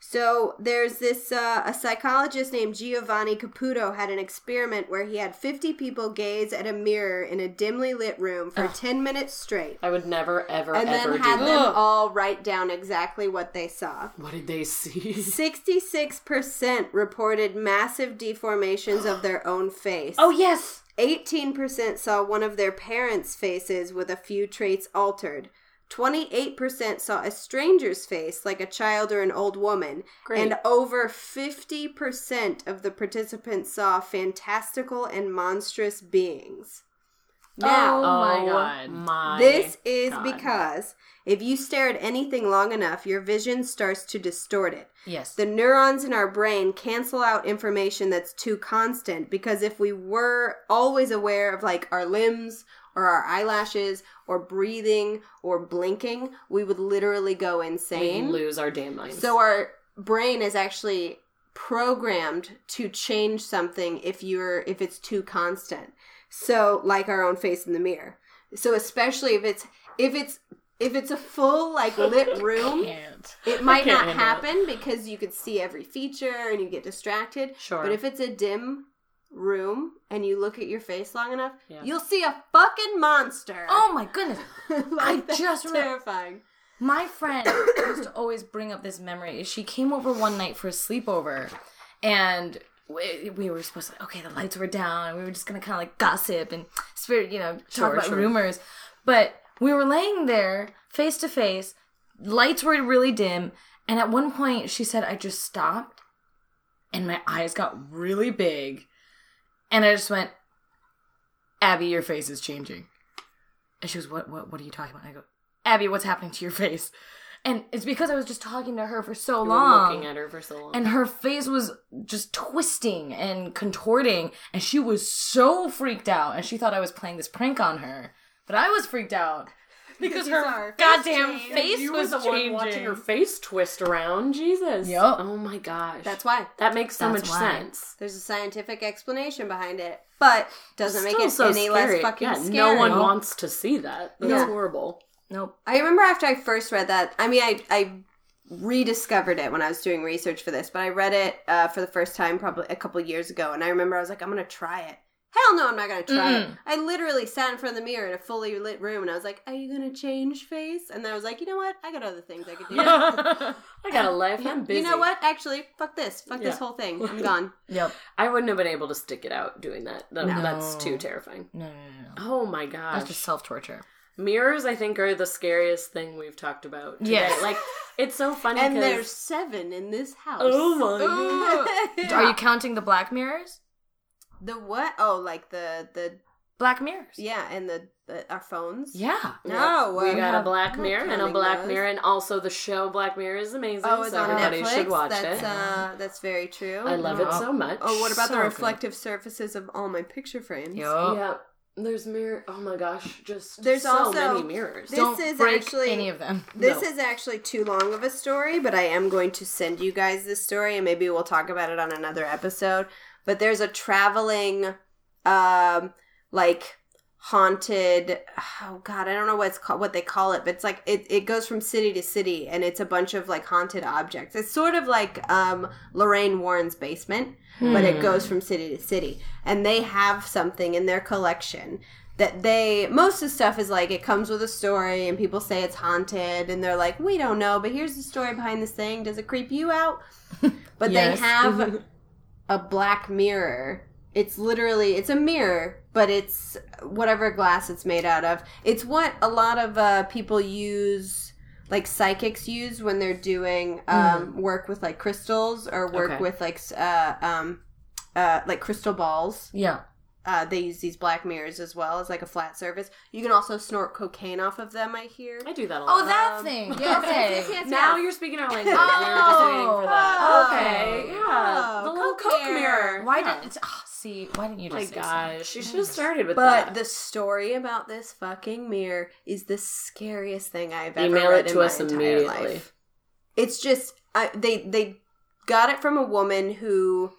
[SPEAKER 3] So there's this uh, a psychologist named Giovanni Caputo had an experiment where he had 50 people gaze at a mirror in a dimly lit room for 10 minutes straight
[SPEAKER 2] I would never, ever,
[SPEAKER 3] and
[SPEAKER 2] ever
[SPEAKER 3] then
[SPEAKER 2] do
[SPEAKER 3] had
[SPEAKER 2] that.
[SPEAKER 3] them all write down exactly what they saw.
[SPEAKER 2] What did they see?
[SPEAKER 3] 66% reported massive deformations of their own face.
[SPEAKER 4] Oh, yes.
[SPEAKER 3] 18% saw one of their parents' faces with a few traits altered. 28% saw a stranger's face, like a child or an old woman.
[SPEAKER 2] Great.
[SPEAKER 3] And over 50% of the participants saw fantastical and monstrous beings.
[SPEAKER 4] Oh
[SPEAKER 3] Now,
[SPEAKER 4] my God.
[SPEAKER 2] my
[SPEAKER 3] this is
[SPEAKER 2] God.
[SPEAKER 3] because if you stare at anything long enough, your vision starts to distort it.
[SPEAKER 4] Yes.
[SPEAKER 3] The neurons in our brain cancel out information that's too constant because if we were always aware of like our limbs or our eyelashes or breathing or blinking, we would literally go
[SPEAKER 2] We
[SPEAKER 3] insane.
[SPEAKER 2] lose our damn minds.
[SPEAKER 3] So our brain is actually programmed to change something if you're if it's too constant. So like our own face in the mirror. So especially if it's if it's if it's a full like lit room,
[SPEAKER 4] Can't.
[SPEAKER 3] it might
[SPEAKER 2] can't
[SPEAKER 3] not
[SPEAKER 2] handle it.
[SPEAKER 3] happen because you could see every feature and you get distracted.
[SPEAKER 2] sure.
[SPEAKER 3] But if it's a dim room and you look at your face long enough,
[SPEAKER 2] Yeah.
[SPEAKER 3] you'll see a fucking monster.
[SPEAKER 4] Oh my goodness. I
[SPEAKER 3] that's
[SPEAKER 4] just remember-
[SPEAKER 3] terrifying.
[SPEAKER 4] My friend used to always bring up this memory. She came over one night for a sleepover, and we, we were supposed to like, okay, the lights were down, and we were just gonna kind of like gossip and spirit, you know, talk
[SPEAKER 2] Sure,
[SPEAKER 4] about
[SPEAKER 2] sure.
[SPEAKER 4] rumors. But we were laying there face to face. Lights were really dim, and at one point she said, "I just stopped, and my eyes got really big, and I just went, Abby, your face is changing." And she was, "What? What? What are you talking about?" And I go, "Abby, what's happening to your face?" And it's because I was just talking to her for so
[SPEAKER 2] We were
[SPEAKER 4] long,
[SPEAKER 2] looking at her for so long.
[SPEAKER 4] and her face was just twisting and contorting, and she was so freaked out, and she thought I was playing this prank on her, but I was freaked out because
[SPEAKER 3] You saw her
[SPEAKER 4] her
[SPEAKER 3] face
[SPEAKER 4] goddamn
[SPEAKER 3] change.
[SPEAKER 4] face
[SPEAKER 2] you
[SPEAKER 4] was
[SPEAKER 2] was the
[SPEAKER 4] changing.
[SPEAKER 2] one watching her face twist around. Jesus.
[SPEAKER 4] Yup.
[SPEAKER 2] Oh my gosh.
[SPEAKER 3] That's why.
[SPEAKER 2] that makes so much
[SPEAKER 4] That's why.
[SPEAKER 2] sense.
[SPEAKER 3] There's a scientific explanation behind it, but doesn't make
[SPEAKER 2] Still
[SPEAKER 3] it
[SPEAKER 2] so
[SPEAKER 3] any
[SPEAKER 2] scary.
[SPEAKER 3] less fucking
[SPEAKER 2] yeah,
[SPEAKER 3] scary.
[SPEAKER 2] No one wants to see that. That's
[SPEAKER 3] Yeah.
[SPEAKER 2] horrible.
[SPEAKER 4] Nope.
[SPEAKER 3] I remember after I first read that. I mean, I I rediscovered it when I was doing research for this, but I read it uh, for the first time probably a couple years ago, and I remember I was like, I'm gonna try it. Hell no, I'm not gonna try it. I literally sat in front of the mirror in a fully lit room, and I was like, Are you gonna change face? And then I was like, You know what? I got other things I could do.
[SPEAKER 2] I got a life. I'm busy.
[SPEAKER 3] You know what? Actually, fuck this. Fuck this
[SPEAKER 2] Yeah.
[SPEAKER 3] whole thing. I'm gone.
[SPEAKER 4] Yep.
[SPEAKER 2] I wouldn't have been able to stick it out doing that. That-
[SPEAKER 4] No.
[SPEAKER 2] That's too terrifying.
[SPEAKER 4] No, no, no, no.
[SPEAKER 2] Oh my gosh.
[SPEAKER 4] That's just self torture.
[SPEAKER 2] Mirrors, I think, are the scariest thing we've talked about. Today.
[SPEAKER 4] Yes.
[SPEAKER 2] Like, it's so funny
[SPEAKER 3] and
[SPEAKER 2] because-
[SPEAKER 3] there's seven in this house.
[SPEAKER 2] Oh my
[SPEAKER 4] Are you counting the black mirrors?
[SPEAKER 3] the what? Oh, like the the
[SPEAKER 4] Black mirrors.
[SPEAKER 3] yeah, and the, the our phones.
[SPEAKER 4] Yeah.
[SPEAKER 3] No,
[SPEAKER 2] we
[SPEAKER 3] uh,
[SPEAKER 2] got a
[SPEAKER 4] have-
[SPEAKER 2] Black
[SPEAKER 3] not
[SPEAKER 2] Mirror and a
[SPEAKER 3] counting
[SPEAKER 2] Black
[SPEAKER 3] those.
[SPEAKER 2] Mirror, and also the show Black Mirror is amazing.
[SPEAKER 3] Oh, it's
[SPEAKER 2] so
[SPEAKER 3] on
[SPEAKER 2] everybody
[SPEAKER 3] Netflix.
[SPEAKER 2] should watch
[SPEAKER 3] that's,
[SPEAKER 2] it.
[SPEAKER 3] Uh, that's very true.
[SPEAKER 2] I love it
[SPEAKER 4] Yeah.
[SPEAKER 2] so much.
[SPEAKER 3] Oh, what about
[SPEAKER 4] So
[SPEAKER 3] the
[SPEAKER 4] good.
[SPEAKER 3] reflective surfaces of all my picture frames?
[SPEAKER 4] Yup.
[SPEAKER 2] Yeah, there's mirror. Oh my gosh, just
[SPEAKER 3] There's
[SPEAKER 2] so
[SPEAKER 3] also-
[SPEAKER 2] many mirrors.
[SPEAKER 3] This
[SPEAKER 4] Don't
[SPEAKER 3] is
[SPEAKER 4] break
[SPEAKER 3] actually-
[SPEAKER 4] any of them.
[SPEAKER 3] This
[SPEAKER 2] No.
[SPEAKER 3] is actually too long of a story, but I am going to send you guys this story, and maybe we'll talk about it on another episode. But there's a traveling, um, like haunted. Oh God, I don't know what it's called, what they call it, but it's like it, it goes from city to city, and it's a bunch of like haunted objects. It's sort of like um, Lorraine Warren's basement, Hmm. but it goes from city to city, and they have something in their collection that they most of the stuff is like it comes with a story and people say it's haunted and they're like we don't know but here's the story behind this thing does it creep you out but
[SPEAKER 4] Yes.
[SPEAKER 3] they have a black mirror it's literally it's a mirror but it's whatever glass it's made out of it's what a lot of uh, people use like psychics use when they're doing um, work with like crystals or work
[SPEAKER 2] Okay.
[SPEAKER 3] with like s- uh, um, uh, like crystal balls
[SPEAKER 4] Yeah.
[SPEAKER 3] uh, they use these black mirrors as well as like a flat surface. You can also snort cocaine off of them. I hear.
[SPEAKER 2] I do that a lot.
[SPEAKER 4] Oh, that thing.
[SPEAKER 3] yes, yes, yes,
[SPEAKER 4] okay.
[SPEAKER 3] yes.
[SPEAKER 2] now you're speaking our language. We were just
[SPEAKER 4] Oh.
[SPEAKER 2] waiting for that.
[SPEAKER 3] Oh.
[SPEAKER 2] okay, yeah,
[SPEAKER 3] Oh,
[SPEAKER 2] the little
[SPEAKER 3] Coke
[SPEAKER 2] Coke,
[SPEAKER 3] mirror.
[SPEAKER 2] mirror.
[SPEAKER 4] Why
[SPEAKER 2] yeah.
[SPEAKER 4] did it's ah see? Why didn't you
[SPEAKER 2] Oh my
[SPEAKER 4] just? say something?
[SPEAKER 2] gosh, you should have started with
[SPEAKER 3] But
[SPEAKER 2] that.
[SPEAKER 3] the story about this fucking mirror is the scariest thing I've ever
[SPEAKER 2] Email
[SPEAKER 3] read
[SPEAKER 2] it
[SPEAKER 3] in
[SPEAKER 2] to
[SPEAKER 3] my
[SPEAKER 2] us
[SPEAKER 3] entire
[SPEAKER 2] immediately.
[SPEAKER 3] life. It's just I, they they got it from a woman who,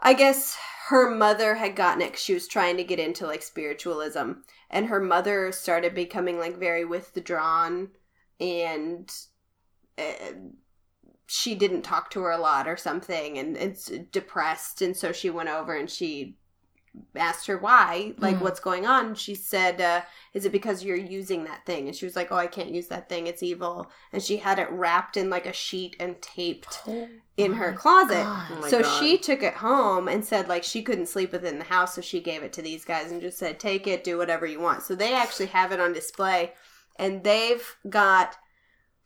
[SPEAKER 3] I guess, her mother had gotten it. 'cause she was trying to get into like spiritualism, and her mother started becoming like very withdrawn, and. Uh, she didn't talk to her a lot or something and it's depressed and so she went over and she asked her why like
[SPEAKER 4] Mhm.
[SPEAKER 3] what's going on she said uh, is it because you're using that thing and she was like oh i can't use that thing it's evil and she had it wrapped in like a sheet and taped in her closet
[SPEAKER 4] Oh God.
[SPEAKER 2] Oh my
[SPEAKER 3] so
[SPEAKER 2] God.
[SPEAKER 3] she took it home and said like she couldn't sleep within the house so she gave it to these guys and just said take it do whatever you want so they actually have it on display and they've got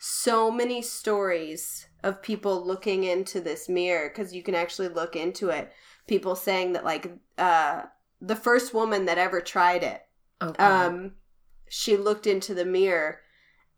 [SPEAKER 3] so many stories of people looking into this mirror because you can actually look into it people saying that like uh the first woman that ever tried it
[SPEAKER 4] Okay.
[SPEAKER 3] um she looked into the mirror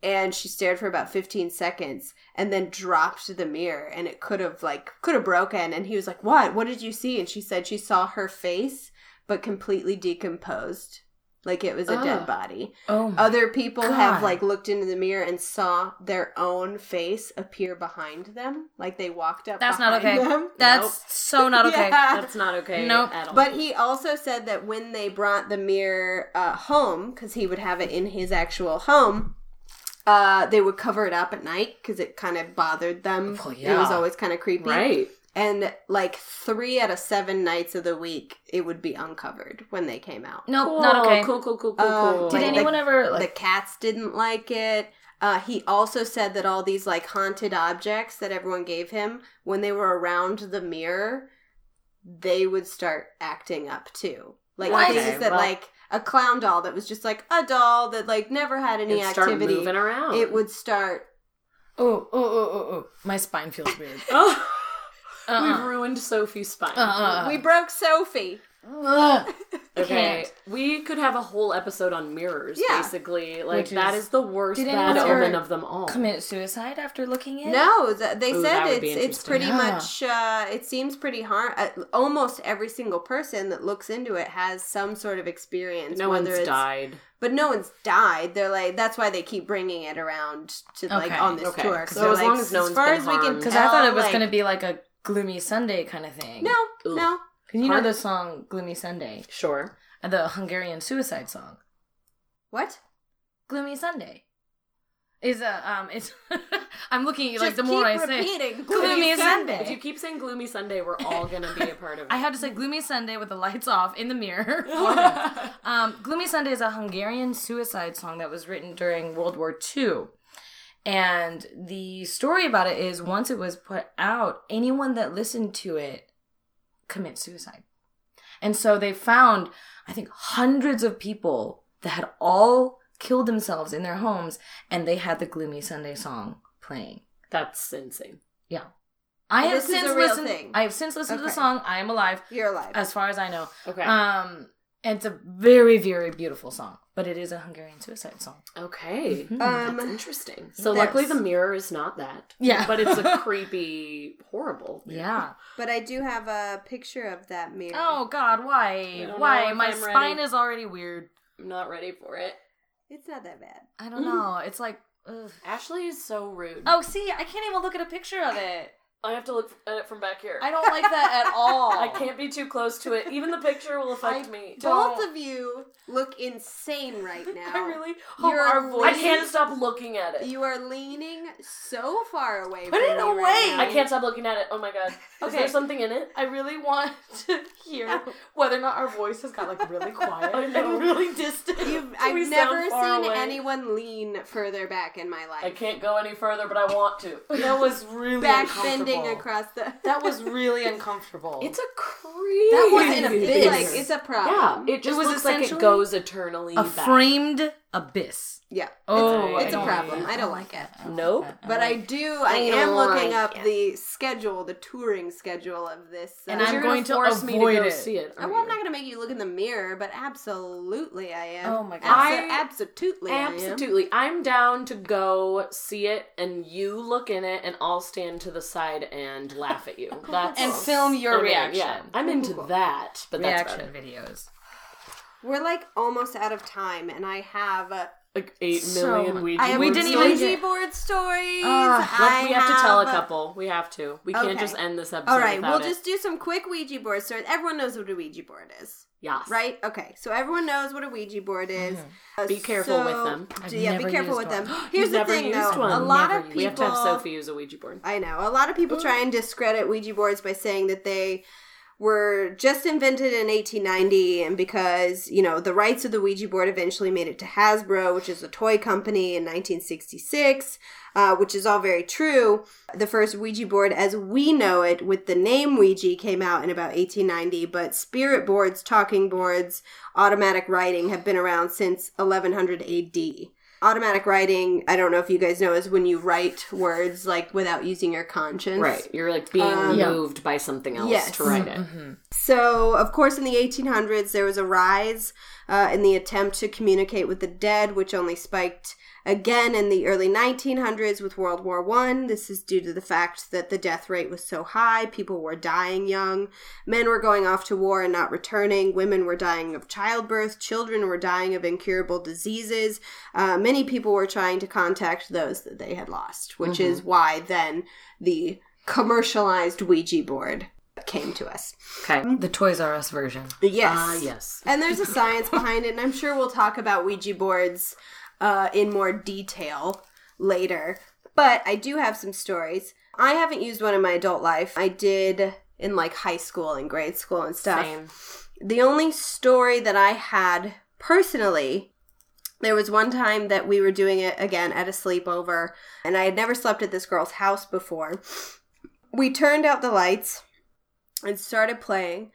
[SPEAKER 3] and she stared for about 15 seconds and then dropped the mirror and it could have like could have broken and he was like what what did you see and she said she saw her face but completely decomposed like it was a
[SPEAKER 2] Oh.
[SPEAKER 3] dead body.
[SPEAKER 4] Oh my.
[SPEAKER 3] Other people have
[SPEAKER 4] God.
[SPEAKER 3] like looked into the mirror and saw their own face appear behind them, like they walked up.
[SPEAKER 4] that's not okay.
[SPEAKER 3] behind them.
[SPEAKER 4] That's so not okay.
[SPEAKER 3] Yeah.
[SPEAKER 2] That's not okay
[SPEAKER 4] Nope.
[SPEAKER 2] at all.
[SPEAKER 3] But he also said that when they brought the mirror uh, home, because he would have it in his actual home, uh, they would cover it up at night because it kind of bothered them.
[SPEAKER 4] Well,
[SPEAKER 3] It was
[SPEAKER 4] yeah.
[SPEAKER 3] always kind of creepy.
[SPEAKER 2] right.
[SPEAKER 3] And like three out of seven nights of the week, it would be uncovered when they came out.
[SPEAKER 4] Nope, not okay.
[SPEAKER 2] Cool, cool, cool, cool,
[SPEAKER 3] Um,
[SPEAKER 2] cool.
[SPEAKER 4] Did
[SPEAKER 3] Like,
[SPEAKER 4] anyone ever
[SPEAKER 3] the
[SPEAKER 4] like?
[SPEAKER 3] cats didn't like it. Uh, he also said that all these like haunted objects that everyone gave him, when they were around the mirror, they would start acting up too. Like
[SPEAKER 4] What?
[SPEAKER 3] things
[SPEAKER 4] Okay,
[SPEAKER 3] that
[SPEAKER 2] well-
[SPEAKER 3] like a clown doll that was just like a doll that like never had any
[SPEAKER 2] and start
[SPEAKER 3] activity.
[SPEAKER 2] moving around.
[SPEAKER 3] It would start.
[SPEAKER 4] Oh, oh, oh, oh, oh! My spine feels weird.
[SPEAKER 2] Oh,
[SPEAKER 4] Uh-huh.
[SPEAKER 2] we've
[SPEAKER 4] Uh-uh.
[SPEAKER 2] ruined Sophie's spine. Uh.
[SPEAKER 4] Uh-uh.
[SPEAKER 3] we broke Sophie.
[SPEAKER 4] Ugh.
[SPEAKER 2] Okay,
[SPEAKER 4] Can't.
[SPEAKER 2] we could have a whole episode on mirrors.
[SPEAKER 3] Yeah.
[SPEAKER 2] Basically, like
[SPEAKER 4] Which
[SPEAKER 2] that
[SPEAKER 4] is-
[SPEAKER 2] is the worst
[SPEAKER 4] Did
[SPEAKER 2] bad
[SPEAKER 4] anyone ever
[SPEAKER 2] omen of them all.
[SPEAKER 4] Commit suicide after looking at. it?
[SPEAKER 3] No, th- they
[SPEAKER 2] Ooh,
[SPEAKER 3] said
[SPEAKER 2] that would be
[SPEAKER 3] it's it's
[SPEAKER 2] interesting.
[SPEAKER 3] pretty
[SPEAKER 4] Yeah.
[SPEAKER 3] much. Uh, it seems pretty harm. Uh, almost every single person that looks into it has some sort of experience.
[SPEAKER 2] no
[SPEAKER 3] whether
[SPEAKER 2] one's
[SPEAKER 3] it's,
[SPEAKER 2] died.
[SPEAKER 3] but no one's died. They're like that's why they keep bringing it around to like
[SPEAKER 4] Okay,
[SPEAKER 3] on this
[SPEAKER 2] okay.
[SPEAKER 3] tour.
[SPEAKER 2] So
[SPEAKER 3] they're
[SPEAKER 2] as
[SPEAKER 3] like,
[SPEAKER 2] long as no one's
[SPEAKER 3] far
[SPEAKER 2] been
[SPEAKER 3] as we can,
[SPEAKER 2] harmed.
[SPEAKER 4] because I thought
[SPEAKER 3] tell,
[SPEAKER 4] it was
[SPEAKER 3] like-
[SPEAKER 4] gonna be like a gloomy Sunday kind of thing.
[SPEAKER 3] no,
[SPEAKER 2] Ugh.
[SPEAKER 3] no.
[SPEAKER 4] because you know
[SPEAKER 2] Hard-
[SPEAKER 4] the song "Gloomy Sunday,"
[SPEAKER 2] Sure.
[SPEAKER 4] the Hungarian suicide song.
[SPEAKER 3] What?
[SPEAKER 4] Gloomy Sunday is a um. It's I'm looking at you like
[SPEAKER 3] Just
[SPEAKER 4] the more I
[SPEAKER 3] keep
[SPEAKER 4] say.
[SPEAKER 3] repeating.
[SPEAKER 4] Gloomy
[SPEAKER 3] Gloomy Sunday.
[SPEAKER 4] Sunday.
[SPEAKER 2] If you keep saying gloomy Sunday, we're all gonna be a part of it.
[SPEAKER 4] I had to say "Gloomy Sunday" with the lights off in the mirror. Four minutes. um, "Gloomy Sunday" is a Hungarian suicide song that was written during World War II, and the story about it is once it was put out, anyone that listened to it commit suicide, and so they found I think hundreds of people that had all killed themselves in their homes, and they had the "Gloomy Sunday" song playing.
[SPEAKER 2] That's insane.
[SPEAKER 4] I
[SPEAKER 3] Oh,
[SPEAKER 4] have
[SPEAKER 3] this is a
[SPEAKER 4] since
[SPEAKER 3] real
[SPEAKER 4] listened.
[SPEAKER 3] thing.
[SPEAKER 4] I have since listened to the
[SPEAKER 3] Okay.
[SPEAKER 4] song. I am alive,
[SPEAKER 3] You're alive.
[SPEAKER 4] as far as I know.
[SPEAKER 2] Okay.
[SPEAKER 4] Um, it's a very, very beautiful song, but it is a Hungarian suicide song.
[SPEAKER 2] okay.
[SPEAKER 4] Mhm.
[SPEAKER 3] Um,
[SPEAKER 2] That's interesting. So
[SPEAKER 3] that's-
[SPEAKER 2] luckily, the mirror is not that.
[SPEAKER 4] Yeah.
[SPEAKER 2] But it's a creepy, horrible. mirror.
[SPEAKER 4] Yeah.
[SPEAKER 3] but I do have a picture of that mirror.
[SPEAKER 4] Oh God,
[SPEAKER 2] I
[SPEAKER 4] why?
[SPEAKER 2] don't know
[SPEAKER 4] Why?
[SPEAKER 2] if
[SPEAKER 4] My
[SPEAKER 2] I'm
[SPEAKER 4] spine
[SPEAKER 2] ready.
[SPEAKER 4] is already weird.
[SPEAKER 2] I'm not ready for it.
[SPEAKER 3] it's not that bad.
[SPEAKER 4] I don't know. It's like, ugh.
[SPEAKER 2] Ashley is so rude.
[SPEAKER 4] oh, see, I can't even look at a picture of it.
[SPEAKER 2] I have to look at it from back here.
[SPEAKER 4] I don't like that at all.
[SPEAKER 2] I can't be too close to it. Even the picture will affect me.
[SPEAKER 4] Don't-
[SPEAKER 3] Both of you look insane right now.
[SPEAKER 2] I really hope
[SPEAKER 3] You're
[SPEAKER 2] our voice. I
[SPEAKER 3] leaning-
[SPEAKER 2] can't stop looking at it.
[SPEAKER 3] You are leaning so far away. from
[SPEAKER 4] Put it
[SPEAKER 3] me right
[SPEAKER 4] away.
[SPEAKER 3] now.
[SPEAKER 2] I can't stop looking at it. Oh my god. Is
[SPEAKER 4] Okay.
[SPEAKER 2] there something in it?
[SPEAKER 4] I really want to hear whether or not our voice has got like really quiet
[SPEAKER 2] I know.
[SPEAKER 4] and really distant.
[SPEAKER 3] You've,
[SPEAKER 2] We
[SPEAKER 3] I've
[SPEAKER 2] sound
[SPEAKER 3] never
[SPEAKER 2] far
[SPEAKER 3] seen
[SPEAKER 2] away.
[SPEAKER 3] anyone lean further back in my life.
[SPEAKER 2] I can't go any further, but I want to.
[SPEAKER 4] That was really
[SPEAKER 3] Back
[SPEAKER 4] uncomfortable.
[SPEAKER 3] bending across the.
[SPEAKER 4] That was really uncomfortable.
[SPEAKER 2] It's a creep.
[SPEAKER 4] That wasn't an
[SPEAKER 3] It's
[SPEAKER 4] abyss.
[SPEAKER 3] like it's a
[SPEAKER 2] Yeah,
[SPEAKER 3] problem.
[SPEAKER 2] it just
[SPEAKER 4] was
[SPEAKER 2] looks like it
[SPEAKER 4] essentially
[SPEAKER 2] goes eternally
[SPEAKER 4] a
[SPEAKER 2] back.
[SPEAKER 4] framed abyss.
[SPEAKER 3] Yeah.
[SPEAKER 2] Oh,
[SPEAKER 3] it's, it's
[SPEAKER 2] I
[SPEAKER 3] a
[SPEAKER 2] don't
[SPEAKER 3] problem.
[SPEAKER 2] like
[SPEAKER 3] I don't like it.
[SPEAKER 2] Nope.
[SPEAKER 3] But I do. I
[SPEAKER 2] I
[SPEAKER 3] am
[SPEAKER 2] don't
[SPEAKER 3] looking
[SPEAKER 2] like
[SPEAKER 3] up
[SPEAKER 2] it.
[SPEAKER 3] the schedule, the touring schedule of this. uh,
[SPEAKER 4] And I'm
[SPEAKER 2] You're
[SPEAKER 4] going
[SPEAKER 2] gonna
[SPEAKER 4] to
[SPEAKER 2] force me to
[SPEAKER 4] avoid
[SPEAKER 2] go
[SPEAKER 4] it.
[SPEAKER 2] see it.
[SPEAKER 3] Oh, well, I'm not going to make you look in the mirror, but absolutely I am.
[SPEAKER 4] Oh my God.
[SPEAKER 3] Abso-
[SPEAKER 2] I-
[SPEAKER 3] absolutely, absolutely.
[SPEAKER 2] Absolutely. I'm down to go see it and you look in it and I'll stand to the side and laugh at you. That's
[SPEAKER 4] And film your
[SPEAKER 2] I'm in,
[SPEAKER 4] reaction.
[SPEAKER 2] yeah. I'm into that, but that's about it.
[SPEAKER 4] Reaction videos.
[SPEAKER 3] We're like almost out of time, and I have. uh,
[SPEAKER 2] Like eight
[SPEAKER 4] So
[SPEAKER 2] million
[SPEAKER 4] much.
[SPEAKER 2] Ouija
[SPEAKER 3] I have
[SPEAKER 4] We
[SPEAKER 2] board
[SPEAKER 4] didn't
[SPEAKER 2] stories.
[SPEAKER 4] even
[SPEAKER 3] Ouija
[SPEAKER 4] get-
[SPEAKER 3] board stories.
[SPEAKER 4] Ah,
[SPEAKER 2] Let's-
[SPEAKER 3] I
[SPEAKER 2] we have, to tell a
[SPEAKER 3] have-
[SPEAKER 2] couple. We have to. We
[SPEAKER 3] Okay.
[SPEAKER 2] can't just end this episode.
[SPEAKER 3] All right,
[SPEAKER 2] without
[SPEAKER 3] we'll
[SPEAKER 2] it.
[SPEAKER 3] just do some quick Ouija board stories. Everyone knows what a Ouija board is,
[SPEAKER 2] Yes. Mm-hmm.
[SPEAKER 3] right? Okay, so everyone knows what a Ouija board is. Uh,
[SPEAKER 2] Be careful with them.
[SPEAKER 3] d-
[SPEAKER 4] I've
[SPEAKER 3] yeah, be
[SPEAKER 4] never
[SPEAKER 3] careful with
[SPEAKER 4] used
[SPEAKER 3] them.
[SPEAKER 4] one.
[SPEAKER 3] Here's
[SPEAKER 2] You've
[SPEAKER 3] the
[SPEAKER 2] never
[SPEAKER 3] thing,
[SPEAKER 2] used
[SPEAKER 3] though.
[SPEAKER 2] one.
[SPEAKER 3] A lot
[SPEAKER 4] Never
[SPEAKER 3] of people.
[SPEAKER 4] used
[SPEAKER 2] We have to have Sophie use a Ouija board.
[SPEAKER 3] I know. A lot of people try and discredit Ouija boards by saying that they were just invented in 1890 and because, you know, the rights of the Ouija board eventually made it to Hasbro, which is a toy company in 1966, uh, which is all very true. The first Ouija board as we know it with the name Ouija came out in about 1890, but spirit boards, talking boards, automatic writing have been around since 1100 AD automatic writing i don't know if you guys know is when you write words like without using your conscience
[SPEAKER 2] Right. You're like being
[SPEAKER 3] Um,
[SPEAKER 4] Yeah.
[SPEAKER 2] moved by something else
[SPEAKER 3] Yes. Mm-hmm.
[SPEAKER 2] to write it.
[SPEAKER 4] Mhm.
[SPEAKER 3] so of course in the 1800s there was a rise uh, in the attempt to communicate with the dead, which only spiked again in the early 1900s with World War One. This is due to the fact that the death rate was so high, people were dying young, men were going off to war and not returning, women were dying of childbirth, children were dying of incurable diseases. Uh, many people were trying to contact those that they had lost, which is why then the commercialized Ouija board came to us.
[SPEAKER 2] Okay.
[SPEAKER 4] The Toys R Us version.
[SPEAKER 3] Yes.
[SPEAKER 2] Ah, yes.
[SPEAKER 3] And there's a science behind it, and I'm sure we'll talk about Ouija boards uh, in more detail later. But I do have some stories. I haven't used one in my adult life. I did in like high school and grade school and stuff.
[SPEAKER 2] Same.
[SPEAKER 3] The only story that I had personally, there was one time that we were doing it again at a sleepover, and I had never slept at this girl's house before. We turned out the lights and started playing,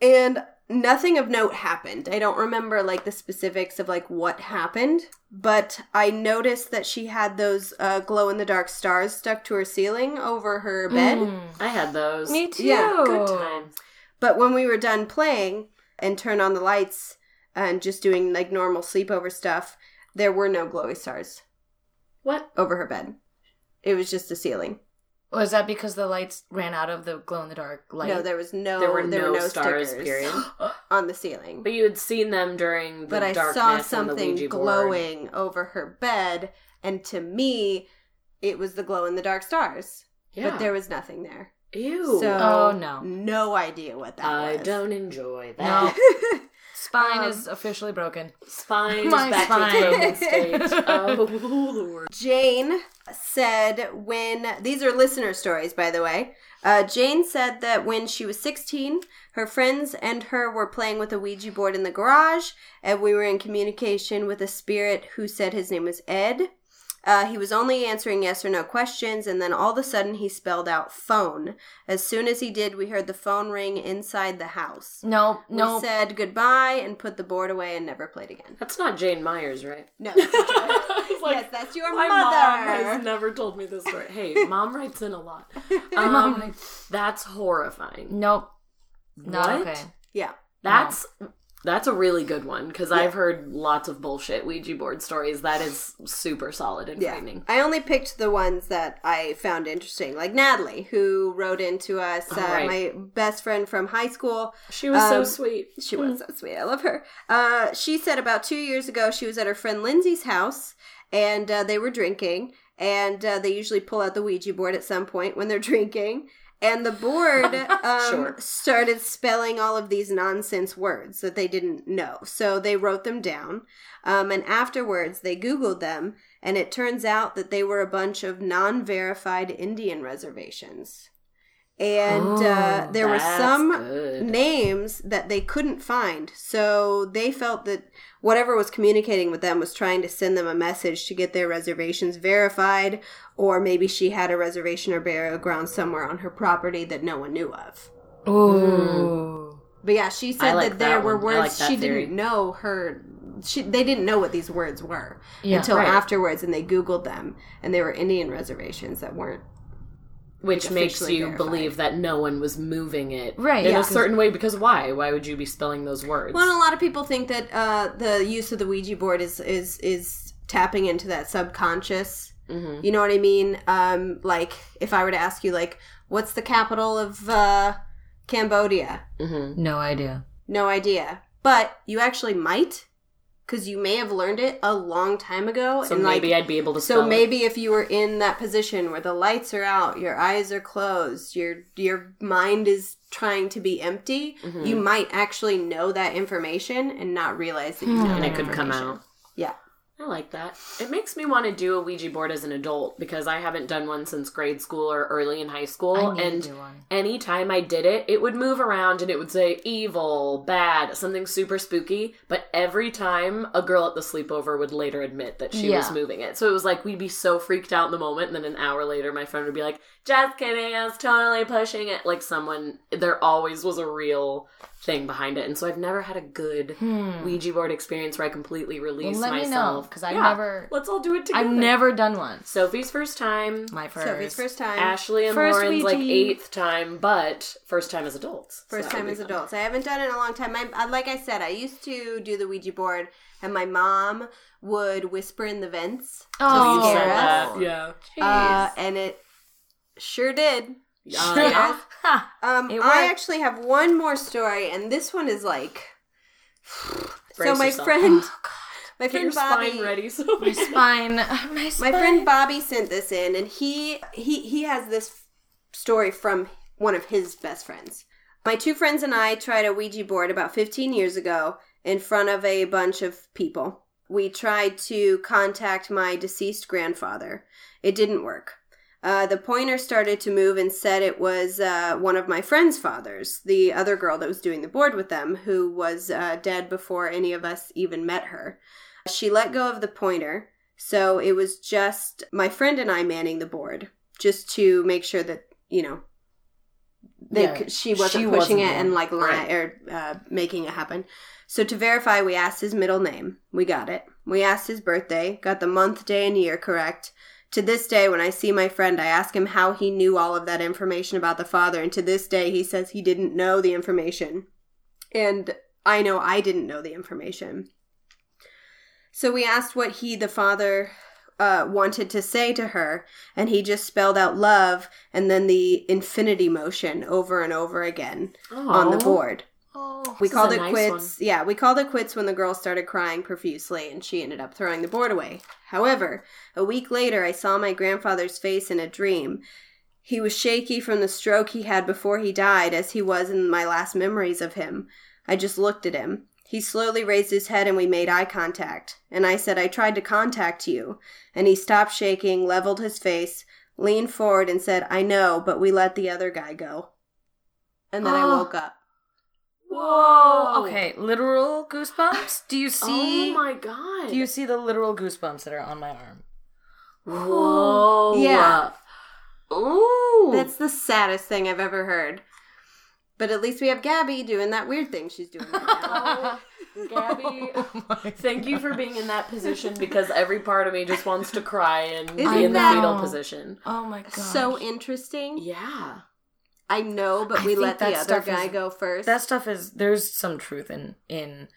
[SPEAKER 3] and nothing of note happened. I don't remember like the specifics of like what happened, but I noticed that she had those uh, glow in the dark stars stuck to her ceiling over her bed.
[SPEAKER 4] Mm.
[SPEAKER 2] I had those.
[SPEAKER 4] Me too.
[SPEAKER 3] Yeah,
[SPEAKER 2] Good times.
[SPEAKER 3] But when we were done playing and turned on the lights and just doing like normal sleepover stuff, there were no glowy stars
[SPEAKER 2] What?
[SPEAKER 3] over her bed. It was just the ceiling.
[SPEAKER 4] Was Oh, that because the lights ran out of the glow in the dark light?
[SPEAKER 3] No, there was no
[SPEAKER 2] there were no, stars.
[SPEAKER 3] stars
[SPEAKER 2] Period.
[SPEAKER 3] on the ceiling.
[SPEAKER 2] But you had seen them during the
[SPEAKER 3] But I
[SPEAKER 2] darkness
[SPEAKER 3] saw
[SPEAKER 2] and the Ouija
[SPEAKER 3] something
[SPEAKER 2] board.
[SPEAKER 3] glowing over her bed, and to me, it was the glow in the dark stars.
[SPEAKER 2] Yeah.
[SPEAKER 3] But there was nothing there.
[SPEAKER 2] Ew.
[SPEAKER 3] So
[SPEAKER 4] Oh, no.
[SPEAKER 3] no idea what that
[SPEAKER 2] I
[SPEAKER 3] was.
[SPEAKER 2] don't enjoy
[SPEAKER 4] No.
[SPEAKER 2] that.
[SPEAKER 4] Spine
[SPEAKER 3] Um,
[SPEAKER 4] is officially broken.
[SPEAKER 2] Spine's
[SPEAKER 4] My
[SPEAKER 2] back
[SPEAKER 4] spine.
[SPEAKER 2] to its broken state. Oh, Lord.
[SPEAKER 3] Jane said when these are listener stories, by the way. Uh, Jane said that when she was 16, her friends and her were playing with a Ouija board in the garage, and we were in communication with a spirit who said his name was Ed. Uh, he was only answering yes or no questions, and then all of a sudden he spelled out phone. As soon as he did, we heard the phone ring inside the house.
[SPEAKER 4] No,
[SPEAKER 3] We
[SPEAKER 4] no.
[SPEAKER 3] said goodbye and put the board away and never played again.
[SPEAKER 2] That's not Jane Myers, right?
[SPEAKER 3] No.
[SPEAKER 2] I was like,
[SPEAKER 3] yes, that's your
[SPEAKER 2] My
[SPEAKER 3] mother.
[SPEAKER 2] mom has never told me this story. Hey, mom writes in a lot. Um, that's horrifying.
[SPEAKER 4] Nope. Not
[SPEAKER 2] What?
[SPEAKER 4] okay.
[SPEAKER 3] Yeah.
[SPEAKER 2] That's that's a really good one because I've heard lots of bullshit Ouija board stories. That is super solid and
[SPEAKER 3] Yeah.
[SPEAKER 2] frightening.
[SPEAKER 3] I only picked the ones that I found interesting, like Natalie, who wrote into us, uh,
[SPEAKER 2] right.
[SPEAKER 3] my best friend from high school.
[SPEAKER 2] She was so
[SPEAKER 3] Um,
[SPEAKER 2] sweet.
[SPEAKER 3] She was so sweet. I love her. Uh, she said about two years ago, she was at her friend Lindsay's house and uh, they were drinking. And uh, they usually pull out the Ouija board at some point when they're drinking. And the board um,
[SPEAKER 2] Sure.
[SPEAKER 3] started spelling all of these nonsense words that they didn't know. So they wrote them down. Um, and afterwards, they Googled them. And it turns out that they were a bunch of non verified Indian reservations. And uh,
[SPEAKER 4] Oh,
[SPEAKER 3] there were
[SPEAKER 2] That's
[SPEAKER 3] some
[SPEAKER 2] good.
[SPEAKER 3] names that they couldn't find. So they felt that whatever was communicating with them was trying to send them a message to get their reservations verified, or maybe she had a reservation or burial ground somewhere on her property that no one knew of.
[SPEAKER 4] Ooh.
[SPEAKER 3] But yeah, she said
[SPEAKER 2] like
[SPEAKER 3] that there
[SPEAKER 2] that
[SPEAKER 3] were
[SPEAKER 2] one. I like
[SPEAKER 3] words
[SPEAKER 2] that
[SPEAKER 3] she
[SPEAKER 2] theory.
[SPEAKER 3] didn't know her. She, they didn't know what these words were
[SPEAKER 4] Yeah,
[SPEAKER 3] until
[SPEAKER 2] right.
[SPEAKER 3] afterwards, and they Googled them, and they were Indian reservations that weren't.
[SPEAKER 2] Which
[SPEAKER 3] like,
[SPEAKER 2] makes
[SPEAKER 3] officially
[SPEAKER 2] you
[SPEAKER 3] verified.
[SPEAKER 2] believe that no one was moving it
[SPEAKER 4] Right,
[SPEAKER 2] in
[SPEAKER 4] yeah.
[SPEAKER 2] a certain way because why? Why would you be spelling those words?
[SPEAKER 3] Well, and a lot of people think that uh, the use of the Ouija board is is is tapping into that subconscious.
[SPEAKER 2] Mhm.
[SPEAKER 3] You know what I mean? Um, like if I were to ask you, like, what's the capital of uh, Cambodia?
[SPEAKER 2] Mhm.
[SPEAKER 4] No idea.
[SPEAKER 3] No idea, but you actually might, because you may have learned it a long time ago,
[SPEAKER 2] So
[SPEAKER 3] and like.
[SPEAKER 2] maybe I'd be able to spell
[SPEAKER 3] so maybe if you were in that position where the lights are out, your eyes are closed, your your mind is trying to be empty,
[SPEAKER 2] Mhm.
[SPEAKER 3] you might actually know that information and not realize that you
[SPEAKER 4] Hmm.
[SPEAKER 3] know
[SPEAKER 2] and
[SPEAKER 3] that
[SPEAKER 2] it could come
[SPEAKER 3] information.
[SPEAKER 2] out.
[SPEAKER 3] Yeah.
[SPEAKER 2] I like that. It makes me want to do a Ouija board as an adult because I haven't done one since grade school or early in high school.
[SPEAKER 4] I need
[SPEAKER 2] Oh, and
[SPEAKER 4] to do one.
[SPEAKER 2] anytime I did it, it would move around and it would say evil, bad, something super spooky. But every time a girl at the sleepover would later admit that she was
[SPEAKER 4] Yeah.
[SPEAKER 2] moving it. So it was like we'd be so freaked out in the moment. And then an hour later, my friend would be like, just kidding, I was totally pushing it. Like someone, there always was a real thing behind it. And so I've never had a good
[SPEAKER 4] Hmm.
[SPEAKER 2] Ouija board experience where I completely release
[SPEAKER 4] let me know,
[SPEAKER 2] myself.
[SPEAKER 4] 'cause I've
[SPEAKER 2] Yeah,
[SPEAKER 4] never-
[SPEAKER 2] Let's all do it together.
[SPEAKER 4] I've never done one.
[SPEAKER 2] Sophie's first time.
[SPEAKER 4] My first.
[SPEAKER 3] Sophie's first time.
[SPEAKER 2] Ashley and
[SPEAKER 4] First
[SPEAKER 2] Lauren's like
[SPEAKER 4] Ouija.
[SPEAKER 2] eighth time, but first time as adults. So
[SPEAKER 3] First
[SPEAKER 2] that would
[SPEAKER 3] time
[SPEAKER 2] be
[SPEAKER 3] as
[SPEAKER 2] fun.
[SPEAKER 3] adults. I haven't done it in a long time. I, like I said, I used to do the Ouija board, and my mom would whisper in the vents,
[SPEAKER 2] Oh, you
[SPEAKER 4] Oh,
[SPEAKER 2] said
[SPEAKER 3] Scare us.
[SPEAKER 2] that. Yeah.
[SPEAKER 3] uh, and it sure did.
[SPEAKER 2] Uh,
[SPEAKER 4] Sure.
[SPEAKER 2] yeah.
[SPEAKER 4] Ha.
[SPEAKER 3] Um,
[SPEAKER 4] It
[SPEAKER 3] I
[SPEAKER 4] worked.
[SPEAKER 3] actually have one more story, and this one is like. so
[SPEAKER 2] Brace
[SPEAKER 3] my
[SPEAKER 2] yourself. Oh,
[SPEAKER 3] friend, my
[SPEAKER 2] Get
[SPEAKER 3] friend
[SPEAKER 2] your
[SPEAKER 3] Bobby,
[SPEAKER 2] spine ready, so
[SPEAKER 4] my spine. My
[SPEAKER 3] my
[SPEAKER 4] spine.
[SPEAKER 3] friend Bobby sent this in, and he he he has this story from one of his best friends. My two friends and I tried a Ouija board about 15 years ago in front of a bunch of people. We tried to contact my deceased grandfather. It didn't work. Uh, the pointer started to move and said it was uh, one of my friend's fathers, the other girl that was doing the board with them, who was uh, dead before any of us even met her. She let go of the pointer, so it was just my friend and I manning the board, just to make sure that you know they
[SPEAKER 4] Yeah,
[SPEAKER 3] c- she wasn't
[SPEAKER 4] she
[SPEAKER 3] pushing
[SPEAKER 4] wasn't
[SPEAKER 3] it and
[SPEAKER 4] there.
[SPEAKER 3] like lying
[SPEAKER 2] Right.
[SPEAKER 3] or uh, making it happen. So to verify, we asked his middle name. We got it. We asked his birthday. Got the month, day, and year correct. To this day, when I see my friend, I ask him how he knew all of that information about the father, and to this day, he says he didn't know the information. And I know I didn't know the information. So we asked what he, the father, uh, wanted to say to her, and he just spelled out love and then the infinity motion over and over again on the
[SPEAKER 2] Aw.
[SPEAKER 3] board.
[SPEAKER 4] Oh.
[SPEAKER 3] We
[SPEAKER 2] This is
[SPEAKER 3] called
[SPEAKER 2] a
[SPEAKER 3] it
[SPEAKER 2] nice
[SPEAKER 3] quits. Yeah, we called it quits when the girl started crying profusely and she ended up throwing the board away. However, a week later, I saw my grandfather's face in a dream. He was shaky from the stroke he had before he died, as he was in my last memories of him. I just looked at him. He slowly raised his head and we made eye contact. And I said, I tried to contact you. And he stopped shaking, leveled his face, leaned forward, and said, I know, but we let the other guy go. And then I
[SPEAKER 2] Ah.
[SPEAKER 4] Oh.
[SPEAKER 3] woke up.
[SPEAKER 4] Whoa. Oh, Okay, literal goosebumps. Do you see?
[SPEAKER 2] Oh my god.
[SPEAKER 4] do you see the literal goosebumps that are on my arm?
[SPEAKER 2] Whoa.
[SPEAKER 3] Yeah.
[SPEAKER 2] Ooh.
[SPEAKER 3] That's the saddest thing I've ever heard. But at least we have Gabby doing that weird thing she's doing right
[SPEAKER 4] Oh
[SPEAKER 3] now.
[SPEAKER 2] Oh, Gabby, thank you for being in that position because every part of me just wants to cry and be
[SPEAKER 3] Isn't
[SPEAKER 2] in the
[SPEAKER 3] that-
[SPEAKER 2] fetal position.
[SPEAKER 4] Oh my god.
[SPEAKER 3] so interesting.
[SPEAKER 2] Yeah.
[SPEAKER 3] I know,
[SPEAKER 4] I
[SPEAKER 3] but we
[SPEAKER 4] think
[SPEAKER 3] let the
[SPEAKER 4] that
[SPEAKER 3] other
[SPEAKER 4] stuff
[SPEAKER 3] guy
[SPEAKER 4] is-
[SPEAKER 3] go first.
[SPEAKER 4] that stuff is there's some truth in in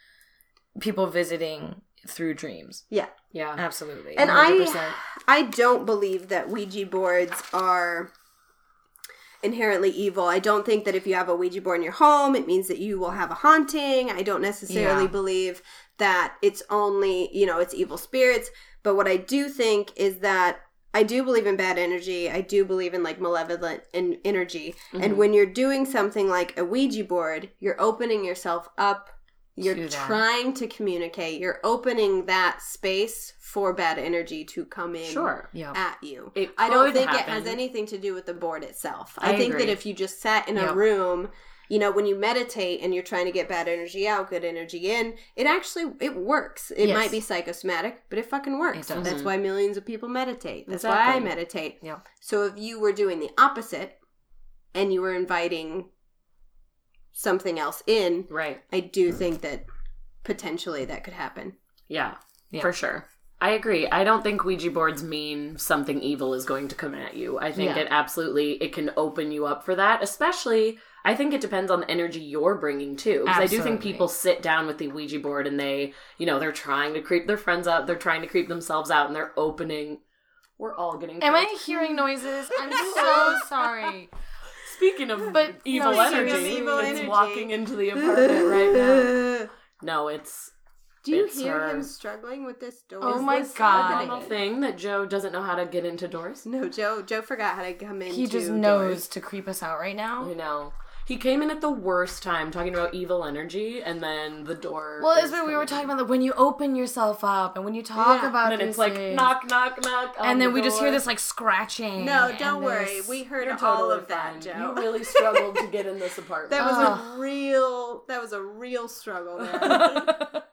[SPEAKER 4] people visiting through dreams.
[SPEAKER 3] yeah.
[SPEAKER 2] Yeah.
[SPEAKER 4] Absolutely.
[SPEAKER 3] And
[SPEAKER 4] 100%.
[SPEAKER 3] I I don't believe that Ouija boards are inherently evil. I don't think that if you have a Ouija board in your home, it means that you will have a haunting. I don't necessarily
[SPEAKER 4] Yeah.
[SPEAKER 3] believe that it's only, you know, it's evil spirits, but what I do think is that I do believe in bad energy. I do believe in like malevolent en- energy.
[SPEAKER 2] Mm-hmm.
[SPEAKER 4] Mm-hmm.
[SPEAKER 3] And when you're doing something like a Ouija board, you're opening yourself up. You're
[SPEAKER 4] To that.
[SPEAKER 3] trying to communicate. You're opening that space for bad energy to come in
[SPEAKER 2] Sure.
[SPEAKER 4] yeah.
[SPEAKER 3] at you.
[SPEAKER 2] It
[SPEAKER 3] I don't
[SPEAKER 2] could
[SPEAKER 3] think it
[SPEAKER 2] happen.
[SPEAKER 3] has anything to do with the board itself. I,
[SPEAKER 4] I
[SPEAKER 3] think that
[SPEAKER 4] agree.
[SPEAKER 3] if you just sat in a
[SPEAKER 4] Yep.
[SPEAKER 3] room, you know, when you meditate and you're trying to get bad energy out, good energy in, it actually it works. It
[SPEAKER 4] Yes.
[SPEAKER 3] might be psychosomatic, but it fucking works.
[SPEAKER 4] It does.
[SPEAKER 3] That's why millions of people meditate. That's why I
[SPEAKER 2] Exactly.
[SPEAKER 3] meditate.
[SPEAKER 4] Yeah.
[SPEAKER 3] So if you were doing the opposite and you were inviting something else in,
[SPEAKER 2] Right.
[SPEAKER 3] I do think that potentially that could happen.
[SPEAKER 2] Yeah,
[SPEAKER 4] Yeah.
[SPEAKER 2] For sure. I agree. I don't think Ouija boards mean something evil is going to come at you. I think
[SPEAKER 4] Yeah.
[SPEAKER 2] it absolutely it can open you up for that, especially I think it depends on the energy you're bringing too. Because I do think
[SPEAKER 4] Absolutely.
[SPEAKER 2] people sit down with the Ouija board and they, you know, they're trying to creep their friends out, they're trying to creep themselves out, and they're opening. We're all getting.
[SPEAKER 4] Am
[SPEAKER 2] creeped.
[SPEAKER 4] I hearing noises? I'm so sorry.
[SPEAKER 2] Speaking of
[SPEAKER 4] But
[SPEAKER 2] evil
[SPEAKER 4] no,
[SPEAKER 2] energy,
[SPEAKER 4] speaking of
[SPEAKER 3] evil
[SPEAKER 2] it's
[SPEAKER 3] energy.
[SPEAKER 2] walking into the apartment right now. No, it's
[SPEAKER 3] Do you
[SPEAKER 2] It's
[SPEAKER 3] hear him
[SPEAKER 2] her.
[SPEAKER 3] struggling with this door?
[SPEAKER 4] Oh
[SPEAKER 3] Is
[SPEAKER 4] my
[SPEAKER 3] this
[SPEAKER 4] God.
[SPEAKER 2] normal
[SPEAKER 3] happening?
[SPEAKER 2] thing that Joe doesn't know how to get into doors.
[SPEAKER 3] No, Joe. Joe forgot how to come in.
[SPEAKER 4] He just knows to creep us out right
[SPEAKER 2] I
[SPEAKER 4] now.
[SPEAKER 2] know. He came in at the worst time talking about evil energy and then the door.
[SPEAKER 4] Well,
[SPEAKER 2] is
[SPEAKER 4] it's what we were
[SPEAKER 2] coming.
[SPEAKER 4] talking about. Like, when you open yourself up and when you talk
[SPEAKER 3] Yeah.
[SPEAKER 4] about
[SPEAKER 2] And then
[SPEAKER 4] these
[SPEAKER 2] it's like
[SPEAKER 4] things,
[SPEAKER 2] knock, knock, knock. on
[SPEAKER 4] and then
[SPEAKER 2] the
[SPEAKER 4] we just
[SPEAKER 2] door.
[SPEAKER 4] hear this like scratching.
[SPEAKER 3] No, don't
[SPEAKER 4] and
[SPEAKER 3] worry.
[SPEAKER 4] this-
[SPEAKER 3] We heard
[SPEAKER 2] You're
[SPEAKER 3] all
[SPEAKER 2] totally
[SPEAKER 3] of that,
[SPEAKER 2] fine.
[SPEAKER 3] Joe.
[SPEAKER 2] You really struggled to get in this apartment.
[SPEAKER 3] that was
[SPEAKER 4] Ugh.
[SPEAKER 3] a real. That was a real struggle. There.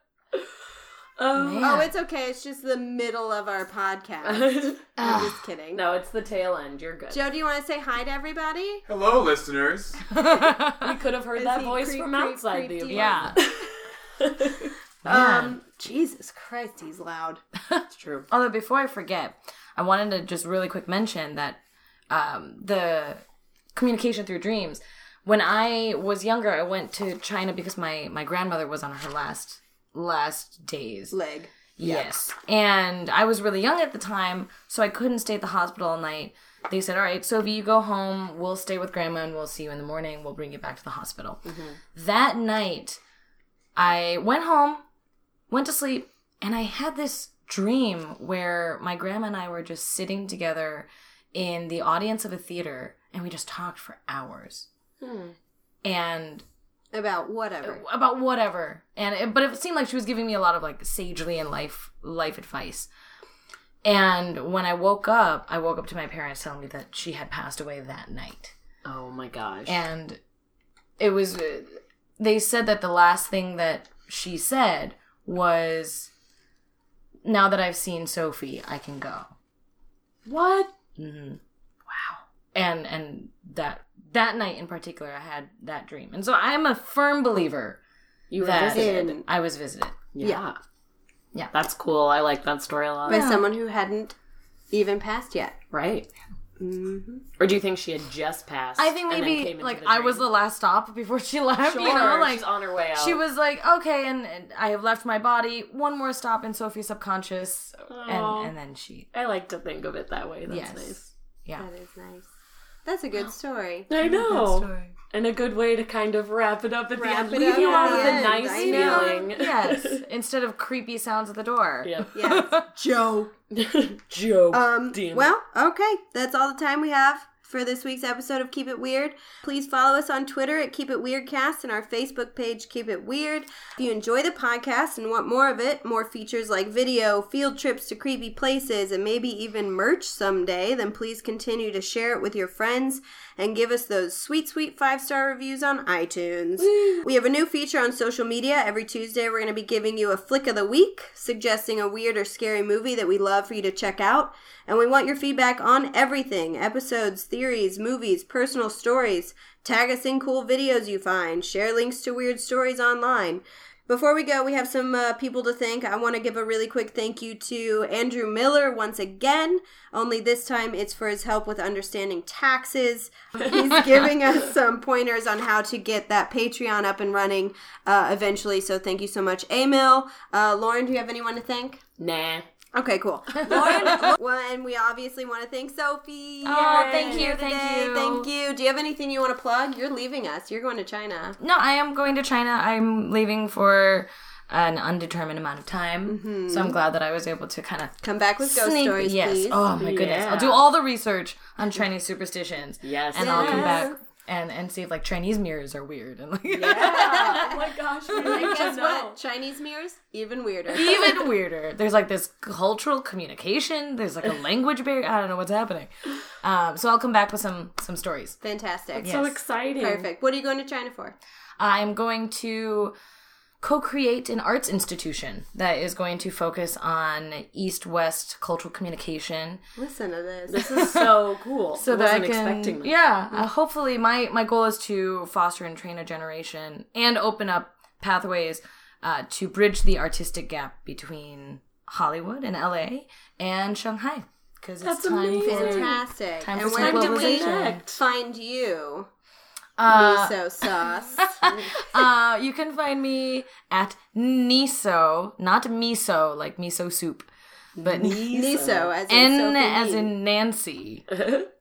[SPEAKER 2] Oh.
[SPEAKER 3] Oh, it's okay. It's just the middle of our podcast. I'm just kidding.
[SPEAKER 2] no, it's the tail end. You're good.
[SPEAKER 3] Joe, do you want to say hi to everybody?
[SPEAKER 5] Hello, listeners.
[SPEAKER 2] We could have heard that
[SPEAKER 3] he
[SPEAKER 2] voice
[SPEAKER 3] creep,
[SPEAKER 2] from
[SPEAKER 3] creep,
[SPEAKER 2] outside
[SPEAKER 3] creep
[SPEAKER 2] the
[SPEAKER 3] deep?
[SPEAKER 4] yeah.
[SPEAKER 3] Um, Jesus Christ, he's loud.
[SPEAKER 2] It's true.
[SPEAKER 4] Although before I forget, I wanted to just really quick mention that um, the communication through dreams. When I was younger, I went to China because my my grandmother was on her last last days.
[SPEAKER 3] Leg.
[SPEAKER 4] Yes. And I was really young at the time, so I couldn't stay at the hospital all night. They said, "All right, Sophie, you go home. We'll stay with grandma, and we'll see you in the morning. We'll bring you back to the hospital." That night, I went home, went to sleep, and I had this dream where my grandma and I were just sitting together in the audience of a theater, and we just talked for hours. And
[SPEAKER 3] About
[SPEAKER 2] Oh,
[SPEAKER 3] whatever.
[SPEAKER 4] about whatever and it, but it seemed like she was giving me a lot of like sagely and life life advice and when i woke up i woke up to my parents telling me that she had passed away that night
[SPEAKER 2] Oh my gosh.
[SPEAKER 4] and it was uh, they said that the last thing that she said was now that i've seen sophie i can go
[SPEAKER 2] what?
[SPEAKER 4] hmm Wow. And and that that night in particular, I had that dream, and so I am a firm believer
[SPEAKER 2] You were
[SPEAKER 4] that
[SPEAKER 2] visited.
[SPEAKER 3] In-
[SPEAKER 4] I was visited.
[SPEAKER 2] Yeah.
[SPEAKER 3] Yeah.
[SPEAKER 4] Yeah.
[SPEAKER 2] That's cool. I like that story a lot.
[SPEAKER 3] By someone who hadn't even passed yet.
[SPEAKER 2] right.
[SPEAKER 3] Mm-hmm.
[SPEAKER 2] Or do you think she had just passed?
[SPEAKER 4] I think
[SPEAKER 2] and then came
[SPEAKER 4] maybe
[SPEAKER 2] into
[SPEAKER 4] like
[SPEAKER 2] the
[SPEAKER 4] I
[SPEAKER 2] dream?
[SPEAKER 4] was the last stop before she left.
[SPEAKER 2] Sure,
[SPEAKER 4] you know, like
[SPEAKER 2] she's on her way out.
[SPEAKER 4] she was like, okay, and, and I have left my body. One more stop in Sophie's subconscious,
[SPEAKER 2] Aw.
[SPEAKER 4] and and then she.
[SPEAKER 2] I like to think of it that way. That's
[SPEAKER 4] Yes.
[SPEAKER 2] nice.
[SPEAKER 4] Yeah.
[SPEAKER 3] That is nice. That's a good story.
[SPEAKER 2] I know. And a good way to kind of wrap it up at
[SPEAKER 3] Wrap
[SPEAKER 2] the
[SPEAKER 3] it
[SPEAKER 2] end. Leave
[SPEAKER 3] up
[SPEAKER 2] you
[SPEAKER 3] at
[SPEAKER 2] out
[SPEAKER 3] the
[SPEAKER 2] with a
[SPEAKER 3] end.
[SPEAKER 2] nice
[SPEAKER 3] I know.
[SPEAKER 2] feeling.
[SPEAKER 4] yes. Instead of creepy sounds at the door.
[SPEAKER 2] Yep.
[SPEAKER 3] Yeah. Joe.
[SPEAKER 2] Joe.
[SPEAKER 3] Um,
[SPEAKER 2] Damn it.
[SPEAKER 3] well, okay. That's all the time we have for this week's episode of Keep It Weird. Please follow us on Twitter at Keep It Weirdcast and our Facebook page, Keep It Weird. If you enjoy the podcast and want more of it, more features like video, field trips to creepy places, and maybe even merch someday, then please continue to share it with your friends and give us those sweet, sweet five star reviews on iTunes. We have a new feature on social media. Every Tuesday, we're going to be giving you a flick of the week, suggesting a weird or scary movie that we love for you to check out. And we want your feedback on everything episodes, theories, movies, personal stories. Tag us in cool videos you find, share links to weird stories online. Before we go, we have some uh, people to thank. I want to give a really quick thank you to Andrew Miller once again, only this time it's for his help with understanding taxes. He's giving us some pointers on how to get that Patreon up and running uh, eventually. So thank you so much, Emil. Uh, Lauren, do you have anyone to thank?
[SPEAKER 2] nah.
[SPEAKER 3] Okay, cool. Lauren, well, and we obviously want to thank Sophie.
[SPEAKER 4] Oh,
[SPEAKER 3] Yay,
[SPEAKER 4] thank you,
[SPEAKER 3] here
[SPEAKER 4] thank
[SPEAKER 3] today.
[SPEAKER 4] you.
[SPEAKER 3] Thank you. Do you have anything you want to plug? You're leaving us. You're going to China.
[SPEAKER 4] No, I am going to China. I'm leaving for an undetermined amount of time. So I'm glad that I was able to kind of
[SPEAKER 3] Come back with Mm-hmm. ghost
[SPEAKER 4] sneak-
[SPEAKER 3] stories,
[SPEAKER 4] Yes.
[SPEAKER 3] please.
[SPEAKER 4] Oh my goodness.
[SPEAKER 2] Yeah.
[SPEAKER 4] I'll do all the research on Chinese superstitions.
[SPEAKER 2] Yes.
[SPEAKER 4] And I'll come
[SPEAKER 3] Yes.
[SPEAKER 4] back and and see if like Chinese mirrors are weird and like
[SPEAKER 2] oh my gosh. we need
[SPEAKER 3] And
[SPEAKER 2] to
[SPEAKER 3] guess
[SPEAKER 2] know.
[SPEAKER 3] what? Chinese mirrors, even weirder.
[SPEAKER 4] even weirder. There's like this cultural communication. There's like a language barrier. I don't know what's happening. Um, so I'll come back with some some stories.
[SPEAKER 3] Fantastic.
[SPEAKER 2] So
[SPEAKER 4] Yes.
[SPEAKER 2] exciting.
[SPEAKER 3] Perfect. What are you going to China for?
[SPEAKER 4] I'm going to co-create an arts institution that is going to focus on east-west cultural communication
[SPEAKER 3] Listen to this.
[SPEAKER 2] This is so cool.
[SPEAKER 4] so
[SPEAKER 2] I
[SPEAKER 4] that
[SPEAKER 2] wasn't
[SPEAKER 4] I can,
[SPEAKER 2] expecting that.
[SPEAKER 4] yeah. Uh, hopefully, my my goal is to foster and train a generation and open up pathways uh, to bridge the artistic gap between Hollywood and LA and Shanghai because it's
[SPEAKER 2] That's
[SPEAKER 4] time
[SPEAKER 2] amazing.
[SPEAKER 4] for
[SPEAKER 3] Fantastic.
[SPEAKER 4] Time
[SPEAKER 3] and
[SPEAKER 4] for
[SPEAKER 3] when
[SPEAKER 4] some
[SPEAKER 3] do we
[SPEAKER 4] globalization.
[SPEAKER 3] find you?
[SPEAKER 4] Uh,
[SPEAKER 3] Miso sauce.
[SPEAKER 4] uh, you can find me at Niso, not miso like miso soup, but
[SPEAKER 3] Miso as in
[SPEAKER 4] N
[SPEAKER 3] Sophie
[SPEAKER 4] as
[SPEAKER 3] Lee.
[SPEAKER 4] in Nancy.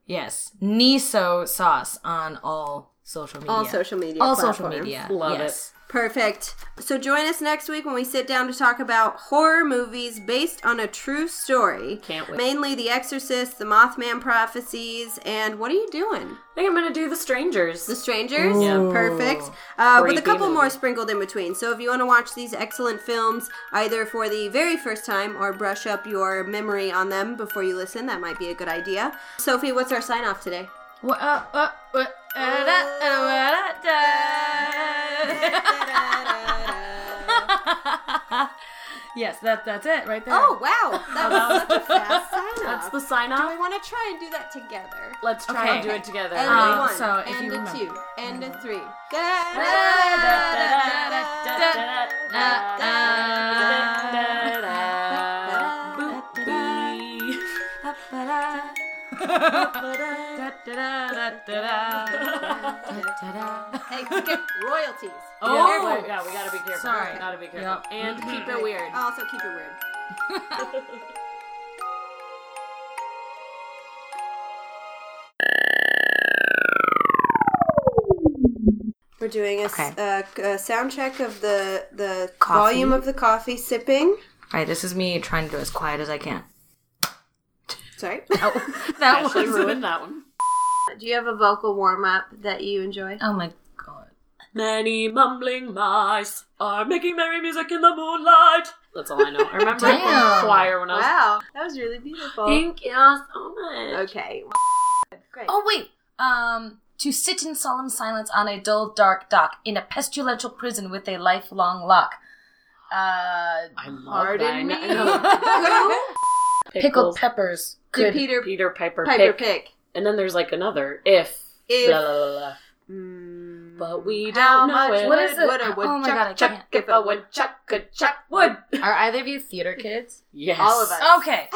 [SPEAKER 4] yes, Niso sauce on all social media.
[SPEAKER 3] all social media.
[SPEAKER 4] all social
[SPEAKER 3] platforms.
[SPEAKER 4] media.
[SPEAKER 2] Love it.
[SPEAKER 4] yes.
[SPEAKER 3] Perfect. So join us next week when we sit down to talk about horror movies based on a true story.
[SPEAKER 2] Can't wait.
[SPEAKER 3] Mainly The Exorcist, The Mothman Prophecies, and what are you doing?
[SPEAKER 2] I think I'm going to do The Strangers.
[SPEAKER 3] The Strangers.
[SPEAKER 2] Yeah.
[SPEAKER 3] Perfect. Uh, with a
[SPEAKER 2] Creepy
[SPEAKER 3] couple
[SPEAKER 2] movie.
[SPEAKER 3] more sprinkled in between. So if you want to watch these excellent films either for the very first time or brush up your memory on them before you listen, that might be a good idea. Sophie, what's our sign off today?
[SPEAKER 4] Wha- uh, uh, uh, uh, da- uh, wa- da- da. Yes, that that's it right there.
[SPEAKER 3] Oh wow, that was such a fast sign
[SPEAKER 2] That's
[SPEAKER 3] off.
[SPEAKER 2] the sign
[SPEAKER 3] Do we
[SPEAKER 2] off.
[SPEAKER 3] want to try and do that together?
[SPEAKER 2] Let's try
[SPEAKER 4] Okay.
[SPEAKER 2] and do it together.
[SPEAKER 3] And
[SPEAKER 4] Um,
[SPEAKER 3] a one,
[SPEAKER 4] so if
[SPEAKER 3] and
[SPEAKER 4] you
[SPEAKER 3] a
[SPEAKER 4] remember-
[SPEAKER 3] two, and a three.
[SPEAKER 2] Oh,
[SPEAKER 3] Hey, skip royalties.
[SPEAKER 2] Oh, yeah, we gotta be careful.
[SPEAKER 4] Sorry.
[SPEAKER 2] gotta be careful.
[SPEAKER 4] Yep.
[SPEAKER 2] And keep it weird.
[SPEAKER 3] Also keep it weird. We're doing a, s-
[SPEAKER 4] Okay.
[SPEAKER 3] uh, c- a sound check of the the
[SPEAKER 4] Coffee.
[SPEAKER 3] volume of the coffee sipping.
[SPEAKER 4] Alright, this is me trying to do as quiet as I can.
[SPEAKER 3] Sorry.
[SPEAKER 4] Oh, that
[SPEAKER 2] Ashley
[SPEAKER 4] was.
[SPEAKER 2] ruined that one.
[SPEAKER 3] Do you have a vocal warm up that you enjoy?
[SPEAKER 4] Oh my god.
[SPEAKER 2] Many mumbling mice are making merry music in the moonlight. That's all I know. I remember it
[SPEAKER 4] Damn.
[SPEAKER 2] from choir when I was. oh
[SPEAKER 3] Wow, that was really beautiful.
[SPEAKER 2] Thank you so much.
[SPEAKER 3] Okay. Great.
[SPEAKER 4] Oh wait. Um, to sit in solemn silence on a dull, dark dock in a pestilential prison with a lifelong lock. Uh,
[SPEAKER 2] I love
[SPEAKER 3] Pardon
[SPEAKER 2] that. I
[SPEAKER 3] me?
[SPEAKER 2] know.
[SPEAKER 4] pickled peppers.
[SPEAKER 3] Did
[SPEAKER 4] Good.
[SPEAKER 3] Peter
[SPEAKER 2] Peter Piper,
[SPEAKER 3] Piper
[SPEAKER 2] pick.
[SPEAKER 3] pick?
[SPEAKER 2] And then there's like another if.
[SPEAKER 3] If- mm,
[SPEAKER 2] blah, blah, blah, blah. But we
[SPEAKER 3] How
[SPEAKER 2] don't know
[SPEAKER 3] much
[SPEAKER 2] it.
[SPEAKER 4] What is it?
[SPEAKER 3] Would a
[SPEAKER 4] Oh my
[SPEAKER 3] woodchuck
[SPEAKER 4] god, I
[SPEAKER 2] Chuck
[SPEAKER 4] can't.
[SPEAKER 2] if a woodchuck could chuck wood.
[SPEAKER 4] Are either of you theater kids?
[SPEAKER 2] Yes.
[SPEAKER 3] All of us.
[SPEAKER 4] Okay.